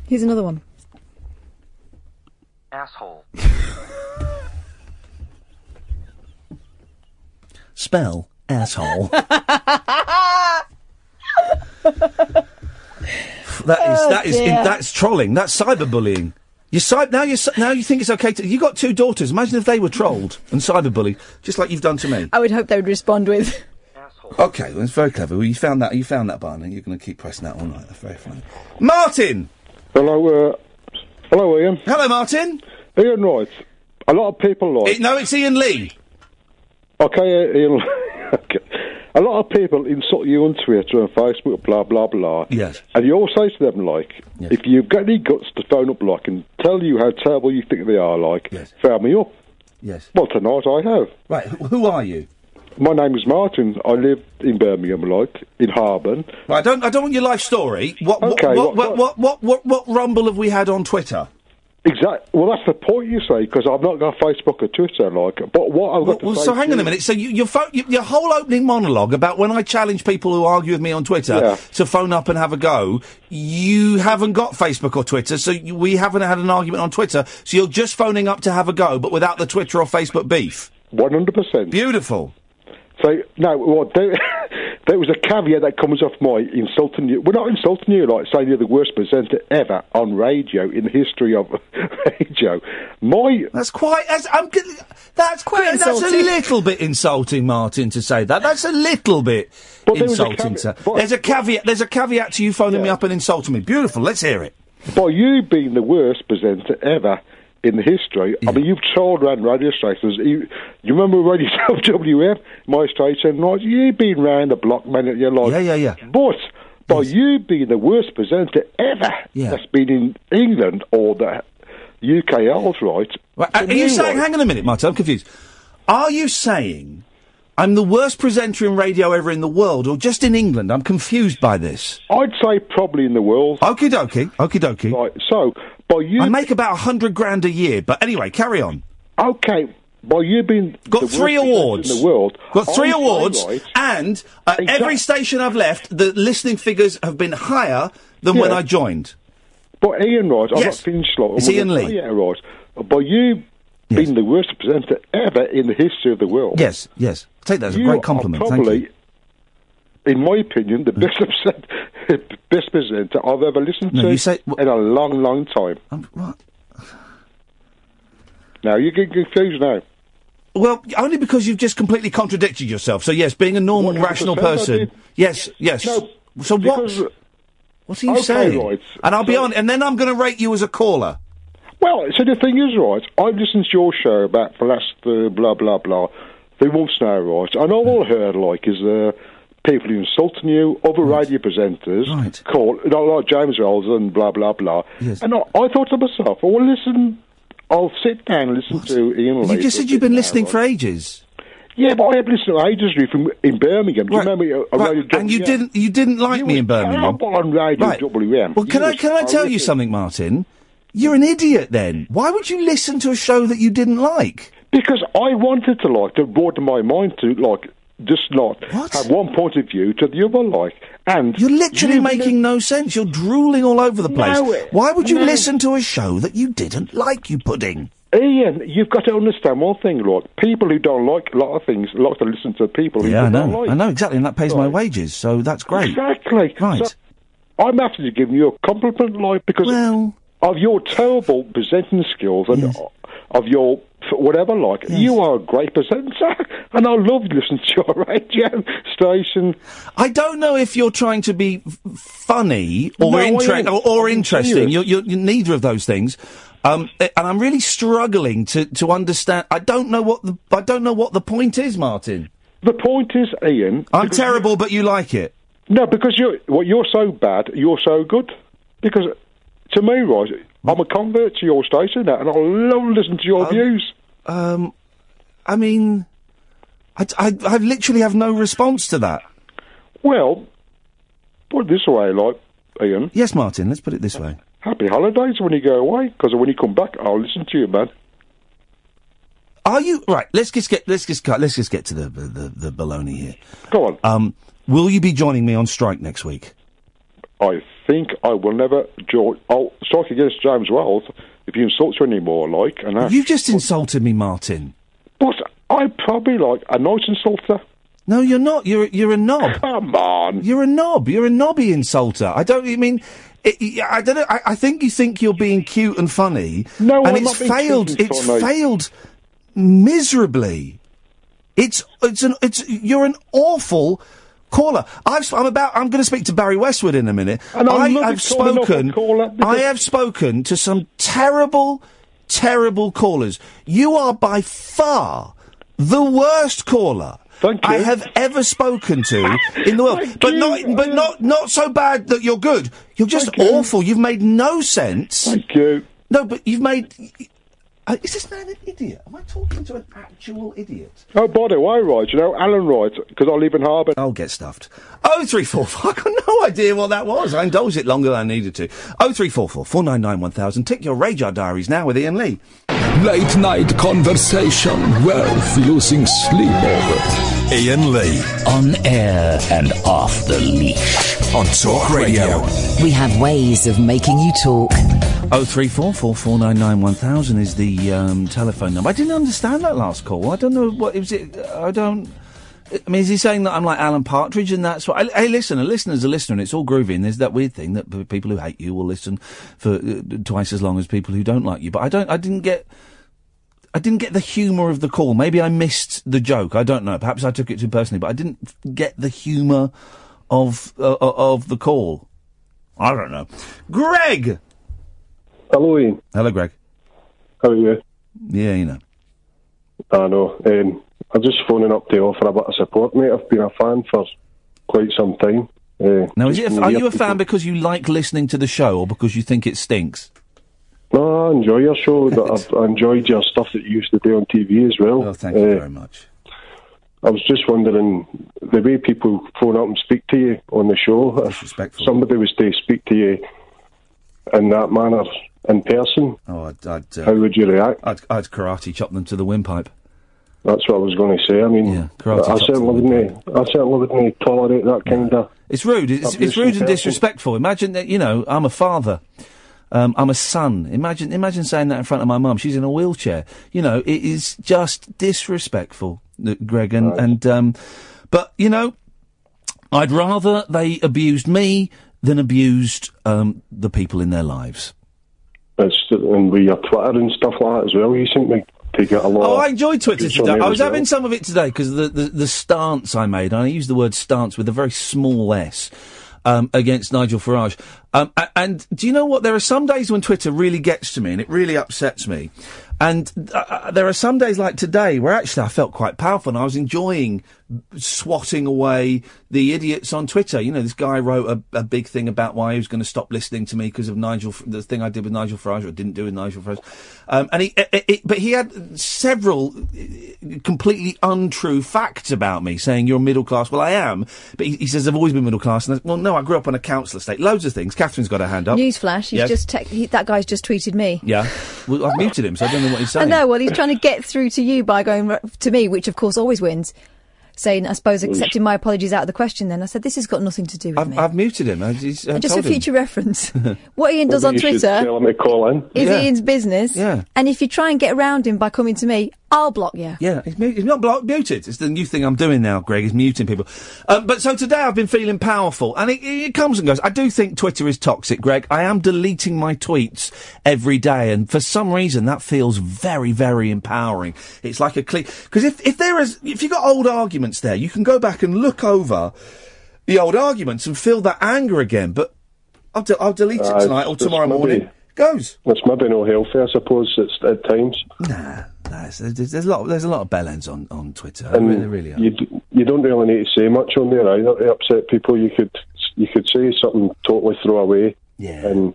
Speaker 11: Here's another one.
Speaker 10: Asshole.
Speaker 3: Spell asshole. That is
Speaker 4: Oh,
Speaker 3: that is
Speaker 4: dear.
Speaker 3: that's trolling. That's cyberbullying. You cy- now you now you think it's okay to you got two daughters. Imagine if they were trolled and cyberbullied, just like you've done to me.
Speaker 11: I would hope they would respond with.
Speaker 3: Okay, well, it's very clever. Well, you found that you found that button, and you're going to keep pressing that all night. That's very funny. Martin.
Speaker 22: Hello, uh, hello, Ian.
Speaker 3: Hello, Martin.
Speaker 22: Ian Wright. A lot of people like.
Speaker 3: It- no, it's Ian Lee.
Speaker 22: Okay, uh, Ian. okay. A lot of people insult you on Twitter and Facebook, blah blah blah.
Speaker 3: Yes.
Speaker 22: And you all say to them like, if you've got any guts to phone up like and tell you how terrible you think they are like, phone me up.
Speaker 3: Yes.
Speaker 22: Well, tonight I have.
Speaker 3: Right. wh- Who are you?
Speaker 22: My name is Martin. I live in Birmingham, like in Harbin.
Speaker 3: Right, I don't I don't want your life story. What what
Speaker 22: Okay,
Speaker 3: what,
Speaker 22: what-
Speaker 3: what, what, what, what, what rumble have we had on Twitter?
Speaker 22: Exactly. Well, that's the point you say because I've not got Facebook or Twitter, like. But what I've got to
Speaker 3: Well,
Speaker 22: say
Speaker 3: so
Speaker 22: to
Speaker 3: hang on a
Speaker 22: you-
Speaker 3: minute. So you, your, pho- your your whole opening monologue about when I challenge people who argue with me on Twitter
Speaker 22: Yeah.
Speaker 3: to phone up and have a go, you haven't got Facebook or Twitter, so you, we haven't had an argument on Twitter. So you're just phoning up to have a go, but without the Twitter or Facebook beef.
Speaker 22: One hundred percent.
Speaker 3: Beautiful.
Speaker 22: So no, well, there, there was a caveat that comes off my insulting you. We're not insulting you, like saying you're the worst presenter ever on radio in the history of radio. My
Speaker 3: that's quite. That's, I'm. g- That's
Speaker 22: quite
Speaker 3: That's a little bit insulting, Martin, to say that. That's a little bit
Speaker 22: But there was a
Speaker 3: insulting.
Speaker 22: caveat-
Speaker 3: sir.
Speaker 22: but-
Speaker 3: there's a caveat. There's a caveat to you phoning me up and insulting me. Beautiful. Let's hear it.
Speaker 22: By you being the worst presenter ever in the history, I mean, you've trolled around radio stations. You, you remember Radio WM, my station, right? You've been round the block, man, at your life.
Speaker 3: Yeah, yeah, yeah.
Speaker 22: But by you being the worst presenter ever
Speaker 3: Yeah.
Speaker 22: that's been in England or the UK outright.
Speaker 3: Right, uh, Are, are you saying? Hang on a minute, Martin. I'm confused. Are you saying I'm the worst presenter in radio ever in the world, or just in England? I'm confused by this.
Speaker 22: I'd say probably in the world.
Speaker 3: Okie dokie. Okie dokie.
Speaker 22: Right. So, by you,
Speaker 3: I make about a hundred grand a year. But anyway, carry on.
Speaker 22: Okay. By you being
Speaker 3: got
Speaker 22: the
Speaker 3: three
Speaker 22: worst presenter
Speaker 3: awards
Speaker 22: in the world,
Speaker 3: Got three
Speaker 22: I'm saying,
Speaker 3: awards,
Speaker 22: right,
Speaker 3: and uh, every station I've left, the listening figures have been higher than when
Speaker 22: Yeah.
Speaker 3: I joined.
Speaker 22: But Ian Wright, I'm
Speaker 3: Yes.
Speaker 22: not finished. Like,
Speaker 3: It's
Speaker 22: I'm
Speaker 3: Ian
Speaker 22: gonna-
Speaker 3: Lee.
Speaker 22: Yeah, right. But you being the worst presenter ever in the history of the world.
Speaker 3: Yes, yes. Take that as a
Speaker 22: You
Speaker 3: great compliment.
Speaker 22: Are
Speaker 3: Thank
Speaker 22: probably,
Speaker 3: you.
Speaker 22: in my opinion, the best present- best presenter I've ever listened
Speaker 3: No,
Speaker 22: to
Speaker 3: you say- Um,
Speaker 22: in a long, long time.
Speaker 3: what?
Speaker 22: Now you get confused now.
Speaker 3: Well, only because you've just completely contradicted yourself. So yes, being a normal, rational person. Yes, yes. so what? What are you
Speaker 22: uh, Okay,
Speaker 3: saying?
Speaker 22: right.
Speaker 3: And I'll be
Speaker 22: So-
Speaker 3: on. And then I'm going to rate you as a caller.
Speaker 22: Well, so the thing is, right, I've listened to your show about the last uh, blah, blah, blah, the months now, right, and all I heard, like, is uh, people insulting you, other radio presenters, right. call, you know, like James Rolls and blah, blah, blah. And I, I thought to myself, I will listen, I'll sit down and listen to Ian
Speaker 3: You just said you've been listening for ages.
Speaker 22: Yeah, but I have listened to ages from in Birmingham. Do you remember? uh,
Speaker 3: Right,
Speaker 22: Radio
Speaker 3: and you
Speaker 22: WM?
Speaker 3: didn't. You didn't like me in Birmingham.
Speaker 22: terrible on Radio WM.
Speaker 3: Well, can
Speaker 22: You
Speaker 3: I
Speaker 22: were
Speaker 3: can I tell you
Speaker 22: horrific.
Speaker 3: something, Martin? You're an idiot. Then why would you listen to a show that you didn't like?
Speaker 22: Because I wanted to like to broaden my mind to like just not have one point of view to the other like and
Speaker 3: You're literally making no sense. You're drooling all over the place.
Speaker 22: No,
Speaker 3: why would you
Speaker 22: no.
Speaker 3: listen to a show that you didn't like? You pudding.
Speaker 22: Ian, you've got to understand one thing, like people who don't like a lot of things like to listen to people who
Speaker 3: Yeah, I
Speaker 22: don't
Speaker 3: know.
Speaker 22: like.
Speaker 3: I know exactly, and that pays my wages, so that's great.
Speaker 22: Exactly.
Speaker 3: Right.
Speaker 22: So, I'm actually giving you a compliment, like because of your terrible presenting skills and of your f- whatever, like you are a great presenter, and I love listening to your radio station.
Speaker 3: I don't know if you're trying to be f- funny or,
Speaker 4: No, I
Speaker 3: inter-
Speaker 4: am.
Speaker 3: or, or
Speaker 4: I'm
Speaker 3: interesting.
Speaker 4: serious.
Speaker 3: You're, you're, you're neither of those things. Um, a- and I'm really struggling to, to understand. I don't know what the I don't know what the point is, Martin.
Speaker 22: The point is, Ian.
Speaker 3: I'm terrible, but you like it.
Speaker 22: No, because you're well, you're so bad, you're so good. Because to me, right, I'm a convert to your station now, and I love listening to your views.
Speaker 3: Um, I mean, I, I, I literally have no response to that.
Speaker 22: Well, put it this way, like Ian.
Speaker 3: Yes, Martin. Let's put it this way.
Speaker 22: Happy holidays when you go away, because when you come back, I'll listen to you, man.
Speaker 3: Are you right? Let's just get let's just cut let's just get to the the, the baloney here.
Speaker 22: Go on.
Speaker 3: Um, will you be joining me on strike next week?
Speaker 22: I think I will never join. I'll strike against James Wells if he insults you anymore, like. And I,
Speaker 3: You've just insulted me, Martin.
Speaker 22: but I'm probably like a nice insulter.
Speaker 3: No, you're not. You're you're a knob.
Speaker 22: Come on.
Speaker 3: You're a knob. You're a knobby insulter. I don't. I mean, it, y- I don't know. I, I think you think you're being cute and funny.
Speaker 4: No,
Speaker 3: and
Speaker 4: I'm
Speaker 3: it's
Speaker 4: not being cute
Speaker 3: failed.
Speaker 4: and
Speaker 3: it's
Speaker 4: funny.
Speaker 3: failed miserably. It's it's an it's you're an awful caller. I've sp- I'm about I'm going to speak to Barry Westwood in a minute.
Speaker 4: And I'm
Speaker 3: I
Speaker 4: not
Speaker 3: have
Speaker 4: calling off a
Speaker 3: spoken.
Speaker 4: caller
Speaker 3: I
Speaker 4: because-
Speaker 3: have spoken to some terrible, terrible callers. You are by far the worst caller. I have ever spoken to in the world, but not, but not, not so bad that you're good. You're just awful. You've made no sense. Thank
Speaker 22: you.
Speaker 3: No, but you've made. Uh, is this man an idiot? Am I talking to an actual idiot?
Speaker 22: Oh, by the way, right, you know, Alan Wright, because I live in Harbour.
Speaker 3: I'll get stuffed. Oh three four four. I got no idea what that was. I indulged it longer than I needed to. Oh three four four four nine nine one thousand. Tick your radar diaries now with Ian Lee.
Speaker 7: Late night conversation worth losing sleep over. Ian Lee. On air and off the leash. On Talk Radio.
Speaker 1: We have ways of making you talk.
Speaker 3: Oh three four four four nine nine one thousand is the um, telephone number. I didn't understand that last call. I don't know what is it. I don't. I mean, is he saying that I'm like Alan Partridge and that's what? Hey, listen, a listener's a listener, and it's all groovy. And there's that weird thing that p- people who hate you will listen for uh, twice as long as people who don't like you. But I don't. I didn't get. I didn't get the humour of the call. Maybe I missed the joke. I don't know. Perhaps I took it too personally, but I didn't f- get the humour of uh, uh, of the call. I don't know. Greg.
Speaker 23: Hello, Ian.
Speaker 3: Hello, Greg.
Speaker 23: How are you?
Speaker 3: Yeah, you know.
Speaker 23: I know. Um, I'm just phoning up to offer a bit of support, mate. I've been a fan for quite some time. Uh,
Speaker 3: Now, is
Speaker 23: just in
Speaker 3: it
Speaker 23: the
Speaker 3: a, are
Speaker 23: year
Speaker 3: you a
Speaker 23: before-
Speaker 3: fan because you like listening to the show or because you think it stinks?
Speaker 23: No, I enjoy your show, but I've I enjoyed your stuff that you used to do on TV as well. Oh, thank
Speaker 3: you very much.
Speaker 23: I was just wondering the way people phone up and speak to you on the show. If somebody was to speak to you in that manner in person,
Speaker 3: oh, I'd, I'd, uh,
Speaker 23: how would you react?
Speaker 3: I'd, I'd karate chop them to the windpipe.
Speaker 23: That's what I was going to say. I mean,
Speaker 3: karate
Speaker 23: I
Speaker 3: chop
Speaker 23: certainly wouldn't. I certainly wouldn't tolerate that kind of.
Speaker 3: It's rude. It's, it's rude and disrespectful. Imagine that, you know, I'm a father. Um, I'm a son. Imagine, imagine saying that in front of my mum. She's in a wheelchair. You know, it is just disrespectful, uh, Greg. And, and um, but you know, I'd rather they abused me than abused um, the people in their lives.
Speaker 23: It's and with your Twitter and stuff like that as well. You seem to take it a lot.
Speaker 3: Oh, I enjoyed Twitter
Speaker 23: It's on
Speaker 3: today.
Speaker 23: there
Speaker 3: I
Speaker 23: as
Speaker 3: was having some of it today because the, the, the stance I made, and I use the word stance with a very small s, um, against Nigel Farage. Um, a- and do you know what? There are some days when Twitter really gets to me and it really upsets me. And uh, uh, there are some days like today where actually I felt quite powerful and I was enjoying swatting away the idiots on Twitter. You know, this guy wrote a, a big thing about why he was going to stop listening to me because of Nigel, F- the thing I did with Nigel Farage or didn't do with Nigel Farage. Um, and he, it, it, but he had several uh, completely untrue facts about me, saying you're middle class. Well, I am, but he, he says I've always been middle class. And I, well, no, I grew up on a council estate. Loads of things. Catherine's got her hand up.
Speaker 5: Newsflash, he's
Speaker 3: Yes.
Speaker 5: just tec- he, that guy's just tweeted me.
Speaker 3: Yeah, well, I've muted him, so I don't know what he's
Speaker 5: I
Speaker 3: saying.
Speaker 5: know. Well, he's trying to get through to you by going r- to me, which of course always wins. Saying, I suppose accepting my apologies out of the question. Then I said, this has got nothing to do with
Speaker 3: I've,
Speaker 5: me.
Speaker 3: I've muted him. I, he's, I
Speaker 5: And just for
Speaker 3: told him.
Speaker 5: future reference, what Ian does on Twitter
Speaker 23: him to call in.
Speaker 5: is Ian's business.
Speaker 3: Yeah.
Speaker 5: And if you try and get around him by coming to me, I'll block you.
Speaker 3: Yeah, he's, mu- he's not blo- muted. It's the new thing I'm doing now, Greg, is muting people. Um, but so today I've been feeling powerful, and it, it comes and goes. I do think Twitter is toxic, Greg. I am deleting my tweets every day, and for some reason that feels very, very empowering. It's like a clean. Because if, if there is, if you've got old arguments there, you can go back and look over the old arguments and feel that anger again. But I'll, de- I'll delete it
Speaker 23: Uh,
Speaker 3: tonight
Speaker 23: it's-
Speaker 3: or
Speaker 23: it's
Speaker 3: tomorrow
Speaker 23: maybe-
Speaker 3: morning. Goes.
Speaker 23: It's maybe no healthy, I suppose, it's, at times.
Speaker 3: Nah, it's- there's, there's a lot. There's a lot of bell ends on on Twitter.
Speaker 23: And
Speaker 3: there really are.
Speaker 23: You, d- you don't really need to say much on there either to upset people. You could you could say something totally throw away,
Speaker 3: yeah.
Speaker 23: and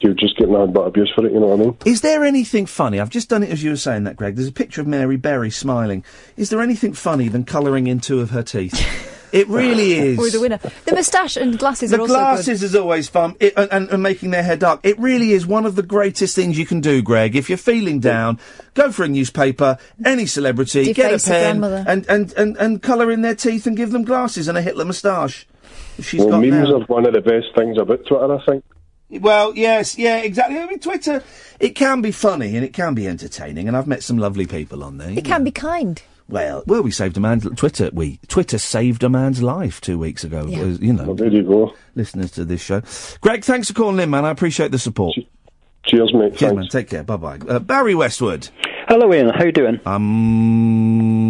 Speaker 23: you're just getting a bit of abuse for it. You know what I mean?
Speaker 3: Is there anything funny? I've just done it as you were saying that, Greg. There's a picture of Mary Berry smiling. Is there anything funny than colouring in two of her teeth? it really is.
Speaker 5: Or the winner. The moustache and glasses
Speaker 3: the
Speaker 5: are also
Speaker 3: glasses is always fun, it, and, and, and making their hair dark. It really is one of the greatest things you can do, Greg. If you're feeling down, go for a newspaper, any celebrity,
Speaker 5: Deface
Speaker 3: get
Speaker 5: a
Speaker 3: a pen,
Speaker 5: grandmother.
Speaker 3: and, and, and, and colour in their teeth and give them glasses and a Hitler moustache. She's
Speaker 23: well,
Speaker 3: got
Speaker 23: memes
Speaker 3: now.
Speaker 23: are one of the best things about Twitter, I think.
Speaker 3: Well, yes, yeah, exactly. I mean, Twitter, it can be funny and it can be entertaining, and I've met some lovely people on there.
Speaker 5: good. It can be kind.
Speaker 3: Well, well, we saved a man's Twitter. We Twitter saved a man's life two weeks ago.
Speaker 5: Yeah.
Speaker 3: Uh, You know,
Speaker 23: there you go.
Speaker 3: Listeners to this show, Greg. Thanks for calling in, man. I appreciate the support.
Speaker 23: Cheers, mate.
Speaker 3: Cheers, man. Take care. Bye bye. Uh, Barry Westwood.
Speaker 6: Hello, Ian. How you doing?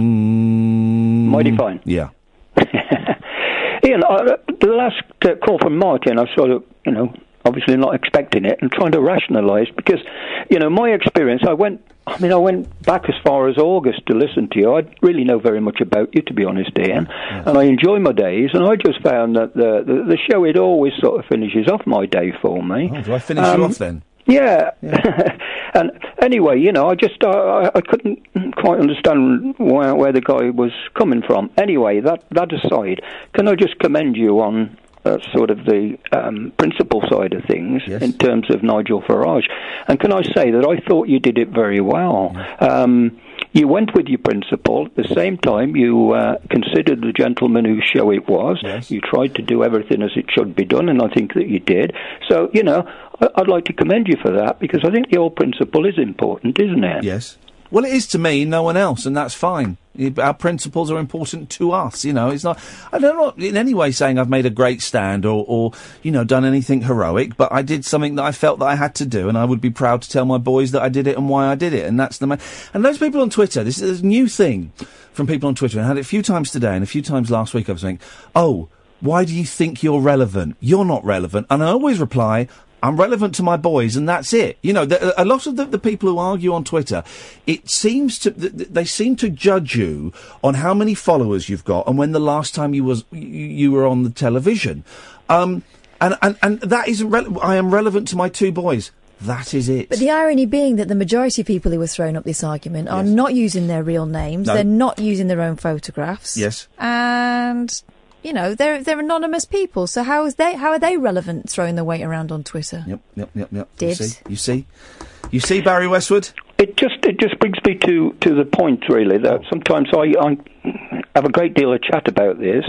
Speaker 3: Um,
Speaker 6: mighty fine.
Speaker 3: Yeah.
Speaker 6: Ian, uh, the last uh, call from Mark, and I sort of, you know, obviously not expecting it and trying to rationalise because, you know, my experience, I went, I mean, I went back as far as August to listen to you. I really know very much about you, to be honest, Ian, and I enjoy my days. And I just found that the the, the show it always sort of finishes off my day for me.
Speaker 3: Oh, do I finish
Speaker 6: Um,
Speaker 3: you off then?
Speaker 6: Yeah. and anyway, you know, I just uh, I, I couldn't quite understand where where the guy was coming from. Anyway, that that aside, can I just commend you on uh, sort of the um, principal side of things in terms of Nigel Farage? And can I say that I thought you did it very well. Um, you went with your principle. At the same time, you uh, considered the gentleman whose show it was. You tried to do everything as it should be done, and I think that you did. So, you know, I- I'd like to commend you for that because I think the old principle is important, isn't it?
Speaker 3: Yes. Well, it is to me, no one else, and that's fine. It- Our principles are important to us, you know. It's not, I'm not in any way saying I've made a great stand or, or, you know, done anything heroic, but I did something that I felt that I had to do, and I would be proud to tell my boys that I did it and why I did it, and that's the main. And those people on Twitter, this is a new thing from people on Twitter, and I had it a few times today and a few times last week. I was saying, oh, why do you think you're relevant? You're not relevant. And I always reply, I'm relevant to my boys, and that's it. You know, the, a lot of the, the people who argue on Twitter, it seems to th- th- they seem to judge you on how many followers you've got and when the last time you was you, you were on the television, um, and, and and that isn't. Re- I am relevant to my two boys. That is it.
Speaker 5: But the irony being that the majority of people who were throwing up this argument are not using their real names.
Speaker 3: No.
Speaker 5: They're not using their own photographs.
Speaker 3: Yes.
Speaker 5: And you know they're they're anonymous people. So how is they how are they relevant throwing their weight around on Twitter?
Speaker 3: Yep, yep, yep, yep. You
Speaker 5: Dibs.
Speaker 3: see, you see, you see, Barry Westwood.
Speaker 6: It just it just brings me to, to the point really that
Speaker 3: Oh.
Speaker 6: sometimes I, I have a great deal of chat about this,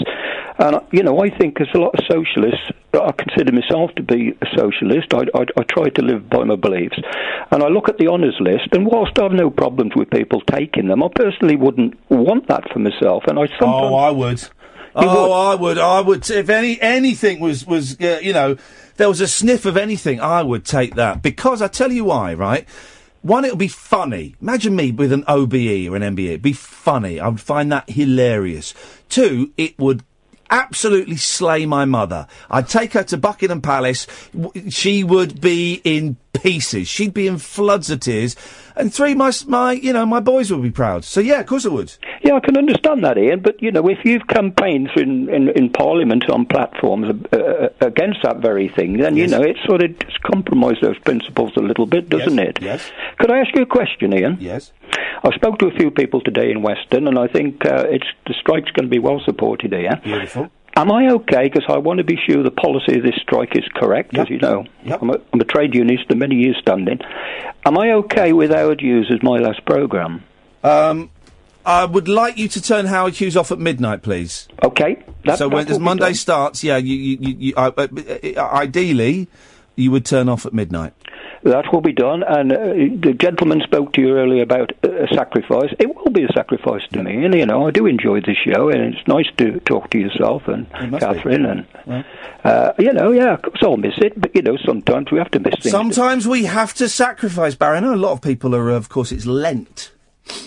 Speaker 6: and you know I think as a lot of socialists, I consider myself to be a socialist. I, I, I try to live by my beliefs, and I look at the honours list, and whilst I have no problems with people taking them, I personally wouldn't want that for myself, and I sometimes
Speaker 3: Oh, I would. oh, I would. I would. If any anything was was uh, you know, there was a sniff of anything, I would take that because I tell you why, right? One, it'll be funny. Imagine me with an OBE or an MBE. It'd be funny. I would find that hilarious. Two, it would absolutely slay my mother. I'd take her to Buckingham Palace. W- She would be in pieces. She'd be in floods of tears. And three, my, s- my, you know, my boys would be proud. So yeah, of course I would.
Speaker 6: Yeah, I can understand that, Ian. But you know, if you've campaigned in, in, in Parliament on platforms uh, uh, against that very thing, then
Speaker 9: Yes.
Speaker 6: you know it sort of just compromises those principles a little bit, doesn't it?
Speaker 9: Yes.
Speaker 6: Could I ask you a question, Ian?
Speaker 3: Yes.
Speaker 6: I spoke to a few people today in Weston, and I think uh, it's the strike's going to be well supported here.
Speaker 3: Beautiful.
Speaker 6: Am I okay? Because I want to be sure the policy of this strike is correct, as you know. I'm, a, I'm a trade unionist of many years standing. Am I okay with Howard Hughes as my last programme?
Speaker 3: Um, I would like you to turn Howard Hughes off at midnight, please.
Speaker 6: Okay. that-
Speaker 3: so
Speaker 6: that
Speaker 3: when
Speaker 6: will
Speaker 3: as
Speaker 6: be
Speaker 3: Monday
Speaker 6: done.
Speaker 3: starts, yeah, you, you, you, you I, uh, uh, ideally, you would turn off at midnight.
Speaker 6: That will be done. And uh, the gentleman spoke to you earlier about uh, a sacrifice. It will be a sacrifice to me. And, you know, I do enjoy this show, and it's nice to talk to yourself and
Speaker 3: must be.
Speaker 6: Catherine. And,
Speaker 3: Well.
Speaker 6: uh, you know, yeah, of course I'll miss it. But, you know, sometimes we have to miss things.
Speaker 3: Sometimes we have to sacrifice, Barry. I know a lot of people are, uh, of course, it's Lent.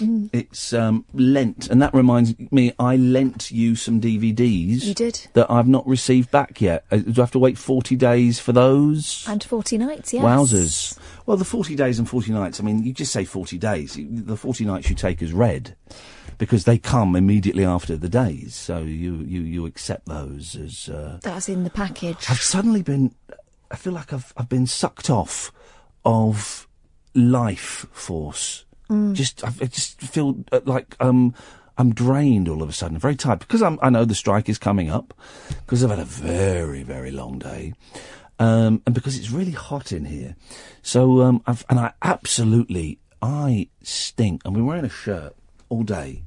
Speaker 11: Mm.
Speaker 3: It's um, Lent, and that reminds me, I lent you some DVDs.
Speaker 11: You did.
Speaker 3: That I've not received back yet. Uh, do I have to wait 40 days for those?
Speaker 11: And 40 nights, yes.
Speaker 3: Wowzers. Well, the 40 days and 40 nights, I mean, you just say 40 days. You- The 40 nights you take as read because they come immediately after the days. So you, you, you accept those as. Uh...
Speaker 11: That's in the package.
Speaker 3: I've suddenly been. I feel like I've, I've been sucked off of life force.
Speaker 4: Mm.
Speaker 3: Just I've, I just feel uh, like um, I'm drained all of a sudden. very tired because I'm, I know the strike is coming up because I've had a very very long day. Um, and because it's really hot in here, so um, I've, and I absolutely I stink. I've been wearing a shirt all day,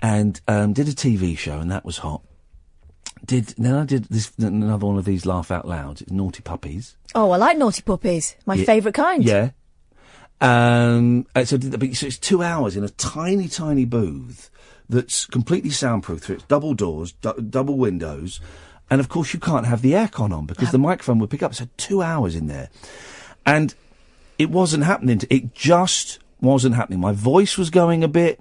Speaker 3: and um, did a TV show, and that was hot. Did then I did this another one of these laugh out louds, naughty puppies.
Speaker 11: Oh, I like naughty puppies. My
Speaker 3: Yeah.
Speaker 11: favourite kind.
Speaker 3: Yeah. Um, uh, so, did the, but- so it's two hours in a tiny, tiny booth that's completely soundproof. So it's double doors, du- double windows, and of course you can't have the aircon on because the microphone would pick up. So two hours in there, and it wasn't happening. It just wasn't happening. My voice was going a bit.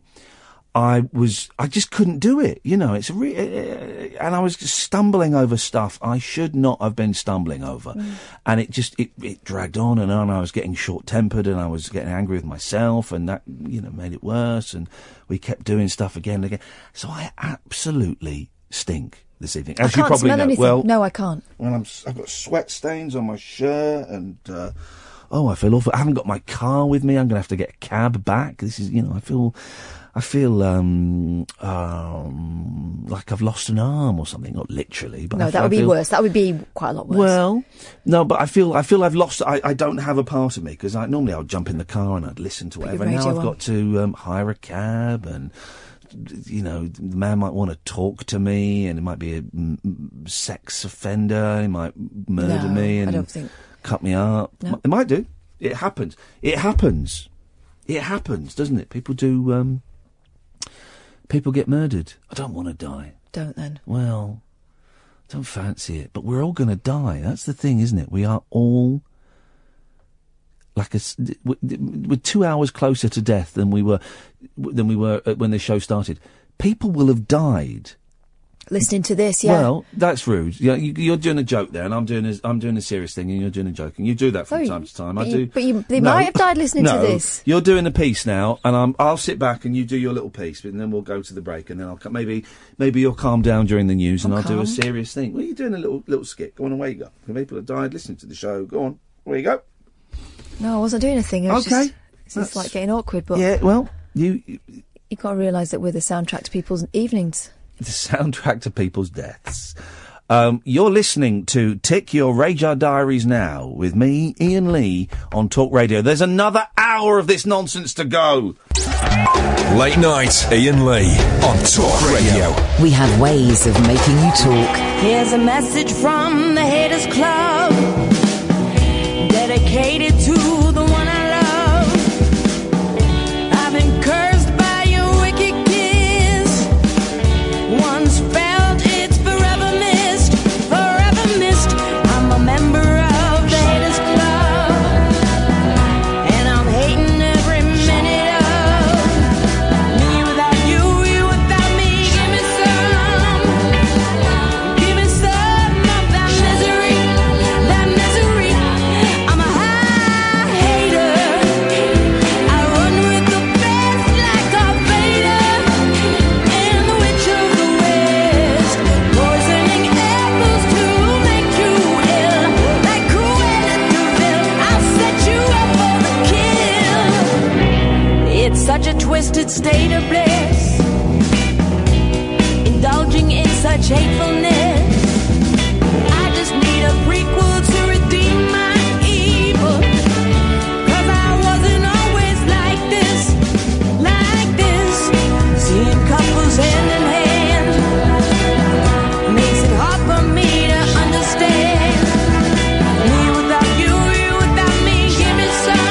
Speaker 3: I was, I just couldn't do it. You know, it's a re- eh, and I was just stumbling over stuff I should not have been stumbling over.
Speaker 4: Mm.
Speaker 3: And it just, it, it dragged on and on. I was getting short tempered and I was getting angry with myself and that, you know, made it worse. And we kept doing stuff again and again. So I absolutely stink this evening.
Speaker 11: I
Speaker 3: As you
Speaker 11: can't
Speaker 3: probably
Speaker 11: smell
Speaker 3: know.
Speaker 11: anything.
Speaker 3: Well,
Speaker 11: no, I can't.
Speaker 3: well, I'm, s- I've got sweat stains on my shirt, and uh, oh, I feel awful. I haven't got my car with me. I'm going to have to get a cab back. This is, you know, I feel, I feel um, um, like I've lost an arm or something. Not literally, but I
Speaker 11: No,
Speaker 3: feel-
Speaker 11: that would
Speaker 3: I
Speaker 11: be
Speaker 3: feel-
Speaker 11: worse. That would be quite a lot worse.
Speaker 3: Well, no, but I feel I feel I've lost. I, I don't have a part of me because I, normally I'll jump in the car and I'd listen to
Speaker 11: Put your
Speaker 3: whatever. Now
Speaker 11: radio
Speaker 3: I've
Speaker 11: on.
Speaker 3: got to um, hire a cab and. You know, the man might want to talk to me, and it might be a mm, mm, sex offender. He might murder
Speaker 4: No,
Speaker 3: me
Speaker 4: I
Speaker 3: and
Speaker 4: don't think-
Speaker 3: cut me up.
Speaker 4: No.
Speaker 3: It might do. It happens. It happens. It happens, doesn't it? People do. Um, people get murdered. I don't want to die.
Speaker 11: Don't then.
Speaker 3: Well, don't fancy it. But we're all going to die. That's the thing, isn't it? We are all like a s- we're we're two hours closer to death than we were than we were uh, when the show started. People will have died.
Speaker 11: Listening to this, yeah.
Speaker 3: Well, that's rude. Yeah, you, you're doing a joke there, and I'm doing a, I'm doing a serious thing, and you're doing a joke, and you do that from
Speaker 11: Oh,
Speaker 3: time to time.
Speaker 11: but
Speaker 3: I
Speaker 11: you-
Speaker 3: do.
Speaker 11: but you- they might have died listening to
Speaker 3: no,
Speaker 11: this.
Speaker 3: You're doing a piece now, and I'm, I'll sit back and you do your little piece, and then we'll go to the break, and then I'll co- maybe maybe you'll calm down during the news, and
Speaker 4: I'm
Speaker 3: I'll do a
Speaker 4: calm.
Speaker 3: serious thing. Well, you're doing a little little skit. Go on, away you go. The people have died listening to the show. Go on, away you go.
Speaker 11: no, I wasn't doing a thing. It was
Speaker 3: Okay.
Speaker 11: Just, it's just
Speaker 3: That's-
Speaker 11: like getting awkward, but
Speaker 3: Yeah, well, you
Speaker 11: you've got to realise that we're the soundtrack to people's evenings.
Speaker 3: the soundtrack to people's deaths. Um, you're listening to Tick Your Radar Diaries now with me, Ian Lee, on Talk Radio. There's another hour of this nonsense to go.
Speaker 2: Late night, Ian Lee on Talk Radio.
Speaker 1: We have ways of making you talk.
Speaker 24: Here's a message from the Haters Club, dedicated to the one I love. I've been cursed by your wicked kiss. Once felt, it's forever missed, forever missed. I'm a member of the Haters Club, and I'm hating it that state of bliss, indulging in such hatefulness. I just need a prequel to redeem my evil. 'Cause I wasn't always like this, like this. Seeing couples hand in hand makes it hard for me to understand. Me without you, you without me, give me some.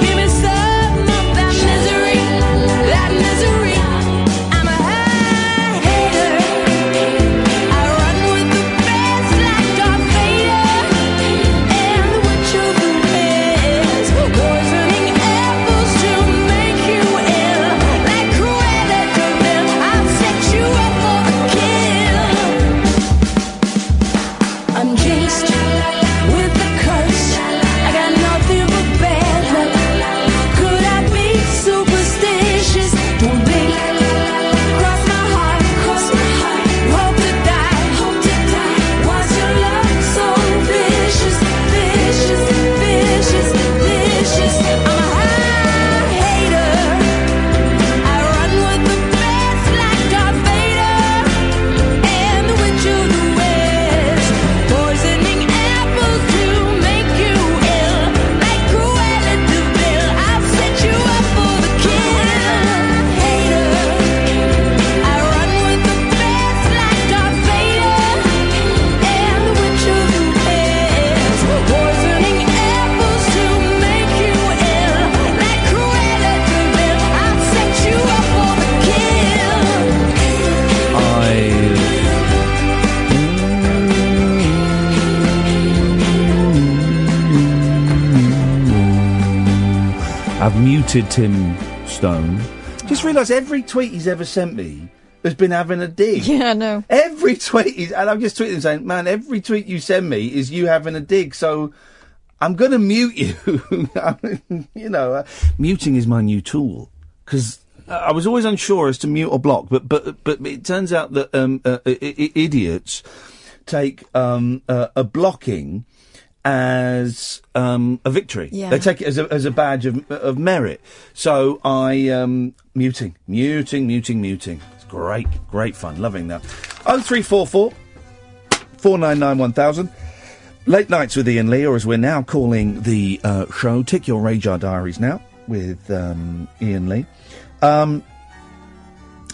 Speaker 24: Give me some of that misery, that misery. I'm a hater. I run with the best like Darth Vader, and the witch of the west, poisoning apples to make you ill. Like Cruella de Vil, I'll set you up for a kill. I'm jinxed with a curse. I got nothing but bad luck. Could I be superstitious? Don't think. Cross my heart, cross my heart. Hope to die, hope to die. Was your love so vicious, vicious, vicious, vicious? I'm a high hater. I run with the best like Darth Vader. And the witch of the west, poisoning apples to make you ill. Like Cruella de Vil, I'll set you up for the kill. Hater, I run with the best like Darth Vader. And the witch of the west, poisoning apples to make you ill. Like Cruella de Vil, I'll set you up for the kill.
Speaker 3: I. I've muted Tim Stone. Just realised every tweet he's ever sent me has been having a dig.
Speaker 11: Yeah, I know.
Speaker 3: Every tweet is, and I'm just tweeting saying, man, every tweet you send me is you having a dig. So I'm going to mute you. I mean, you know, uh, muting is my new tool because I was always unsure as to mute or block, but but but it turns out that um, uh, I- I- idiots take um, uh, a blocking as um, a victory.
Speaker 4: Yeah.
Speaker 3: They take it as a, as a badge of, of merit. So I um, muting, muting, muting, muting. It's great, great fun. Loving that. 0344 499 1000. Late nights with Ian Lee, or as we're now calling the uh, show, Tick Your Radar Diaries now with um, Ian Lee. Um,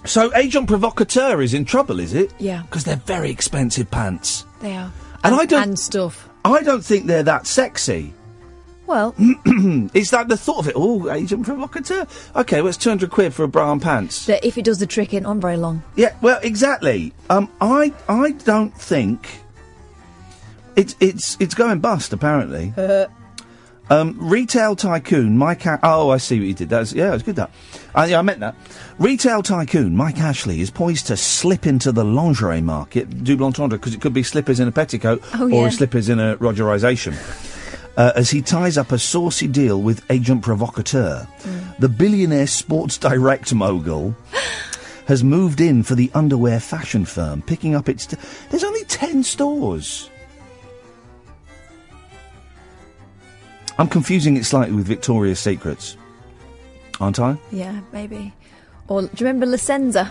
Speaker 3: so Agent Provocateur is in trouble, is it?
Speaker 11: Yeah.
Speaker 3: Because they're very expensive pants.
Speaker 11: They are.
Speaker 3: And I don't-
Speaker 11: And stuff.
Speaker 3: I don't think they're that sexy.
Speaker 11: Well,
Speaker 3: it's like the thought of it. Oh, agent provocateur. Okay, well, it's 200 quid for a bra and pants.
Speaker 11: that if it does the trick, it on very long.
Speaker 3: Yeah, well, exactly. Um, I, I don't think it's it's it's going bust. Apparently,
Speaker 4: Uh.
Speaker 3: um, retail tycoon Mike. A- oh, I see what you did. That's yeah, it was good. That I, yeah, I meant that. Retail tycoon Mike Ashley is poised to slip into the lingerie market, double entendre, because it could be slippers in a petticoat
Speaker 4: Oh,
Speaker 3: or
Speaker 4: yeah.
Speaker 3: slippers in a Rogerization. Uh, as he ties up a saucy deal with agent provocateur,
Speaker 4: Mm.
Speaker 3: the billionaire sports direct mogul has moved in for the underwear fashion firm, picking up its. There's only 10 stores. I'm confusing it slightly with Victoria's Secrets. Aren't I?
Speaker 11: Yeah, maybe. Or do you remember Licenza?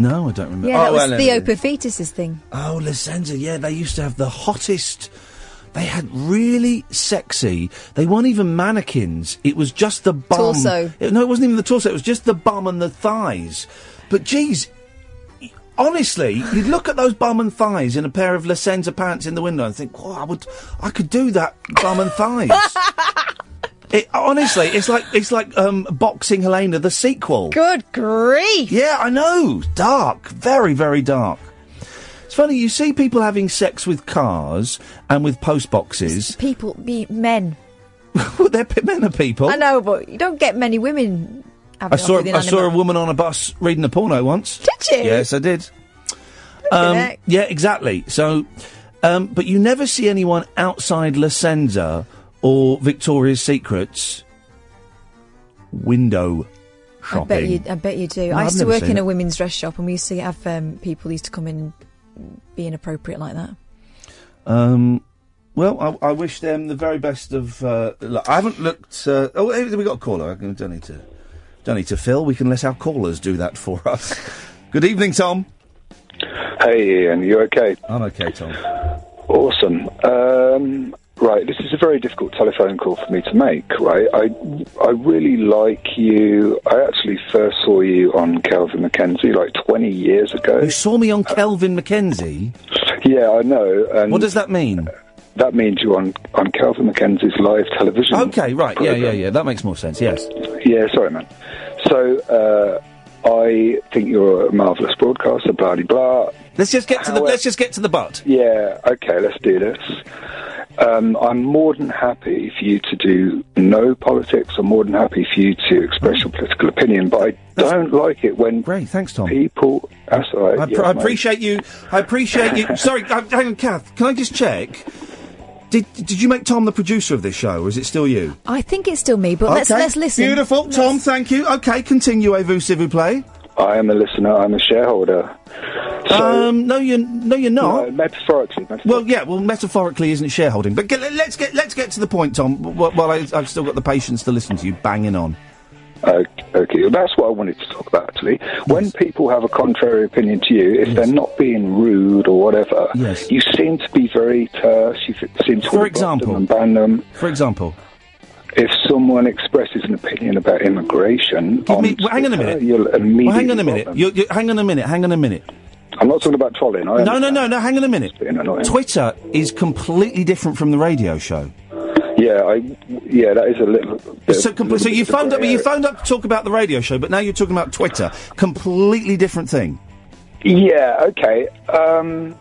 Speaker 3: No, I don't remember.
Speaker 11: Yeah, that was
Speaker 3: Mm. Oh, well, uh,
Speaker 11: Theo Perfitus's thing.
Speaker 3: Oh, Licenza, yeah, they used to have the hottest. They had really sexy. They weren't even mannequins. It was just the bum.
Speaker 11: Torso.
Speaker 3: It- no, it wasn't even the torso. It was just the bum and the thighs. But geez, honestly, you'd look at those bum and thighs in a pair of Licenza pants in the window and think, "Wow, I would, I could do that bum and thighs." It, honestly, it's like it's like um, boxing Helena the sequel.
Speaker 11: Good grief!
Speaker 3: Yeah, I know. Dark, very very dark. It's funny you see people having sex with cars and with post boxes.
Speaker 11: People, be men.
Speaker 3: Well, they're p- men are people.
Speaker 11: I know, but you don't get many women. having
Speaker 3: I saw
Speaker 11: off with an
Speaker 3: I saw a
Speaker 11: animal.
Speaker 3: woman on a bus reading a porno once.
Speaker 11: Did you?
Speaker 3: Yes, I did.
Speaker 11: at
Speaker 3: Um,
Speaker 11: that.
Speaker 3: yeah, exactly. So, um, but you never see anyone outside La Senza or Victoria's Secrets window
Speaker 11: I bet
Speaker 3: shopping.
Speaker 11: you. I bet you do.
Speaker 3: No,
Speaker 11: I
Speaker 3: I've
Speaker 11: used to
Speaker 3: never
Speaker 11: work
Speaker 3: seen
Speaker 11: in
Speaker 3: it.
Speaker 11: a women's dress shop, and we used to have um, people used to come in and be inappropriate like that.
Speaker 3: Um, well, I, I wish them the very best of. Uh, luck. I haven't looked. Uh, oh, we got a caller. I don't need to. Don't need to fill. We can let our callers do that for us. Good evening, Tom.
Speaker 8: Hey, Ian, you okay?
Speaker 3: I'm okay, Tom.
Speaker 8: Awesome. Um, right, this is a very difficult telephone call for me to make. Right, I I really like you. I actually first saw you on Calvin McKenzie like 20 years ago.
Speaker 3: You saw me on Kelvin McKenzie.
Speaker 8: Yeah, I know. And
Speaker 3: What does that mean?
Speaker 8: That means you're on on Calvin Mckenzie's live television.
Speaker 3: Okay, right. Yeah, yeah, yeah. That makes more sense. Yes.
Speaker 8: Yeah, sorry, man. So, uh, I think you're a marvellous broadcaster, blah de blah.
Speaker 3: Let's just get to the let's just get to the butt.
Speaker 8: Yeah, okay, let's do this. Um, I'm more than happy for you to do no politics. I'm more than happy for you to express your political opinion, but I don't like it when
Speaker 3: great, thanks, Tom.
Speaker 8: People, that's all right.
Speaker 3: I, pr-
Speaker 8: yeah,
Speaker 3: I
Speaker 8: mate.
Speaker 3: appreciate you. I appreciate you. Sorry, I, hang on, Kath. Can I just check? Did Did you make Tom the producer of this show, or is it still you?
Speaker 11: I think it's still me, but let's
Speaker 3: Okay.
Speaker 11: let's listen.
Speaker 3: Beautiful,
Speaker 11: Let's-
Speaker 3: Tom. Thank you. Okay, continue. Vous, s'il vous plaît.
Speaker 8: I am a listener. I'm a shareholder.
Speaker 3: um, no, you no, you're not.
Speaker 8: metaphorically,
Speaker 3: Well, yeah. Well, metaphorically isn't shareholding, but get, let's get let's get to the point, Tom. wh- While I, I've still got the patience to listen to you banging on.
Speaker 8: Okay, okay, well, that's what I wanted to talk about actually. When people have a contrary opinion to you, if they're not being rude or whatever,
Speaker 3: Yes.
Speaker 8: you seem to be very terse. You f- seem to
Speaker 3: For
Speaker 8: want to bust
Speaker 3: example?
Speaker 8: them and ban them.
Speaker 3: For example,
Speaker 8: If someone expresses an opinion about immigration, on
Speaker 3: well, hang on
Speaker 8: Twitter,
Speaker 3: a minute.
Speaker 8: You'll immediately
Speaker 3: well, hang on a
Speaker 8: block
Speaker 3: minute.
Speaker 8: them.
Speaker 3: You, you, hang on a minute. Hang on a minute.
Speaker 8: I'm not talking about trolling. I
Speaker 3: No, no, no, no. Hang on a minute.
Speaker 8: annoying.
Speaker 3: Twitter is completely different from the radio show.
Speaker 8: Yeah, I, yeah, that is a little. bit-
Speaker 3: So, com-
Speaker 8: little
Speaker 3: so you
Speaker 8: bit of
Speaker 3: phoned up,
Speaker 8: grey
Speaker 3: you
Speaker 8: area.
Speaker 3: phoned up to talk about the radio show, but now you're talking about Twitter. Completely different thing.
Speaker 8: Yeah, okay. Um,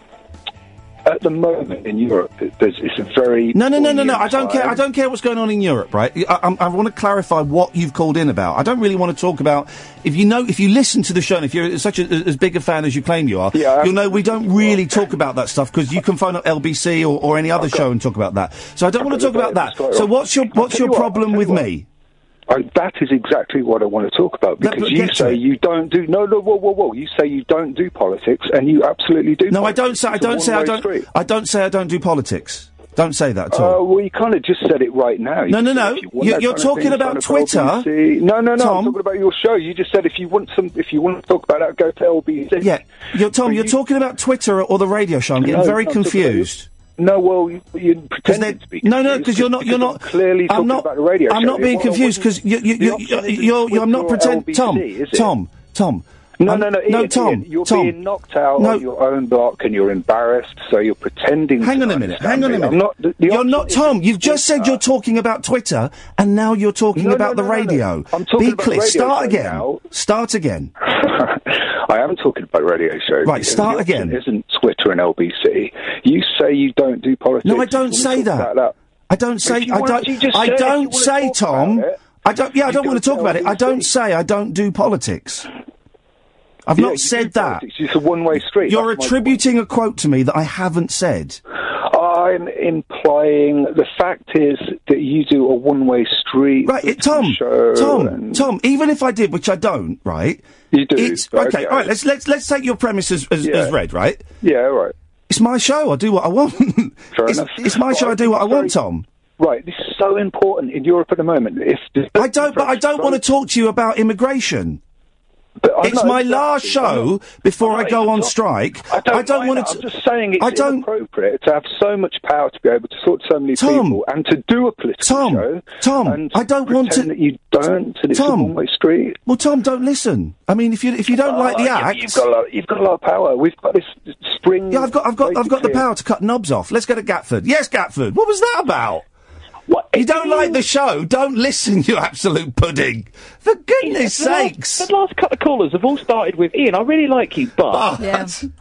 Speaker 8: at the moment in Europe, it- there's, it's a very
Speaker 3: No, no, no, no, no. I don't care. I don't care what's going on in Europe, right? I, I, I want to clarify what you've called in about. I don't really want to talk about if you know if you listen to the show and if you're such a, as big a fan as you claim you are. you'll know we don't really talk about that stuff because you can phone up LBC or, or any other show and talk about that. So I don't want to talk about that. So what's your what's your problem with me?
Speaker 8: I, that is exactly what I want to talk about
Speaker 3: That-
Speaker 8: because
Speaker 3: but
Speaker 8: you
Speaker 3: get to
Speaker 8: say
Speaker 3: it.
Speaker 8: you don't do no no whoa whoa whoa you say you don't do politics and you absolutely do.
Speaker 3: No, I don't say I
Speaker 8: It's a
Speaker 3: don't say I
Speaker 8: one-way
Speaker 3: don't
Speaker 8: street.
Speaker 3: I don't say I don't do politics. Don't say that at all.
Speaker 8: Oh, well, you kind of just said it right now. You
Speaker 3: No, no,
Speaker 8: said
Speaker 3: no.
Speaker 8: if you want
Speaker 3: You-
Speaker 8: that
Speaker 3: you're
Speaker 8: kind of
Speaker 3: talking
Speaker 8: thing in
Speaker 3: about
Speaker 8: front of
Speaker 3: Twitter.
Speaker 8: LBC No, no, no.
Speaker 3: Tom.
Speaker 8: I'm talking about your show. You just said if you want some, if you want to talk about that, go to LBC.
Speaker 3: Yeah, you're Tom. You're talking about Twitter or the radio show. I'm getting
Speaker 8: No,
Speaker 3: very
Speaker 8: I'm talking about
Speaker 3: confused.
Speaker 8: No, well, you, you pretended to be.
Speaker 3: No, no, because you're not. You're not.
Speaker 8: clearly
Speaker 3: I'm
Speaker 8: talking
Speaker 3: not.
Speaker 8: about the radio
Speaker 3: I'm
Speaker 8: show.
Speaker 3: not being
Speaker 8: What- what-
Speaker 3: confused because you, you, you, you,
Speaker 8: option is
Speaker 3: you're, you're. I'm not
Speaker 8: Twitter or
Speaker 3: pretending. Tom.
Speaker 8: LBC, is it?
Speaker 3: Tom. Tom.
Speaker 8: No,
Speaker 3: I'm-
Speaker 8: no, no, Ian,
Speaker 3: no, Tom.
Speaker 8: Ian, you're
Speaker 3: Tom.
Speaker 8: being knocked out
Speaker 3: No.
Speaker 8: on your own block, and you're embarrassed, so you're pretending.
Speaker 3: Hang
Speaker 8: to
Speaker 3: on a minute.
Speaker 8: understand
Speaker 3: Hang on a
Speaker 8: me.
Speaker 3: minute.
Speaker 8: I'm not. The, the
Speaker 3: you're
Speaker 8: option
Speaker 3: not
Speaker 8: is- uh,
Speaker 3: Tom. You've just said you're talking about Twitter, and now you're talking
Speaker 8: No, no,
Speaker 3: about
Speaker 8: no, no,
Speaker 3: the
Speaker 8: no.
Speaker 3: radio.
Speaker 8: I'm talking
Speaker 3: Be
Speaker 8: about
Speaker 3: clear.
Speaker 8: the radio
Speaker 3: Start
Speaker 8: show
Speaker 3: again.
Speaker 8: now.
Speaker 3: Start again.
Speaker 8: I am talking about radio show.
Speaker 3: Right,
Speaker 8: because
Speaker 3: start
Speaker 8: the option
Speaker 3: again.
Speaker 8: Isn't Twitter and LBC? You say you don't do politics.
Speaker 3: No, I don't
Speaker 8: You
Speaker 3: say
Speaker 8: talk
Speaker 3: that.
Speaker 8: about that.
Speaker 3: I don't say.
Speaker 8: If you
Speaker 3: I
Speaker 8: want- you
Speaker 3: don't.
Speaker 8: just
Speaker 3: I
Speaker 8: said if you
Speaker 3: don't
Speaker 8: wanna
Speaker 3: say, Tom. I don't. Yeah, I don't want to talk about it. I don't say. I don't do politics. I've
Speaker 8: Yeah, you do
Speaker 3: not said that.
Speaker 8: politics. It's a one-way street.
Speaker 3: You're
Speaker 8: That's my
Speaker 3: attributing a quote to me that I haven't said.
Speaker 8: I'm implying the fact is that you do a one-way street.
Speaker 3: Right, it, Tom. Tom. Tom. Even if I did, which I don't, right?
Speaker 8: You do.
Speaker 3: It's
Speaker 8: but
Speaker 3: okay. All right. Let's let's let's take your premise as as,
Speaker 8: Yeah.
Speaker 3: as read. Right.
Speaker 8: Yeah. all Right.
Speaker 3: It's my show. I do what I want. it's,
Speaker 8: enough.
Speaker 3: it's my
Speaker 8: Well,
Speaker 3: show. I do what I want, Tom.
Speaker 8: Right. This is so important in Europe at the moment. If
Speaker 3: I don't, but I don't want to talk to you about immigration.
Speaker 8: I
Speaker 3: it's
Speaker 8: know
Speaker 3: my last show before I go on strike. I don't, want
Speaker 8: I'm just saying it's
Speaker 3: I don't-
Speaker 8: inappropriate to have so much power to be able to talk to so many people and to do a political show.
Speaker 3: Tom,
Speaker 8: and
Speaker 3: I don't want to.
Speaker 8: pretend that you don't. And it's a
Speaker 3: Tom.
Speaker 8: one-way street.
Speaker 3: Well, Tom, don't listen. I mean, if you if you don't like the
Speaker 8: Uh,
Speaker 3: act,
Speaker 8: you've got a lot. You've got a lot of power. We've got this spring.
Speaker 3: yeah, I've got I've got I've got the
Speaker 8: basically-
Speaker 3: power to cut knobs off. Let's go to Gatford. Yes, Gatford. What was that about? What? You don't like the show? Don't listen, you absolute pudding. For goodness
Speaker 9: The last-
Speaker 3: sakes!
Speaker 9: the last couple of callers have all started with Ian. I really like you, but
Speaker 3: Ah,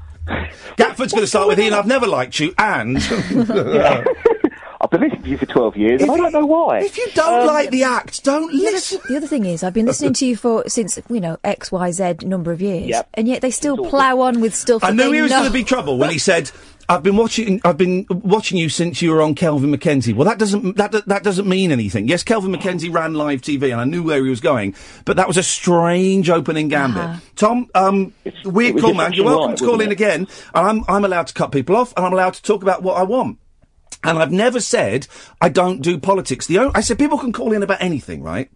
Speaker 3: Gatford's going to start with Ian. I've never liked you, and
Speaker 9: I've been listening to you for twelve years, and I don't know why.
Speaker 3: If you don't
Speaker 9: Um,
Speaker 3: like the act, don't listen.
Speaker 11: The other thing is, I've been listening to you for since you know X, Y, Z number of years,
Speaker 3: Yep.
Speaker 11: and yet they still plough on with stuff.
Speaker 3: I
Speaker 11: that
Speaker 3: knew
Speaker 11: they
Speaker 3: he was
Speaker 11: know.
Speaker 3: going to be trouble when he said, "I've been watching. I've been watching you since you were on Kelvin McKenzie." Well, that doesn't that do- that doesn't mean anything. Yes, Kelvin McKenzie ran live TV, and I knew where he was going, but that was a strange opening gambit.
Speaker 4: Ah.
Speaker 3: Tom, um,
Speaker 4: it
Speaker 3: weird
Speaker 4: was
Speaker 3: call,
Speaker 4: just
Speaker 3: man.
Speaker 4: such
Speaker 3: You're
Speaker 4: a
Speaker 3: welcome
Speaker 4: right,
Speaker 3: to call
Speaker 4: wasn't it?
Speaker 3: in again. And I'm I'm allowed to cut people off, and I'm allowed to talk about what I want. And I've never said I don't do politics. The only, I said people can call in about anything, right?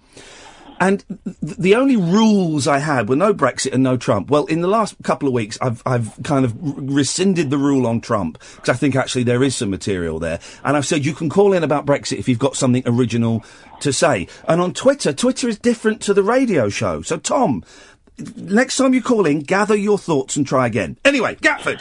Speaker 3: And th- the only rules I had were no Brexit and no Trump. Well, in the last couple of weeks, I've I've kind of r- rescinded the rule on Trump because I think actually there is some material there, and I've said you can call in about Brexit if you've got something original to say. And on Twitter, Twitter is different to the radio show. So Tom, next time you call in, gather your thoughts and try again. Anyway, Gatford.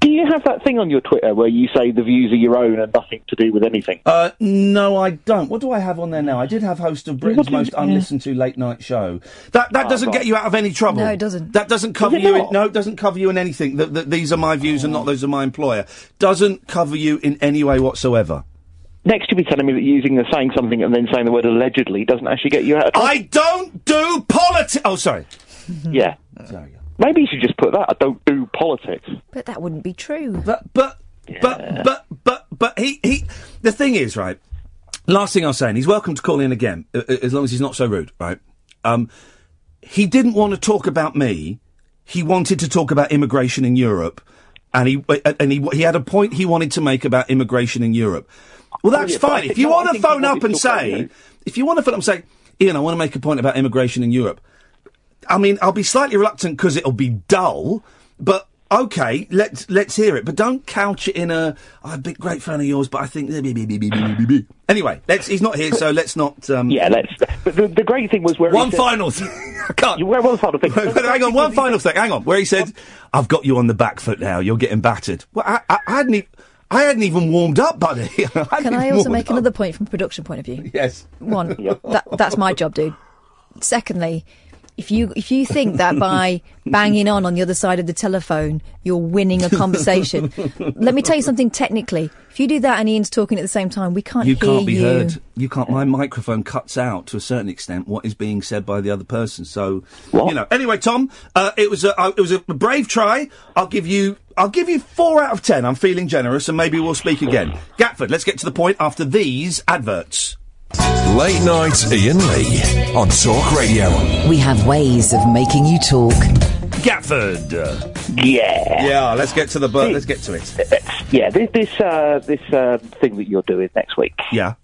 Speaker 14: Do you have that thing on your Twitter where you say the views are your own and nothing to do with anything?
Speaker 3: Uh, no, I don't. What do I have on there now? I did have host of Britain's most unlistened to late night show. That that
Speaker 4: Ah,
Speaker 3: doesn't
Speaker 4: right.
Speaker 3: get you out of any trouble.
Speaker 4: No, it doesn't.
Speaker 3: That doesn't cover
Speaker 4: it
Speaker 3: you. In,
Speaker 4: not?
Speaker 3: no, it doesn't cover you in anything. That that these are my views and not those of my employer. Doesn't cover you in any way whatsoever.
Speaker 14: Next, you'll be telling me that using the saying something and then saying the word allegedly doesn't actually get you out. Of
Speaker 3: I don't do politics. Oh, sorry.
Speaker 14: yeah. Maybe you should just put that. I don't do politics.
Speaker 5: But that wouldn't be true.
Speaker 3: But but but but but but he he. The thing is, right. Last thing I'll say, and he's welcome to call in again, uh, uh, as long as he's not so rude, right? Um, he didn't want to talk about me. He wanted to talk about immigration in Europe, and he uh, and he he had a point he wanted to make about immigration in Europe. Well,
Speaker 4: Oh,
Speaker 3: that's
Speaker 4: yeah, but I
Speaker 3: fine.
Speaker 4: think-
Speaker 3: If you
Speaker 4: no, I
Speaker 3: want to
Speaker 4: think he
Speaker 3: phone up
Speaker 4: wanted
Speaker 3: and
Speaker 4: to talk about
Speaker 3: say,
Speaker 4: you.
Speaker 3: if you want to phone up and say, Ian, I want to make a point about immigration in Europe. I mean, I'll be slightly reluctant because it'll be dull, but okay, let's let's hear it. But don't couch it in a I'm a big great fan of yours, but I think anyway. Let's he's not here, so let's not. Um,
Speaker 14: yeah, let's. But the, the great thing was where
Speaker 3: one
Speaker 14: he said-
Speaker 3: final thing. I can't.
Speaker 14: You were one final thing.
Speaker 3: hang on, one final thing. Hang on, where he said, "I've got you on the back foot now. You're getting battered." Well, I, I, I hadn't. E- I hadn't even warmed up, buddy. hadn't
Speaker 5: Can I
Speaker 3: even
Speaker 5: also
Speaker 3: warmed
Speaker 5: make
Speaker 3: up.
Speaker 5: another point from a production point of view?
Speaker 3: Yes.
Speaker 5: One, that, that's my job, dude. Secondly, if you if you think that by banging on on the other side of the telephone you're winning a conversation, let me tell you something technically. If you do that and Ian's talking at the same time, we can't
Speaker 3: You
Speaker 5: hear
Speaker 3: can't be
Speaker 5: you.
Speaker 3: heard. You can't. My microphone cuts out to a certain extent what is being said by the other person. So you know. Anyway, Tom, uh, it was a uh, it was a brave try. I'll give you I'll give you four out of ten. I'm feeling generous, and maybe we'll speak again. Gatford, let's get to the point after these adverts.
Speaker 2: Late night Ian Lee on Talk Radio.
Speaker 1: We have ways of making you talk.
Speaker 3: Gatford.
Speaker 14: Yeah.
Speaker 3: Yeah. Let's get to the bu- let's get to it.
Speaker 14: Yeah, this this uh, this uh, thing that you're doing next week.
Speaker 3: Yeah,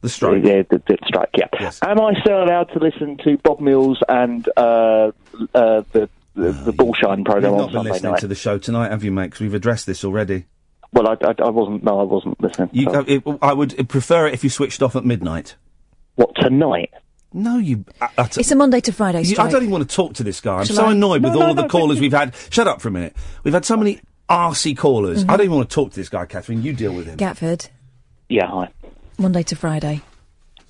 Speaker 3: the strike.
Speaker 14: Yeah, the, the strike. Yeah. Am I still allowed to listen to Bob Mills and uh, uh, the the, the Bullshine program
Speaker 3: Oh, You've
Speaker 14: on
Speaker 3: not been
Speaker 14: Sunday
Speaker 3: listening
Speaker 14: night?
Speaker 3: to the show tonight, have you, mate? 'Cause we've addressed this already.
Speaker 14: Well, I, I, I wasn't. No, I wasn't listening.
Speaker 3: You,
Speaker 14: So-
Speaker 3: uh, it, I would prefer it if you switched off at midnight.
Speaker 14: What tonight?
Speaker 3: No, you. utter-
Speaker 5: It's a Monday to Friday
Speaker 3: You- I
Speaker 5: strike.
Speaker 3: don't even want to talk to this guy. I'm
Speaker 5: Shall
Speaker 3: so
Speaker 5: I?
Speaker 3: annoyed with
Speaker 5: No,
Speaker 3: all
Speaker 5: no,
Speaker 3: of the
Speaker 5: no,
Speaker 3: callers we've had. Shut up for a minute. We've had so many arsey callers.
Speaker 5: Mm-hmm.
Speaker 3: I don't even want to talk to this guy, Catherine. You deal with him.
Speaker 5: Gatford,
Speaker 14: Yeah. Hi.
Speaker 5: Monday to Friday.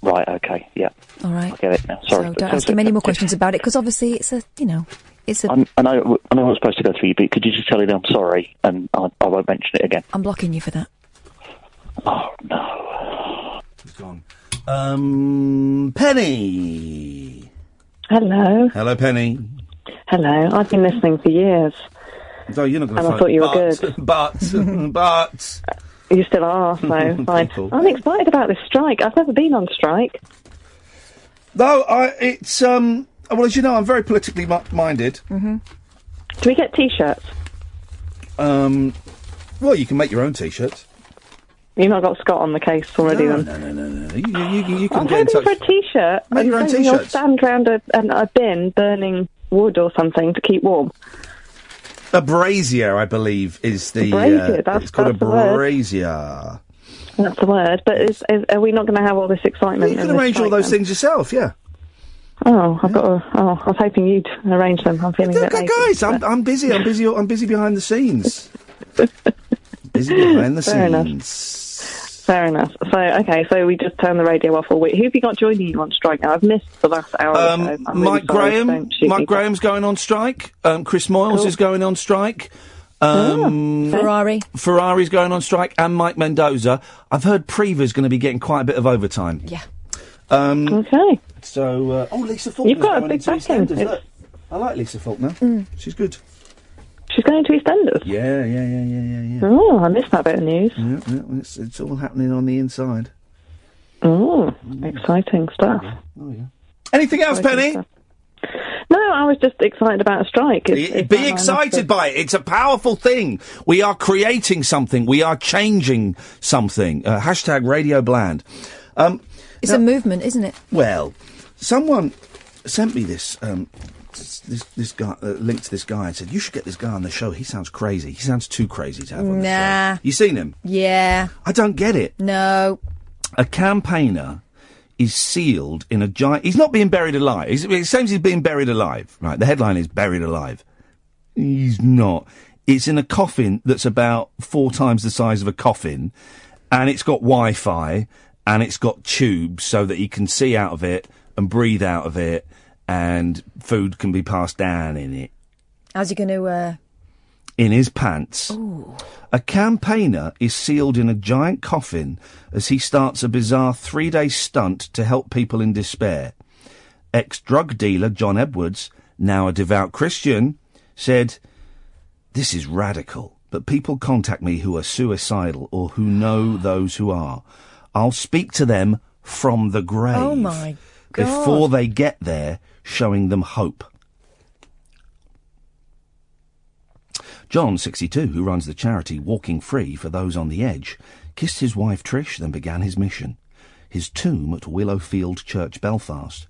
Speaker 14: Right. Okay. Yeah.
Speaker 5: All right.
Speaker 14: I get it now. Sorry.
Speaker 5: So don't ask him any more questions about it because obviously it's a you know it's a
Speaker 14: I'm, I know. I know I'm supposed to go through you, but could you just tell him I'm sorry and I, I won't mention it again.
Speaker 5: I'm blocking you for that.
Speaker 14: Oh no.
Speaker 3: He's gone. Um, Penny.
Speaker 16: Hello.
Speaker 3: Hello, Penny.
Speaker 16: Hello. I've been listening for years.
Speaker 3: No, you're not going to.
Speaker 16: And I thought you were good.
Speaker 3: But, but,
Speaker 16: You still are, Oh, so fine. Um,
Speaker 3: People.
Speaker 16: I'm excited about this strike. I've never been on strike.
Speaker 3: no, I. It's um. Well, as you know, I'm very politically mi- minded.
Speaker 16: Mm-hmm. Do we get t-shirts?
Speaker 3: Um, well, you can make your own t-shirts.
Speaker 16: You've not got Scott on the case already,
Speaker 3: No,
Speaker 16: then.
Speaker 3: no, no, no, no. Uh, You, you, you, you can
Speaker 16: I'm
Speaker 3: get in
Speaker 16: hoping
Speaker 3: touch.
Speaker 16: for a t-shirt.
Speaker 3: Make
Speaker 16: I'm
Speaker 3: your own
Speaker 16: hoping you'll
Speaker 3: t-shirts.
Speaker 16: stand round a, an, a bin burning wood or something to keep warm.
Speaker 3: A brazier, I believe, is the.
Speaker 16: Brazier,
Speaker 3: uh,
Speaker 16: that's-
Speaker 3: it's called
Speaker 16: that's
Speaker 3: a
Speaker 16: the word.
Speaker 3: brazier.
Speaker 16: That's the word. But is, is, are we not going to have all this excitement?
Speaker 3: You
Speaker 16: in
Speaker 3: can
Speaker 16: this
Speaker 3: arrange all
Speaker 16: strike,
Speaker 3: those
Speaker 16: then?
Speaker 3: things yourself, yeah.
Speaker 16: Oh, I've got. A, oh, I was hoping you'd arrange them. I'm feeling a bit
Speaker 3: Okay,
Speaker 16: lazy.
Speaker 3: guys, I'm, I'm busy. I'm busy. I'm busy behind the scenes. busy behind the
Speaker 16: Fair enough.
Speaker 3: scenes.
Speaker 16: Fair enough. So, okay, so we just turn the radio off all week. Who have you got joining you on strike now? I've missed the last hour.
Speaker 3: Um,
Speaker 16: or so. I'm really sorry.
Speaker 3: Mike
Speaker 16: Oh.
Speaker 3: Graham.
Speaker 16: Don't shoot me
Speaker 3: Mike
Speaker 16: down.
Speaker 3: Graham's going on strike. Um, Chris Moyles
Speaker 16: Cool.
Speaker 3: is going on strike.
Speaker 16: Ah,
Speaker 3: Um,
Speaker 5: Ferrari.
Speaker 3: Ferrari's going on strike, and Mike Mendoza. I've heard Preva's going to be getting quite a bit of overtime.
Speaker 5: Yeah.
Speaker 3: Um,
Speaker 16: okay.
Speaker 3: So, uh, oh, Lisa Faulkner.
Speaker 16: You've got a big backing. Mm.
Speaker 3: Look, I like Lisa Faulkner. She's good.
Speaker 16: She's going to EastEnders.
Speaker 3: Yeah, yeah, yeah, yeah, yeah, yeah.
Speaker 16: Oh, I missed that bit of news.
Speaker 3: Yeah, yeah, well, it's, it's all happening on the inside.
Speaker 16: Oh, exciting stuff.
Speaker 3: Oh yeah. Anything else, Penny?
Speaker 16: No, I was just excited about a strike. It's-
Speaker 3: Be-
Speaker 16: it's
Speaker 3: Be
Speaker 16: not like
Speaker 3: excited by it. It's a powerful thing. We are creating something. We are changing something. Uh, hashtag Radio Bland. Um,
Speaker 5: It's a movement, isn't it?
Speaker 3: well, someone sent me this um, s- this this guy uh, link to this guy and said you should get this guy on the show. He sounds crazy. He sounds too crazy to have on the
Speaker 5: Nah.
Speaker 3: show. You seen him?
Speaker 5: Yeah.
Speaker 3: I don't get it.
Speaker 5: No.
Speaker 3: A campaigner is sealed in a giant. He's not being buried alive. He's, it seems he's being buried alive. Right. The headline is buried alive. He's not. It's in a coffin that's about four times the size of a coffin, and it's got Wi-Fi and it's got tubes so that he can see out of it and breathe out of it, and food can be passed down in it
Speaker 5: How's he going to? Uh...
Speaker 3: in his pants.
Speaker 5: Ooh.
Speaker 3: A campaigner is sealed in a giant coffin as he starts a bizarre three day stunt to help people in despair. Ex drug dealer John Edwards, now a devout Christian, said, This is radical, but people contact me who are suicidal or who know those who are. I'll speak to them from the grave
Speaker 5: Oh my god.
Speaker 3: before they get there, showing them hope. John, 62, who runs the charity Walking Free for Those on the Edge, kissed his wife Trish, then began his mission. His tomb at Willowfield Church, Belfast,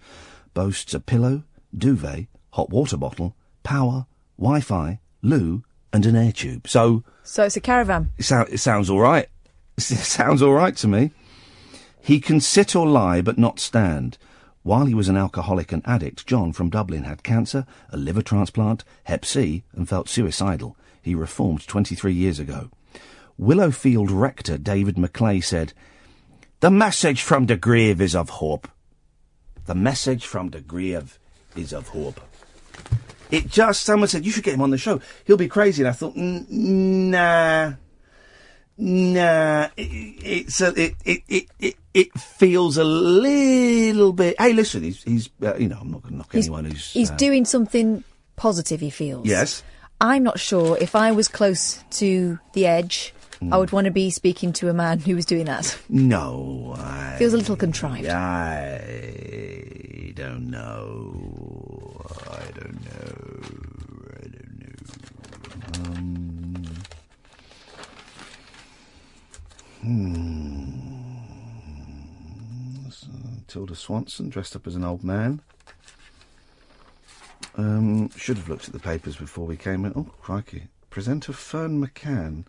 Speaker 3: boasts a pillow, duvet, hot water bottle, power, Wi Fi, loo, and an air tube. So,
Speaker 5: So it's a caravan.
Speaker 3: it, sou- it sounds all right. It sounds all right to me. He can sit or lie, but not stand. While he was an alcoholic and addict, John from Dublin had cancer, a liver transplant, Hep C, and felt suicidal. He reformed 23 years ago. Willowfield rector David Maclay said, The message from the grave is of hope. The message from the grave is of hope. It just, someone said, you should get him on the show. He'll be crazy. And I thought, "N- nah, nah. It, it's a, it, it, it, it, it feels a little bit. Hey, listen, he's, he's uh, you know, I'm not going to knock anyone who's.
Speaker 5: He's
Speaker 3: uh,
Speaker 5: doing something positive. He feels.
Speaker 3: Yes.
Speaker 5: I'm not sure if I was close to the edge,
Speaker 3: Hmm.
Speaker 5: I would want to be speaking to a man who was doing that.
Speaker 3: No, I.
Speaker 5: Feels a little contrived.
Speaker 3: I don't know. I don't know. I don't know. Um, hmm. So, Tilda Swanson dressed up as an old man. Um, should have looked at the papers before we came in. Oh, crikey. Presenter Fern McCann.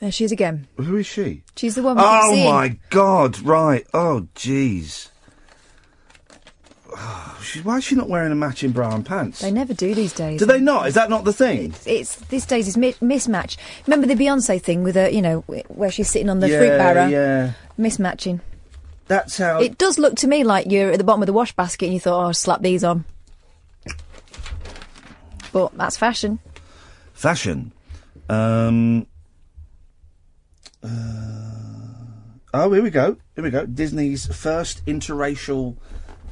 Speaker 5: There she is again.
Speaker 3: Who is she?
Speaker 5: She's the one. we keep
Speaker 3: Oh
Speaker 5: seeing.
Speaker 3: my god! Right. Oh jeez. Oh, she- why is she not wearing a matching bra and pants?
Speaker 5: They never do these days.
Speaker 3: Do they not? Is that not the thing?
Speaker 5: It's these days is mi- mismatch. Remember the Beyonce thing with her, you know, wh- where she's sitting on the
Speaker 3: yeah,
Speaker 5: fruit barrow,
Speaker 3: Yeah.
Speaker 5: mismatching.
Speaker 3: That's how.
Speaker 5: It does look to me like you're at the bottom of the wash basket and you thought, oh, I'll slap these on. But that's fashion.
Speaker 3: Fashion. Um. uh, oh, here we go. Here we go. Disney's first interracial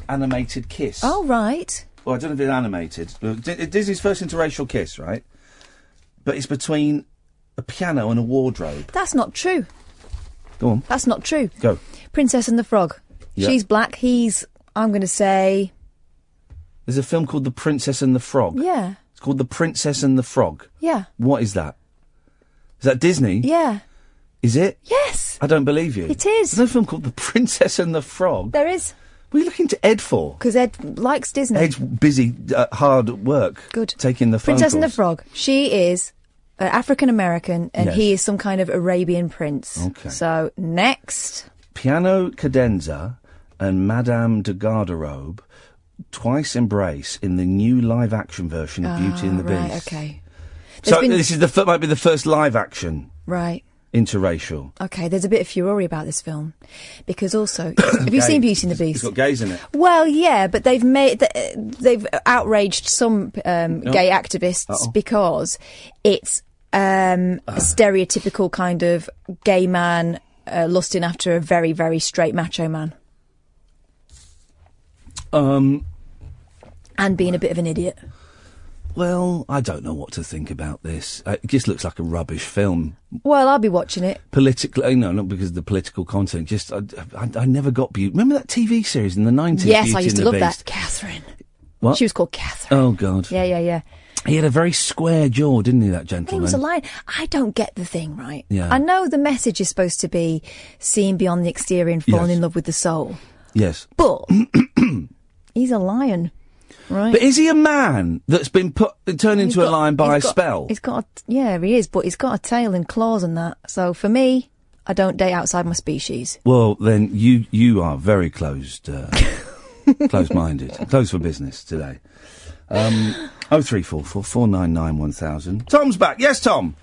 Speaker 3: animated kiss.
Speaker 5: Oh right.
Speaker 3: Well, I don't know if it's animated. Look, Di- Disney's first interracial kiss, right? But it's between a piano and a wardrobe.
Speaker 5: That's not true.
Speaker 3: Go on.
Speaker 5: That's not true.
Speaker 3: Go.
Speaker 5: Princess and the Frog.
Speaker 3: Yeah.
Speaker 5: She's black. He's. I'm going to say.
Speaker 3: There's a film called The Princess and the Frog.
Speaker 5: Yeah.
Speaker 3: It's called The Princess and the Frog.
Speaker 5: Yeah.
Speaker 3: What is that? Is that Disney?
Speaker 5: Yeah.
Speaker 3: Is it?
Speaker 5: Yes.
Speaker 3: I don't believe you.
Speaker 5: It is.
Speaker 3: There's a film called The Princess and the Frog.
Speaker 5: There is.
Speaker 3: What are you looking to Ed for?
Speaker 5: Because Ed likes Disney.
Speaker 3: Ed's busy, uh, hard at work.
Speaker 5: Good.
Speaker 3: Taking the phone
Speaker 5: Princess and the
Speaker 3: calls.
Speaker 5: Frog. She is an African American and
Speaker 3: Yes.
Speaker 5: he is some kind of Arabian prince.
Speaker 3: Okay.
Speaker 5: So next.
Speaker 3: Piano Cadenza and Madame de Garderobe twice embrace in the new live action version of Beauty and the
Speaker 5: Ah, right,
Speaker 3: Beast.
Speaker 5: okay. There's
Speaker 3: So
Speaker 5: been-
Speaker 3: this is the fir- might be the first live action
Speaker 5: Right.
Speaker 3: interracial.
Speaker 5: Okay, there's a bit of furore about this film because also have you
Speaker 3: Gay.
Speaker 5: seen Beauty and the
Speaker 3: It's
Speaker 5: Beast?
Speaker 3: got gays in it.
Speaker 5: Well, yeah, but they've made th- uh, they've outraged some um,
Speaker 3: Oh.
Speaker 5: gay activists
Speaker 3: Uh-oh. Ah.
Speaker 5: because it's um, a stereotypical kind of gay man uh, lusting after a very very straight macho man
Speaker 3: Um,
Speaker 5: and being a bit of an idiot.
Speaker 3: well, I don't know what to think about this. Uh, It just looks like a rubbish film.
Speaker 5: Well, I'll be watching it.
Speaker 3: Politically, oh, no, not because of the political content. Just, I, I, I never got beauty. Remember that TV series in the 90s?
Speaker 5: yes,
Speaker 3: Beauty
Speaker 5: I used to
Speaker 3: and
Speaker 5: love
Speaker 3: the
Speaker 5: that.
Speaker 3: Beast?
Speaker 5: Catherine.
Speaker 3: What?
Speaker 5: She was called Catherine.
Speaker 3: Oh, God.
Speaker 5: Yeah, yeah, yeah.
Speaker 3: He had a very square jaw, didn't he, that
Speaker 5: He
Speaker 3: gentleman?
Speaker 5: was a lion. I don't get the thing, right?
Speaker 3: Yeah.
Speaker 5: I know the message is supposed to be seeing beyond the exterior and falling
Speaker 3: Yes.
Speaker 5: in love with the soul,
Speaker 3: Yes.
Speaker 5: but he's a lion. Right.
Speaker 3: But is he a man that's been put turned
Speaker 5: He's
Speaker 3: into a
Speaker 5: got-
Speaker 3: lion by a
Speaker 5: he's got-
Speaker 3: spell?
Speaker 5: He's got, a, yeah, he is, but he's got a tail and claws and that. So for me, I don't date outside my species.
Speaker 3: Well, then you you are very closed, uh, closed minded, closed for business today. Um, oh three four four four nine nine one thousand. Tom's back. Yes, Tom.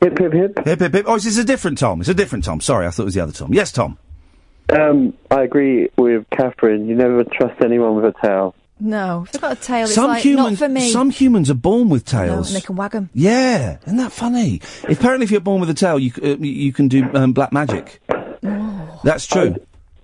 Speaker 15: Hip hip hip.
Speaker 3: Hip hip hip. Oh, is this a different Tom? It's a different Tom. Sorry, I thought it was the other Tom. Yes, Tom.
Speaker 15: Um, I agree with Catherine. You never trust anyone with a tail.
Speaker 5: No, if they've got a tail, it's
Speaker 3: some
Speaker 5: like,
Speaker 3: human-
Speaker 5: not for me.
Speaker 3: Some humans are born with
Speaker 5: no, and
Speaker 3: tails.
Speaker 5: they can wag 'em.
Speaker 3: yeah, isn't that funny? Apparently, if you're born with a tail, you c- uh, you can do um, black magic. That's true.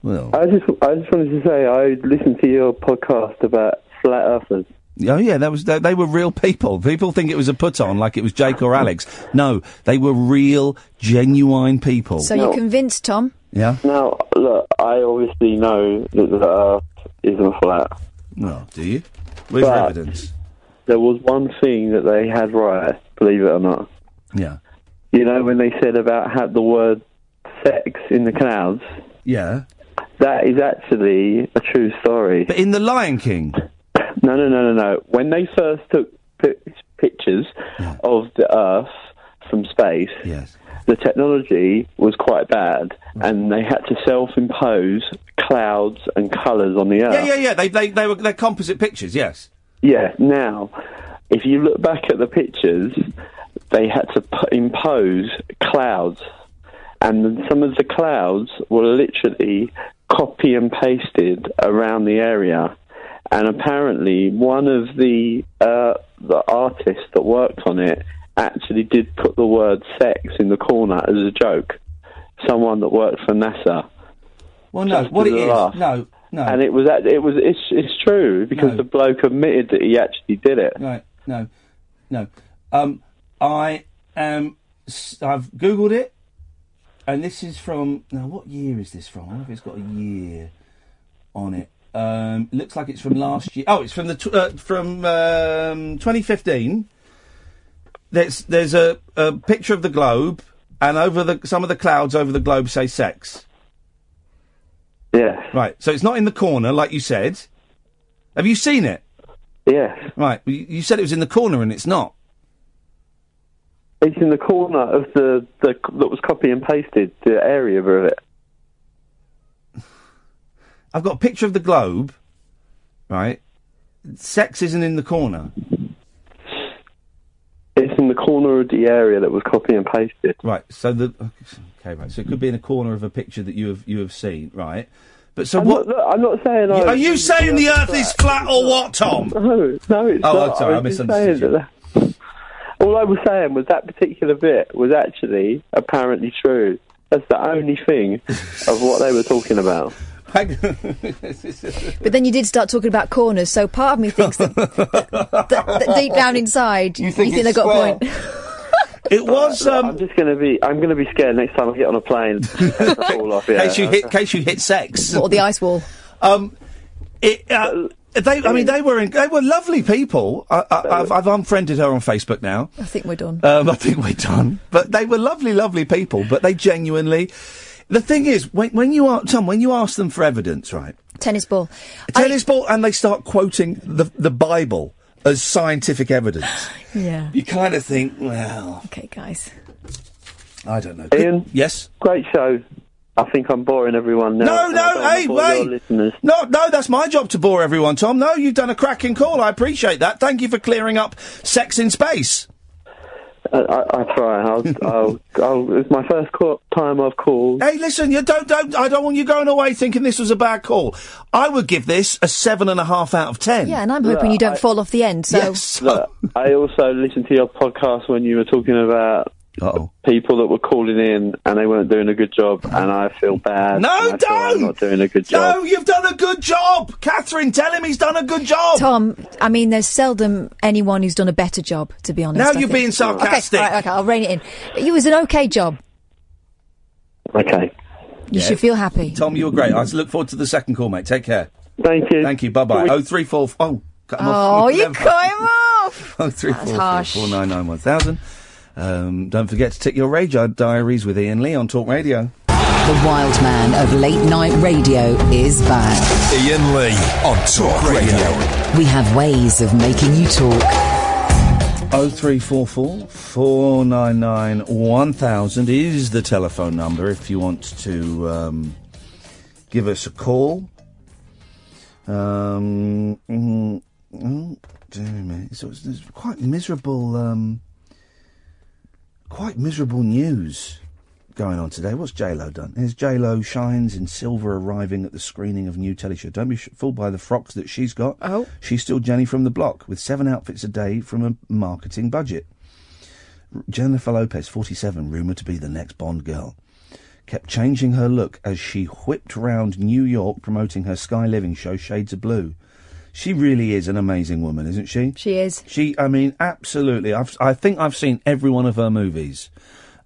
Speaker 3: Well,
Speaker 15: I just, I just wanted to say, I listened to your podcast about flat earthers.
Speaker 3: Oh yeah, that was they, they were real people. People think it was a put on, like it was Jake or Alex. No, they were real, genuine people.
Speaker 5: So you're convinced, Tom?
Speaker 3: yeah.
Speaker 15: Now, look, I obviously know that the Earth isn't flat.
Speaker 3: No, do you? Where's your evidence?
Speaker 15: There was one thing that they had right, believe it or not.
Speaker 3: Yeah.
Speaker 15: You know when they said about had the word sex in the clouds.
Speaker 3: Yeah.
Speaker 15: That is actually a true story. But
Speaker 3: in The Lion King.
Speaker 15: No, no, no, no, no. When they first took pi- pictures of the Earth from space,
Speaker 3: yes.
Speaker 15: the technology was quite bad, and they had to self-impose clouds and colours on the Earth.
Speaker 3: Yeah, yeah, yeah. They they they were they're composite pictures. Yes.
Speaker 15: Yeah, now, if you look back at the pictures, they had to p- impose clouds. And some of the clouds were literally copy and pasted around the area. And apparently, one of the uh, the artists that worked on it actually did put the word "sex" in the corner as a joke. Someone that worked for NASA.
Speaker 3: Well, no.
Speaker 15: Just
Speaker 3: What
Speaker 15: as
Speaker 3: it
Speaker 15: a
Speaker 3: is?
Speaker 15: laugh.
Speaker 3: No, no.
Speaker 15: And it was that it was it's it's true because the bloke admitted that he actually did it.
Speaker 3: No, no, no. Um, I am. s- I've googled it, and this is from. Now, what year is this from? I wonder if it's got a year on it. Um, looks like it's from last year. Oh, it's from the tw- uh, from um, 2015. There's there's a, a picture of the globe, and over the some of the clouds over the globe say sex.
Speaker 15: Yeah.
Speaker 3: Right. So it's not in the corner, like you said. Have you seen it?
Speaker 15: Yeah.
Speaker 3: Right. You you said it was in the corner, and it's not.
Speaker 15: It's in the corner of the, the that was copy and pasted the area of it.
Speaker 3: I've got a picture of the globe, right? Sex isn't in the corner.
Speaker 15: It's in the corner of the area that was copy and pasted.
Speaker 3: Right. So the okay, right. So it could be in a corner of a picture that you have you have seen, right? But so
Speaker 15: I'm
Speaker 3: what?
Speaker 15: Not, look, I'm not saying. I
Speaker 3: Are you saying the Earth is flat or what, Tom?
Speaker 15: No, no, it's
Speaker 3: Oh,
Speaker 15: not.
Speaker 3: I'm sorry, I
Speaker 15: was just
Speaker 3: misunderstood
Speaker 15: saying that- All I was saying was that particular bit was actually apparently true. That's the only thing of what they were talking about.
Speaker 5: But then you did start talking about corners, so part of me thinks that, that, that deep down inside, you think,
Speaker 15: think it's
Speaker 5: they've got
Speaker 15: square.
Speaker 5: a point.
Speaker 3: It was. um,
Speaker 15: I'm just going to be. I'm going to be scared next time I get on a plane. fall off, yeah.
Speaker 3: In case you hit, in case you hit sex.
Speaker 5: Or the ice wall.
Speaker 3: Um, it, uh, they. I mean, they were in, they were lovely people. I, I, I've, I've unfriended her on Facebook now.
Speaker 5: I think we're done.
Speaker 3: Um, I think we're done. But they were lovely, lovely people. But they genuinely. The thing is, when, when you are Tom, when you ask them for evidence, right?
Speaker 5: Tennis ball.
Speaker 3: Tennis ball, and they start quoting the the Bible as scientific evidence.
Speaker 5: Yeah.
Speaker 3: you kind of think, well,
Speaker 5: Okay, guys.
Speaker 3: I don't know.
Speaker 15: Ian.
Speaker 3: Yes.
Speaker 15: Great show. I think I'm boring everyone now.
Speaker 3: No,
Speaker 15: and
Speaker 3: no,
Speaker 15: I don't wanna
Speaker 3: hey,
Speaker 15: bore your
Speaker 3: wait.
Speaker 15: listeners.
Speaker 3: No, no, that's my job to bore everyone, Tom. No, you've done a cracking call. I appreciate that. Thank you for clearing up sex in space.
Speaker 15: I, I, I try. I'll, I'll, I'll, it's my first call, time I've called.
Speaker 3: Hey, listen, you don't, don't, I don't want you going away thinking this was a bad call. I would give this a seven and a half out of ten.
Speaker 5: Yeah, and I'm hoping
Speaker 15: Look,
Speaker 5: you don't
Speaker 15: I-
Speaker 5: fall off the end, so.
Speaker 15: Look, I also listened to your podcast when you were talking about people that were calling in and they weren't doing a good job, and I feel bad.
Speaker 3: No,
Speaker 15: and I feel I'm
Speaker 3: don't!
Speaker 15: not doing a good job.
Speaker 3: No, you've done a good job, Catherine. Tell him he's done a good job.
Speaker 5: Tom, I mean, there's seldom anyone who's done a better job, to be honest.
Speaker 3: Now
Speaker 5: I
Speaker 3: you're
Speaker 5: think.
Speaker 3: being sarcastic.
Speaker 5: Okay, all right, okay, I'll rein it in. It was an okay job.
Speaker 15: Okay.
Speaker 5: You should feel happy.
Speaker 3: Tom, you were great. I look forward to the second call, mate. Take care.
Speaker 15: Thank you.
Speaker 3: Thank you. Bye bye. Oh three four. f- Oh, cut 'em off.
Speaker 5: Oh, you cut him off.
Speaker 3: Oh three
Speaker 5: That's
Speaker 3: four four
Speaker 5: harsh.
Speaker 3: four nine nine uh, one thousand. Um, don't forget to tick your radar diaries with Ian Lee on Talk Radio.
Speaker 1: The wild man of late night radio is back.
Speaker 2: Ian Lee on Talk Radio.
Speaker 1: We have ways of making you talk.
Speaker 3: 0344 499 1000 is the telephone number if you want to um, give us a call. Um, mm, oh, dear me. So it's, it's quite miserable, um, quite miserable news going on today. What's J-Lo done? Here's J-Lo shines in silver arriving at the screening of new teleshow. Don't be sh- fooled by the frocks that she's got.
Speaker 5: Oh.
Speaker 3: She's still Jenny from the block with seven outfits a day from a marketing budget. R- Jennifer Lopez, 47, rumoured to be the next Bond girl, kept changing her look as she whipped round New York promoting her Sky Living show Shades of Blue. She really is an amazing woman, isn't she?
Speaker 5: She is.
Speaker 3: She, I mean, absolutely. I've, I think I've seen every one of her movies,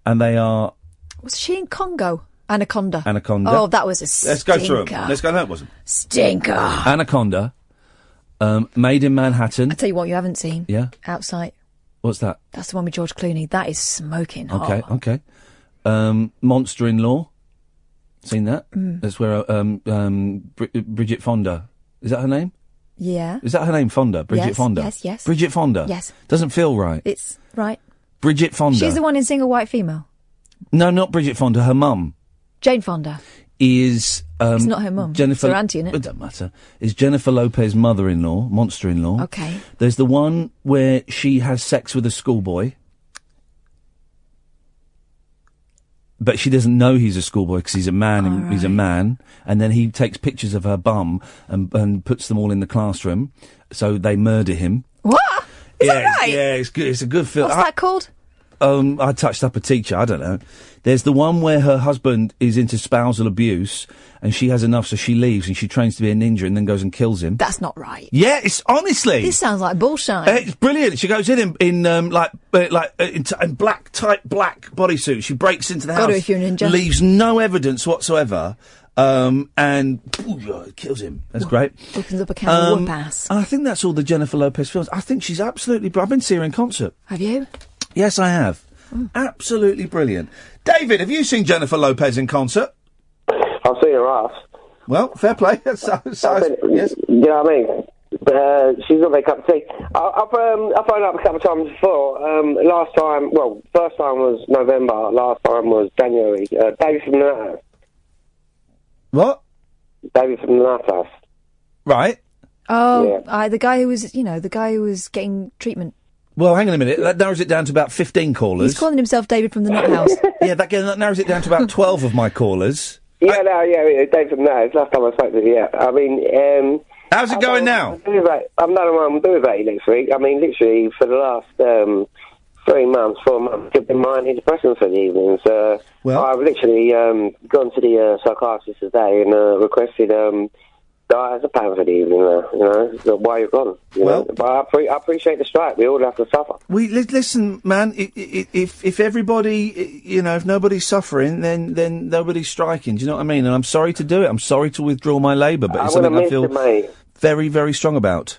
Speaker 3: and they are
Speaker 5: Was she in Congo? Anaconda.
Speaker 3: Anaconda.
Speaker 5: Oh, that was a stinker.
Speaker 3: Let's go through 'em. Let's go. No, it wasn't.
Speaker 5: Stinker. I
Speaker 3: Anaconda, um, Made in Manhattan.
Speaker 5: tell you what, you haven't seen.
Speaker 3: Yeah.
Speaker 5: Outside.
Speaker 3: What's that?
Speaker 5: That's the one with George Clooney. That is smoking hot.
Speaker 3: Okay, okay. Um, Monster in Law. Seen that?
Speaker 5: Mm.
Speaker 3: That's where um, um, Bri- Bridget Fonda. Is that her name?
Speaker 5: Yeah.
Speaker 3: Is that her name? Fonda. Bridget
Speaker 5: Yes,
Speaker 3: Fonda.
Speaker 5: yes, yes.
Speaker 3: Bridget Fonda.
Speaker 5: Yes.
Speaker 3: Doesn't feel right.
Speaker 5: It's right.
Speaker 3: Bridget Fonda.
Speaker 5: She's the one in Single White Female.
Speaker 3: No, not Bridget Fonda. Her mum
Speaker 5: Jane Fonda.
Speaker 3: is. Um,
Speaker 5: It's not her mum.
Speaker 3: Jennifer.
Speaker 5: It's her auntie, innit?
Speaker 3: It doesn't matter. Is Jennifer Lopez mother-in-law, monster-in-law?
Speaker 5: Okay.
Speaker 3: There's the one where she has sex with a schoolboy. But she doesn't know he's a schoolboy because he's a man. and He's a man, and then he takes pictures of her bum and, and puts them all in the classroom. So they murder him.
Speaker 5: What? Is
Speaker 3: yeah,
Speaker 5: that
Speaker 3: it's-
Speaker 5: right?
Speaker 3: yeah, it's good. It's a good film.
Speaker 5: What's
Speaker 3: I-
Speaker 5: that called?
Speaker 3: um, I touched up a teacher. I don't know. There's the one where her husband is into spousal abuse, and she has enough, so she leaves and she trains to be a ninja, and then goes and kills him.
Speaker 5: That's not right.
Speaker 3: yeah, it's honestly.
Speaker 5: This sounds like bullshine.
Speaker 3: Uh, It's brilliant. She goes in in, in um, like uh, like uh, in, t- in black tight black bodysuit. She breaks into the
Speaker 5: Gotta
Speaker 3: house.
Speaker 5: if you're a ninja.
Speaker 3: Leaves no evidence whatsoever, um, and ooh, kills him. That's great.
Speaker 5: Opens up a can of
Speaker 3: Um,
Speaker 5: whoop ass.
Speaker 3: And I think that's all the Jennifer Lopez films. I think she's absolutely. Br- I've been seeing her in concert.
Speaker 5: Have you? Mm.
Speaker 3: Yes, I have. Absolutely brilliant. David, have you seen Jennifer Lopez in concert?
Speaker 25: I've seen her off.
Speaker 3: Well, fair play. so, so, yes.
Speaker 25: You know what I mean? Uh, she's not very cup of tea. I, I've um, I've phoned up a couple of times before. Um, last time, well, first time was November. Last time was January. Uh, David from the Nutters.
Speaker 3: What?
Speaker 25: David from the Nutters.
Speaker 3: Right.
Speaker 5: Oh, I, the guy who was, you know, the guy who was getting treatment.
Speaker 3: Well, hang on a minute. That narrows it down to about 15 callers.
Speaker 5: He's calling himself David from the Nut House.
Speaker 3: yeah, that, that narrows it down to about 12 of my callers.
Speaker 25: Yeah, no, yeah, yeah, David from the Nutters. Last time I spoke to you. Yeah, I mean, um,
Speaker 3: how's it going now?
Speaker 25: I'm doing about, I'm not I'm doing about you next week. I mean, literally for the last um, three months, four months, I've been mining depression for the evenings. Uh,
Speaker 3: well,
Speaker 25: I've literally um, gone to the uh, psychiatrist today and uh, requested um, diet as a pan for the evening. Uh, you know, so why you're gone. You
Speaker 3: Well-
Speaker 25: know? but I, pre- I appreciate the strike. We all have to suffer.
Speaker 3: We li- listen, man. i- i- If if everybody, i- you know, if nobody's suffering, then then nobody's striking. Do you know what I mean? And I'm sorry to do it. I'm sorry to withdraw my labour, but
Speaker 25: I
Speaker 3: it's
Speaker 25: would've
Speaker 3: something I
Speaker 25: missed
Speaker 3: feel
Speaker 25: it, mate.
Speaker 3: very very strong about.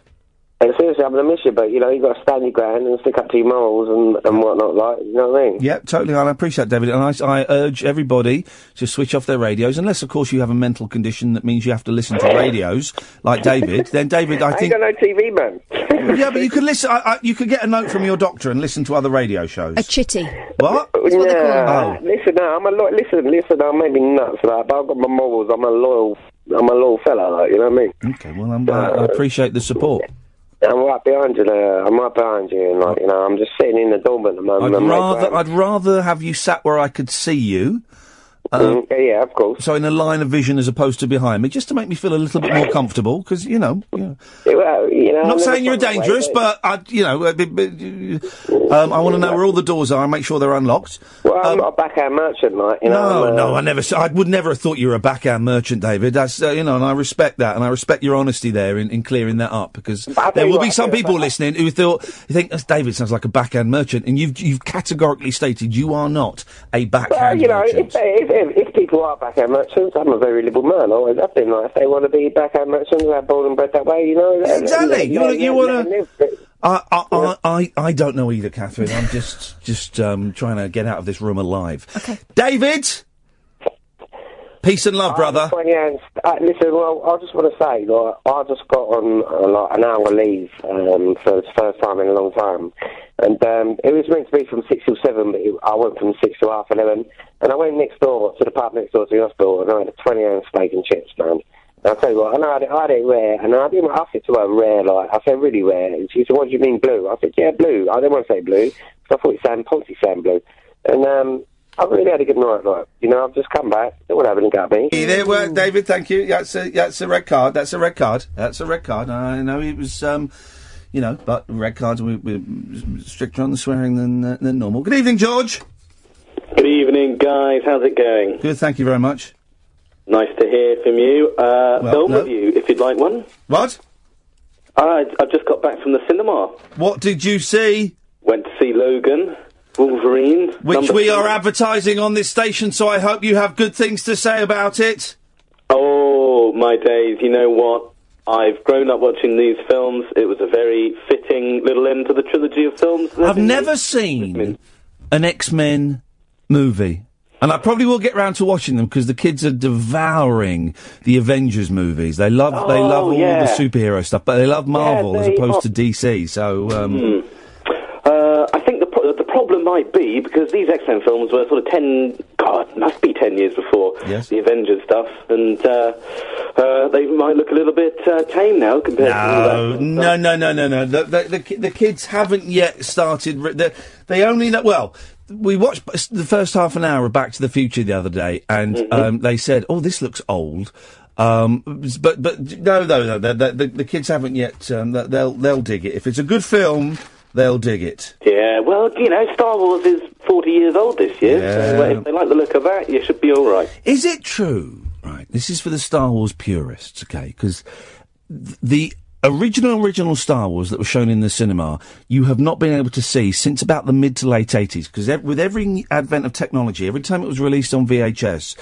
Speaker 25: And seriously, I'm going to miss you, but you know, you've got to stand your ground and stick up to your morals and, and whatnot. Like, you know what I mean?
Speaker 3: Yep, totally. and I appreciate that, David. And I, s- I urge everybody to switch off their radios, unless, of course, you have a mental condition that means you have to listen to radios, like David. Then, David, I
Speaker 25: I ain't
Speaker 3: think.
Speaker 25: got no TV, man.
Speaker 3: yeah, but you could listen. I, I, you could get a note from your doctor and listen to other radio shows.
Speaker 5: A chitty.
Speaker 3: What? Oh.
Speaker 25: Yeah. Listen, no, I'm a lo- listen, listen. I may be nuts, like, but I've got my morals. I'm a loyal, I'm a loyal fella. Like, you know what I mean?
Speaker 3: Okay, well, I'm, I, I appreciate the support.
Speaker 25: I'm right behind you. There. I'm right behind you, and like, you know, I'm just sitting in the dorm at the moment.
Speaker 3: I'd
Speaker 25: I'm right
Speaker 3: rather
Speaker 25: behind-
Speaker 3: I'd rather have you sat where I could see you. um,
Speaker 25: Mm, yeah, of course.
Speaker 3: So in a line of vision as opposed to behind me, just to make me feel a little bit more comfortable, because you know, you know.
Speaker 25: Yeah, well, you know,
Speaker 3: I'm
Speaker 25: I'm
Speaker 3: not saying you're
Speaker 25: never fond of
Speaker 3: dangerous,
Speaker 25: weight,
Speaker 3: but I, you know, uh, b- b- um, I want to know where all the doors are and make sure they're unlocked.
Speaker 25: Well,
Speaker 3: um,
Speaker 25: I'm not a backhand merchant, like, you know.
Speaker 3: no,
Speaker 25: I'm, uh,
Speaker 3: no, I never. s- I would never have thought you were a backhand merchant, David. That's uh, you know, and I respect that, and I respect your honesty there in, in clearing that up because
Speaker 25: I
Speaker 3: there
Speaker 25: tell you
Speaker 3: will
Speaker 25: what,
Speaker 3: be
Speaker 25: I
Speaker 3: some
Speaker 25: tell you
Speaker 3: people
Speaker 25: what.
Speaker 3: listening who thought, who think "That's David sounds like a backhand merchant, and you've you've categorically stated you are not a
Speaker 25: Well,
Speaker 3: backhand
Speaker 25: you know,
Speaker 3: merchant.
Speaker 25: if, if, if, if people are backhand merchants, I'm a very liberal man. I always have been. Like, if they want to be backhand merchants, they're born and bred that way, you know.
Speaker 3: Exactly. You wanna- you wanna-
Speaker 25: to...
Speaker 3: I, I, I, I, I don't know either, Catherine. I'm just just um, trying to get out of this room alive. Okay. David, Peace and love, brother.
Speaker 25: Twenty hands. Uh, listen, well, I just want to say, like, I just got on uh, like an hour leave um, for the first time in a long time, and um, it was meant to be from six till seven, but it, I went from six to half eleven, and I went next door to the pub next door to the hospital, and I had a twenty ounce steak and chips, man. And I tell you what, I know I had it, I had it rare, and I didn't ask it to her rare, like, I said, really rare. And she said, what do you mean blue? I said, yeah, blue. I didn't want to say blue, because I thought it sounded Ponty sound blue. And um, I really had a good night, like, you know, I've just come back, it would have been a gut me.
Speaker 3: Hey, there, well, David, thank you. That's a, that's a red card. That's a red card. That's a red card. I know it was, um, you know, but red cards, we, we're stricter on the swearing than, uh, than normal. Good evening, George.
Speaker 26: Good evening, guys. How's it going?
Speaker 3: Good, thank you very much.
Speaker 26: Nice to hear from you. Uh,
Speaker 3: Well,
Speaker 26: film
Speaker 3: no.
Speaker 26: review, if you'd like one.
Speaker 3: What?
Speaker 26: I, I just got back from the cinema.
Speaker 3: What did you see?
Speaker 26: Went to see Logan, Wolverine.
Speaker 3: Which
Speaker 26: number
Speaker 3: we
Speaker 26: two.
Speaker 3: are advertising on this station, so I hope you have good things to say about it.
Speaker 26: Oh, my days. You know what? I've grown up watching these films. It was a very fitting little end to the trilogy of films.
Speaker 3: I've never seen an X Men movie. And I probably will get round to watching them because the kids are devouring the Avengers movies. They love they
Speaker 26: Oh,
Speaker 3: love all
Speaker 26: yeah.
Speaker 3: the superhero stuff, but they love Marvel as
Speaker 26: they
Speaker 3: opposed
Speaker 26: are-
Speaker 3: to DC. So um,
Speaker 26: Hmm. Uh, I think the, pro- the problem might be because these X Men films were sort of 10, God, must be 10 years before
Speaker 3: Yes.
Speaker 26: the Avengers stuff, and uh, uh, they might look a little bit uh, tame now compared
Speaker 3: No,
Speaker 26: to the
Speaker 3: no, no, no, no, no. The, the, the, ki- the kids haven't yet started. Re- the, they only know. Well, we watched b- s- the first half an hour of Back to the Future the other day, and
Speaker 26: Mm-hmm.
Speaker 3: um, they said, "Oh, this looks old." Um, s- but but no, no, no. The, the, the, the kids haven't yet. Um, th- they'll they'll dig it. If it's a good film, they'll dig it.
Speaker 26: Yeah, well, you know, Star Wars is 40 years old this year, so uh,
Speaker 3: Yeah.
Speaker 26: if they like the look of that, you should be all right.
Speaker 3: Is it true? Right, this is for the Star Wars purists, okay? Because th- the original, original Star Wars that was shown in the cinema, you have not been able to see since about the mid to late 80s. Because ev- with every n- advent of technology, every time it was released on VHS,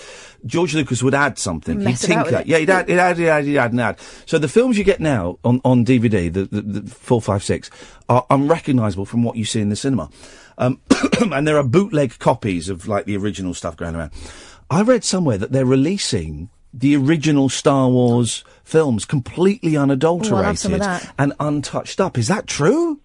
Speaker 3: George Lucas would add something. He'd
Speaker 4: Mess about with
Speaker 3: tinker.
Speaker 4: it.
Speaker 3: Yeah, he'd add, he'd add, he'd add, he'd add, and add. So the films you get now on, on DVD, the, the, the 456, are unrecognisable from what you see in the cinema. Um, and there are bootleg copies of like the original stuff going around. I read somewhere that they're releasing the original Star Wars films completely unadulterated
Speaker 26: We'll have some of that.
Speaker 3: and untouched up. Is that true?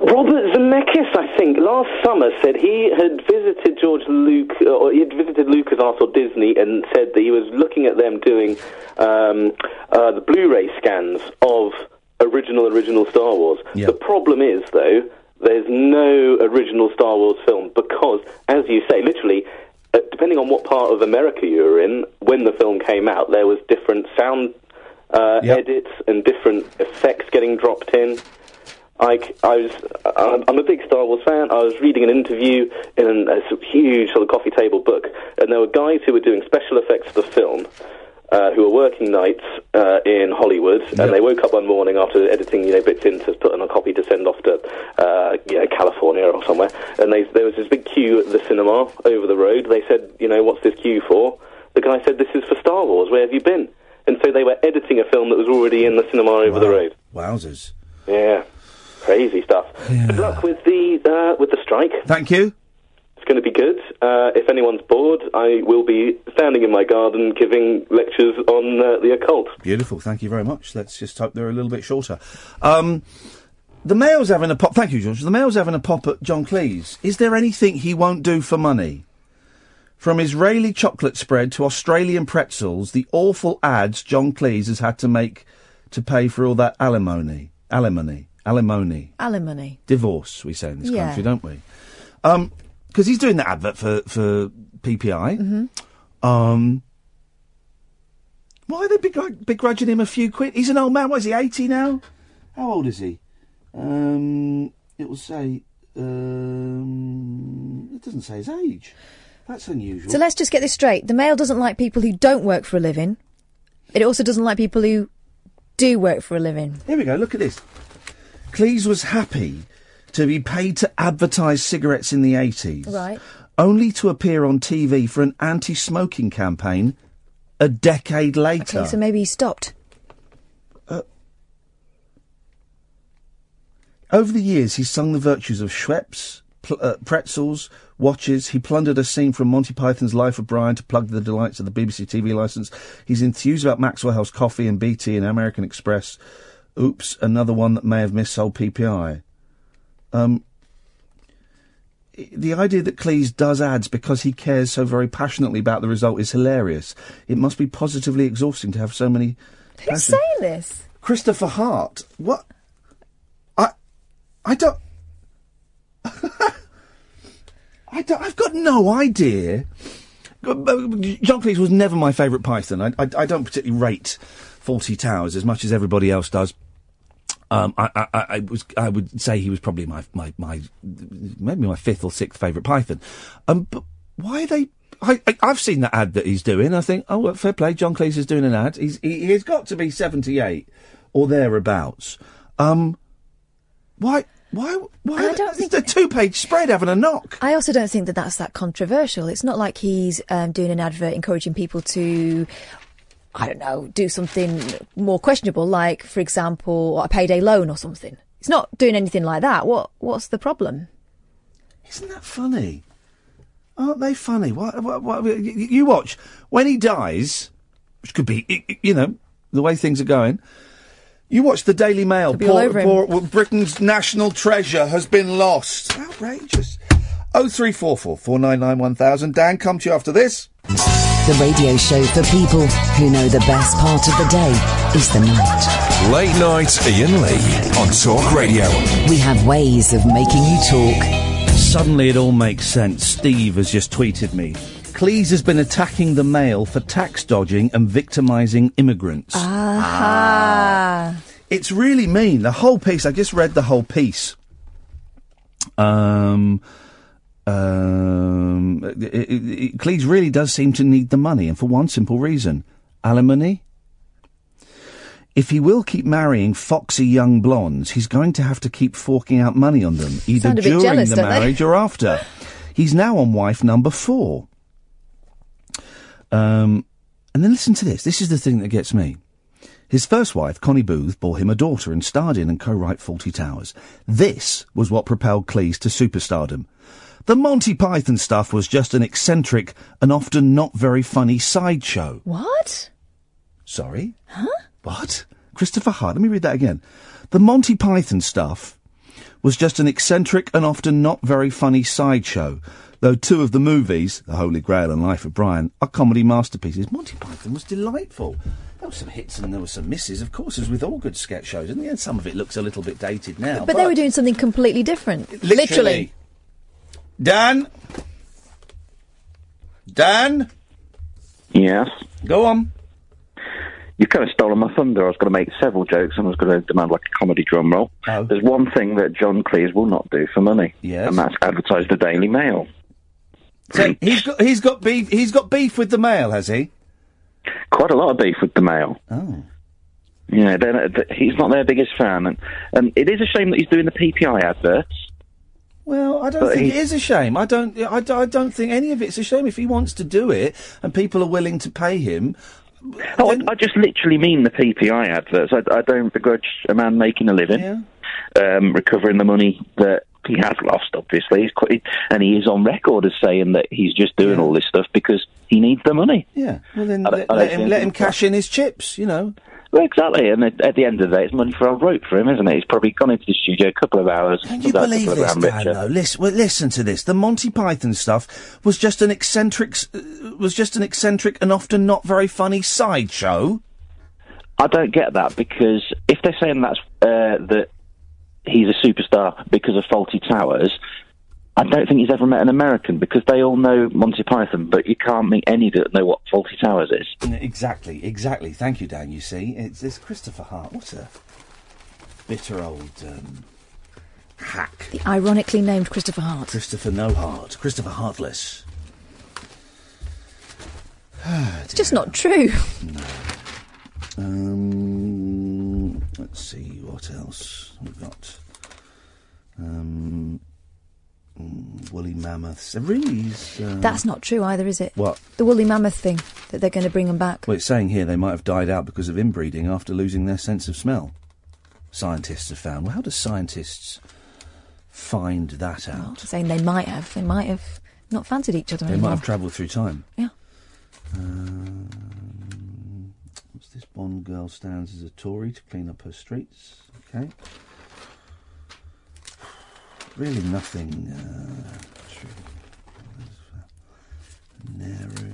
Speaker 26: Robert Zemeckis, I think, last summer said he had visited George Luke, or he had visited LucasArts or Disney, and said that he was looking at them doing um, uh, the Blu-ray scans of original original Star Wars. The problem is, though, there's no original Star Wars film because, as you say, literally. Uh, depending on what part of America you were in, when the film came out, there was different sound uh, edits and different effects getting dropped in. I, I was, I'm- I'm a big Star Wars fan. I was reading an interview in an, a sort of huge sort of coffee table book, and there were guys who were doing special effects for the film, uh, who were working nights uh, in Hollywood, and they woke up one morning after editing, you know, bits in to put on a copy to send off to, uh, you know, California or somewhere. And they, there was this big queue at the cinema over the road. They said, you know, what's this queue for? The guy said, this is for Star Wars. Where have you been? And so they were editing a film that was already in the cinema over the road.
Speaker 3: Wowzers.
Speaker 26: Yeah, crazy stuff. Good luck with the uh, with the strike.
Speaker 3: Thank you.
Speaker 26: It's going to be good. Uh, if anyone's bored, I will be standing in my garden giving lectures on uh, the occult.
Speaker 3: Beautiful. Thank you very much. Let's just hope they're a little bit shorter. Um, the Mail's having a pop. Thank you, George. The Mail's having a pop at John Cleese. Is there anything he won't do for money? From Israeli chocolate spread to Australian pretzels, the awful ads John Cleese has had to make to pay for all that alimony. Alimony. Alimony.
Speaker 5: Alimony.
Speaker 3: Divorce, we say in this
Speaker 5: Yeah.
Speaker 3: country, don't we? Because he's doing that advert for, for PPI.
Speaker 5: Mhm.
Speaker 3: Um, why are they begr- begrudging him a few quid? He's an old man. What is he, 80 now? How old is he? Um, it will say. Um, it doesn't say his age. That's unusual.
Speaker 5: So let's just get this straight. The Mail doesn't like people who don't work for a living. It also doesn't like people who do work for a living.
Speaker 3: Here we go. Look at this. Cleese was happy to be paid to advertise cigarettes in the 80s,
Speaker 5: Right.
Speaker 3: only to appear on TV for an anti smoking campaign a decade later.
Speaker 5: Okay, so maybe he stopped.
Speaker 3: Over the years, he's sung the virtues of Schweppes, pl- uh, pretzels, watches. He plundered a scene from Monty Python's Life of Brian to plug the delights of the BBC TV license. He's enthused about Maxwell House Coffee and BT and American Express. Oops, another one that may have missold PPI. Um, i- the idea that Cleese does ads because he cares so very passionately about the result is hilarious. It must be positively exhausting to have so many.
Speaker 5: Who's
Speaker 3: passion-
Speaker 5: saying this?
Speaker 3: Christopher Hart. What? I, I don't. I don't. I've got no idea. John Cleese was never my favourite Python. I, I, I don't particularly rate Forty Towers as much as everybody else does. Um, I, I- I, I was, I would say he was probably my, my, my, maybe my fifth or sixth favourite Python. Um, but why are they? I, I, I've seen that ad that he's doing. I think, oh, well, fair play. John Cleese is doing an ad. He's, he, he's got to be seventy-eight or thereabouts. Um, why, why, why? I don't think it's a two-page spread having a knock.
Speaker 5: I also don't think that that's that controversial. It's not like he's um, doing an advert encouraging people to, I don't know, do something more questionable, like, for example, a payday loan or something. It's not doing anything like that. What What's the problem?
Speaker 3: Isn't that funny? Aren't they funny? What, what, what, y- y- you watch when he dies, which could be y- y- you know the way things are going. You watch the Daily Mail.
Speaker 14: be all over him.
Speaker 3: Britain's national treasure has been lost. Outrageous. Oh three four four four nine nine one thousand. Dan, come to you after this.
Speaker 1: The radio show for people who know the best part of the day is the night.
Speaker 2: Late night Ian Lee on Talk Radio.
Speaker 1: We have ways of making you talk.
Speaker 3: Suddenly it all makes sense. Steve has just tweeted me. Cleese has been attacking the Mail for tax dodging and victimising immigrants.
Speaker 5: Ah.
Speaker 3: It's really mean. The whole piece. I just read the whole piece. Um, um, it, it, it- Cleese really does seem to need the money, and for one simple reason: alimony. If he will keep marrying foxy young blondes, he's going to have to keep forking out money on them, either
Speaker 14: Sound a bit
Speaker 3: during
Speaker 14: jealous,
Speaker 3: the
Speaker 14: don't they?
Speaker 3: marriage or after. He's now on wife number four. Um, and then listen to this. This is the thing that gets me. His first wife, Connie Booth, bore him a daughter and starred in and co-wrote Faulty Towers. This was what propelled Cleese to superstardom. The Monty Python stuff was just an eccentric and often not very funny sideshow.
Speaker 5: What?
Speaker 3: Sorry? Huh? What? Christopher Hart. Let me read that again. The Monty Python stuff was just an eccentric and often not very funny sideshow, though two of the movies, The Holy Grail and Life of Brian, are comedy masterpieces. Monty Python was delightful. There were some hits and there were some misses, of course, as with all good sketch shows. And the end, some of it looks a little bit dated now.
Speaker 5: But they were doing something completely different. Literally.
Speaker 3: Dan? Dan?
Speaker 12: Yes.
Speaker 3: Go on.
Speaker 12: You've kind of stolen my thunder. I was going to make several jokes and I was going to demand like a comedy drum roll. There's one thing that John Cleese will not do for money,
Speaker 3: Oh. Yes.
Speaker 12: and that's advertise the Daily Mail.
Speaker 3: So he's got he's got beef he's got beef with the Mail, has he?
Speaker 12: Quite a lot of beef with the Mail.
Speaker 3: Oh.
Speaker 12: Yeah, they're, not- th- he's not their biggest fan, and, and it is a shame that he's doing the PPI adverts.
Speaker 3: Well, I don't
Speaker 12: But
Speaker 3: think
Speaker 12: he-
Speaker 3: it is a shame. I don't. I, d- I don't think any of it's a shame if he wants to do it and people are willing to pay him.
Speaker 12: Oh, I, I just literally mean the PPI adverts. I, I don't begrudge a man making a living, um, recovering the money that he has lost. Obviously, he's quite, and he is on record as saying that he's just doing all this stuff because he needs the money.
Speaker 3: Yeah. Well, then
Speaker 12: I
Speaker 3: let,
Speaker 12: don't- I don't
Speaker 3: let him
Speaker 12: think
Speaker 3: let him
Speaker 12: it's that.
Speaker 3: cash in his chips. You know.
Speaker 12: Well, exactly. And at, at the end of the day, it's money for old rope for him, isn't it? He's probably gone into the studio a couple of hours.
Speaker 3: Can you believe this, Dan? Though, listen, well, listen to this. The Monty Python stuff was just an eccentric, s- uh, was just an eccentric and often not very funny sideshow.
Speaker 12: I don't get that because if they're saying that's uh, that he's a superstar because of Faulty Towers, I don't think he's ever met an American because they all know Monty Python, but you can't meet any that know what Faulty Towers is.
Speaker 3: Exactly, exactly. Thank you, Dan. You see, it's this Christopher Hart. What a bitter old um, hack.
Speaker 5: The ironically named Christopher Hart.
Speaker 3: Christopher No Heart. Christopher Heartless.
Speaker 5: It's just not true.
Speaker 3: Mm. Um, let's see what else we've got. Um, mm, woolly mammoths. There really is, uh,
Speaker 5: That's not true either, is it?
Speaker 3: What?
Speaker 5: The woolly mammoth thing that they're going to bring them back.
Speaker 3: Well, it's saying here they might have died out because of inbreeding after losing their sense of smell. Scientists have found. Well, how do scientists find that out.
Speaker 5: saying they might have, they might have not fancied each other
Speaker 3: They
Speaker 5: anymore.
Speaker 3: might have travelled through time.
Speaker 5: Yeah.
Speaker 3: Um, what's this? Bond girl stands as a Tory to clean up her streets. Okay. Really nothing. Uh, true. Nehru.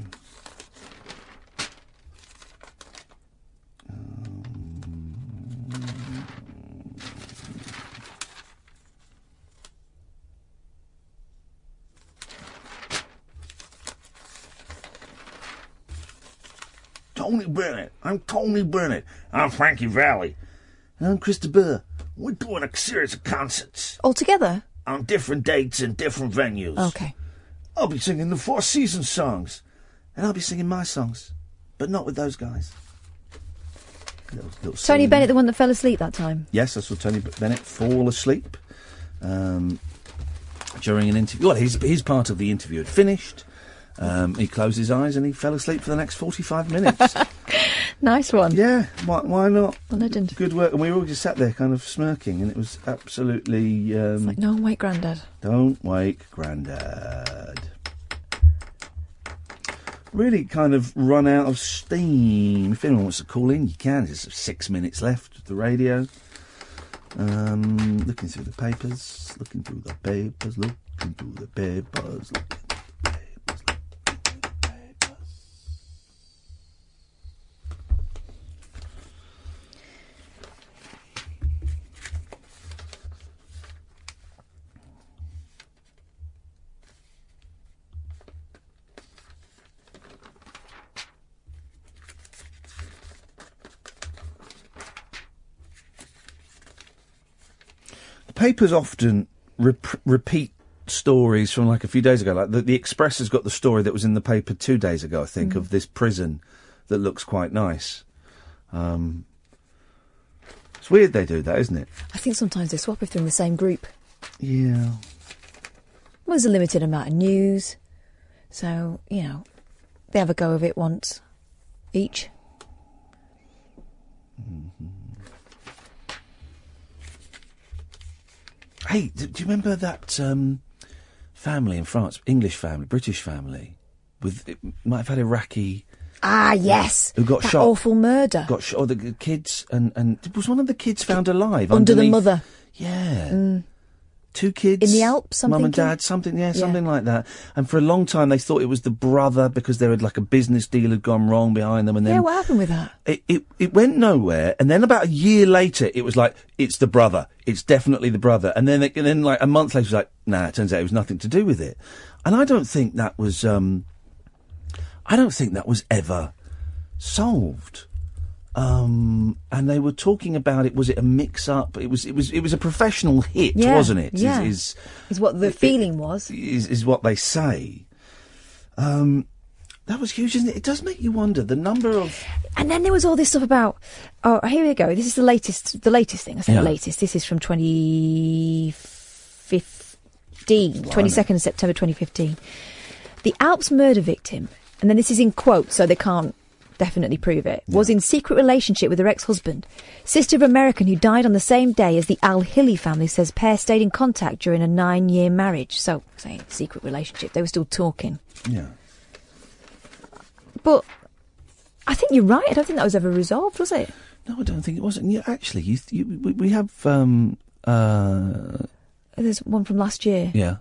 Speaker 3: Tony Bennett. I'm Tony Bennett. I'm Frankie Valley. And I'm Chris DeBurr. We're doing a series of concerts
Speaker 5: All together?
Speaker 3: on different dates and different venues.
Speaker 5: Okay.
Speaker 3: I'll be singing the Four Seasons songs. And I'll be singing my songs. But not with those guys. Little- little
Speaker 5: Tony
Speaker 3: singing.
Speaker 5: Bennett, the one that fell asleep that time.
Speaker 3: Yes, I saw Tony Bennett fall asleep um, during an interview. Well, his, his part of the interview had finished. Um, he closed his eyes and he fell asleep for the next 45 minutes.
Speaker 5: Nice one.
Speaker 3: Yeah, why, why not?
Speaker 5: legend.
Speaker 3: Good work. And we were all just sat there kind of smirking, and it was absolutely. Um,
Speaker 5: Like, no, wait, Grandad.
Speaker 3: Don't wake Grandad. Really kind of run out of steam. If anyone wants to call in, you can. There's six minutes left of the radio. Um, looking through the papers, looking through the papers, looking through the papers, looking papers often rep- repeat stories from like a few days ago. Like the, the Express has got the story that was in the paper two days ago, I think,
Speaker 26: Mhm.
Speaker 3: of this prison that looks quite nice. Um, it's weird they do that, isn't it?
Speaker 5: I think sometimes they swap if they're in the same group.
Speaker 3: Yeah.
Speaker 5: Well, there's a limited amount of news, so you know they have a go of it once each.
Speaker 3: Mm-hmm. Hey, d- do you remember that um, family in France, English family, British family, with it might have had Iraqi
Speaker 5: Ah, yes.
Speaker 3: who got
Speaker 5: that
Speaker 3: shot?
Speaker 5: Awful murder
Speaker 3: Got shot. Or the g- kids and and was one of the kids found alive
Speaker 5: under the
Speaker 3: underneath-
Speaker 5: mother.
Speaker 3: Yeah.
Speaker 5: Mm.
Speaker 3: Two kids
Speaker 5: In the Alps, I'm
Speaker 3: mum and
Speaker 5: thinking.
Speaker 3: dad, something, yeah,
Speaker 5: Yeah.
Speaker 3: something like that. And for a long time, they thought it was the brother because there had like a business deal had gone wrong behind them, and then
Speaker 5: yeah, what happened with that?
Speaker 3: it, it it went nowhere. And then about a year later, it was like it's the brother, it's definitely the brother. And then and then like a month later, it was like nah, it turns out it was nothing to do with it. And I don't think that was um, I don't think that was ever solved. Um, and they were talking about it. Was it a mix-up? It was. It was. It was a professional hit,
Speaker 5: Yeah,
Speaker 3: wasn't it? Is-
Speaker 5: yeah.
Speaker 3: is-
Speaker 5: Is what the feeling was.
Speaker 3: is, is what they say. Um, that was huge, isn't it? It does make you wonder the number of.
Speaker 5: And then there was all this stuff about. Oh, here we go. This is the latest. The latest thing. I think
Speaker 3: Yeah.
Speaker 5: the latest. This is from 2015, 22nd of September 2015. The Alps murder victim, and then this is in quotes, so they can't definitely prove it. Was in secret relationship with her ex-husband, sister of American who died on the same day as the Al Hilly family. Says pair stayed in contact during a nine-year marriage. So saying secret relationship, they were still talking.
Speaker 3: Yeah.
Speaker 5: But I think you're right. I don't think that was ever resolved, was it?
Speaker 3: No, I don't think it was. And yeah, actually, you, th- you we, we have. Um, uh,
Speaker 5: There's one from last year.
Speaker 3: yeah.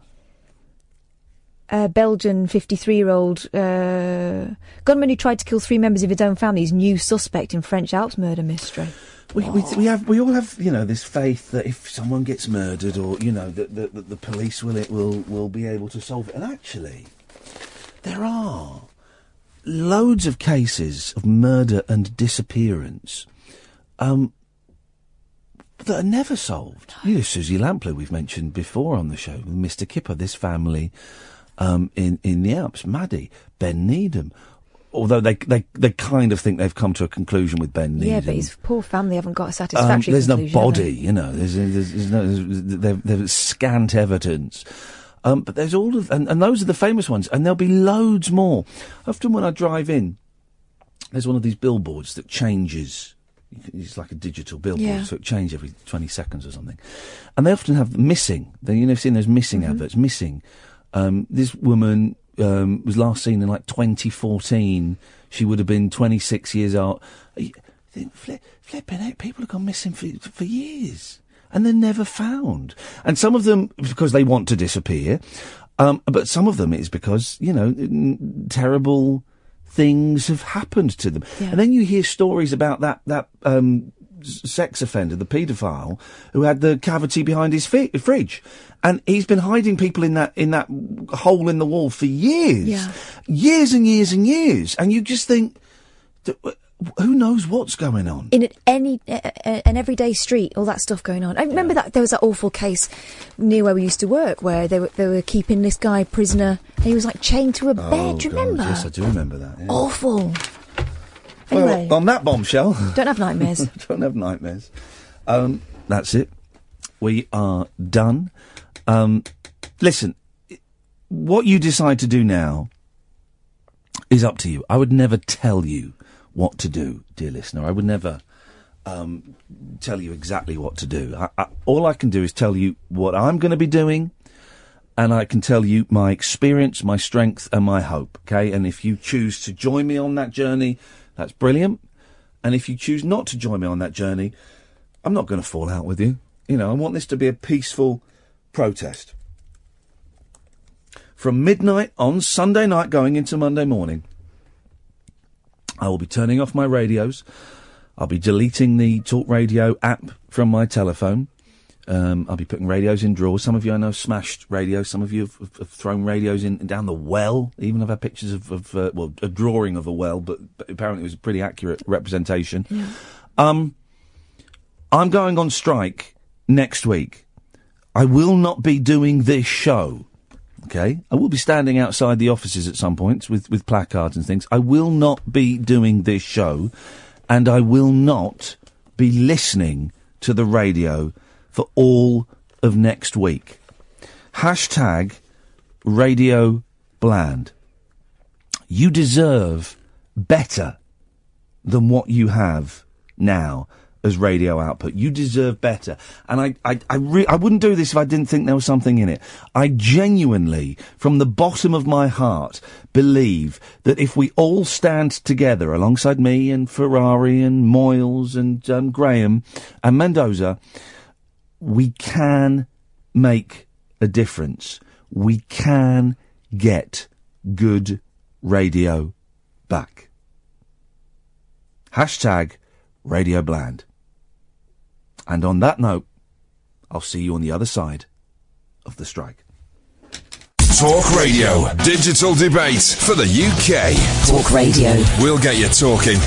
Speaker 5: A Belgian 53 year old uh, gunman who tried to kill three members of his own family is new suspect in French Alps murder mystery.
Speaker 3: We, we, we have we all have you know this faith that if someone gets murdered or you know that the, that the police will it will will be able to solve it and actually there are loads of cases of murder and disappearance um, that are never solved. You know, Susie Lampler, we've mentioned before on the show, Mr. Kipper, this family um, in, in the Alps, Maddie, Ben Needham. Although they, they they kind of think they've come to a conclusion with
Speaker 11: Oh.
Speaker 3: Ben Needham.
Speaker 5: Yeah, but his poor family haven't got a
Speaker 3: Um,
Speaker 5: satisfactory
Speaker 3: there's no
Speaker 5: conclusion, have
Speaker 3: body, you know. There's, there's, there's no there's, there, there's scant evidence. Um, but there's all of and, and those are the famous ones, and there'll be loads more. Often when I drive in, there's one of these billboards that changes you can- it's like a digital billboard,
Speaker 4: Yeah.
Speaker 3: so it changes every 20 seconds or something. And they often have missing. They, you know, seen those missing
Speaker 5: Mm-hmm.
Speaker 3: adverts, missing. Um, this woman um, was last seen in like 2014. She would have been 26 years old. Flip, flipping it, people have gone missing for, for years and they're never found. And some of them because they want to disappear, um, but some of them is because you know n- terrible things have happened to them. And then you hear stories about that that um, s- sex offender, the paedophile, who had the cavity behind his fi- fridge, and he's been hiding people in that in that hole in the wall for years,
Speaker 4: Yeah.
Speaker 3: years and years and years, and you just think. th- Who knows what's going on?
Speaker 11: in an, any uh, uh, an everyday street, all that stuff going on. I remember that there was that awful case near where we used to work where they were they were keeping this guy prisoner. And he was like chained to a bed. Do you
Speaker 3: Oh, God,
Speaker 11: remember?
Speaker 3: Yes, I do remember that. yeah.
Speaker 11: Awful.
Speaker 3: Well,
Speaker 11: Anyway,
Speaker 3: on that bombshell.
Speaker 11: Don't have nightmares.
Speaker 3: don't have nightmares. Um, that's it. We are done. Um, listen, i- what you decide to do now is up to you. I would never tell you what to do, dear listener. I would never um, tell you exactly what to do. I, I, all I can do is tell you what I'm going to be doing, and I can tell you my experience, my strength, and my hope. Okay, and if you choose to join me on that journey, that's brilliant. And if you choose not to join me on that journey, I'm not going to fall out with you. You know, I want this to be a peaceful protest. From midnight on Sunday night going into Monday morning, I will be turning off my radios. I'll be deleting the Talk Radio app from my telephone. Um, I'll be putting radios in drawers. Some of you I know have smashed radios. Some of you have, have, have thrown radios in down the well. Even I've had pictures of, of uh, well, a drawing of a well, but, but apparently it was a pretty accurate representation. Um, I'm going on strike next week. I will not be doing this show. Okay, I will be standing outside the offices at some points with with placards and things. I will not be doing this show, and I will not be listening to the radio for all of next week. Hashtag Radio Bland. You deserve better than what you have now as radio output. You deserve better. And I, I, I, re- I wouldn't do this if I didn't think there was something in it. I genuinely, from the bottom of my heart, believe that if we all stand together alongside me and Ferrari and Moyles and um, Graham and Mendoza, we can make a difference. We can get good radio back. Hashtag Radio Bland. And on that note, I'll see you on the other side of the strike.
Speaker 2: Talk Radio. Digital debate for the UK. Talk
Speaker 1: Radio.
Speaker 2: We'll get you talking.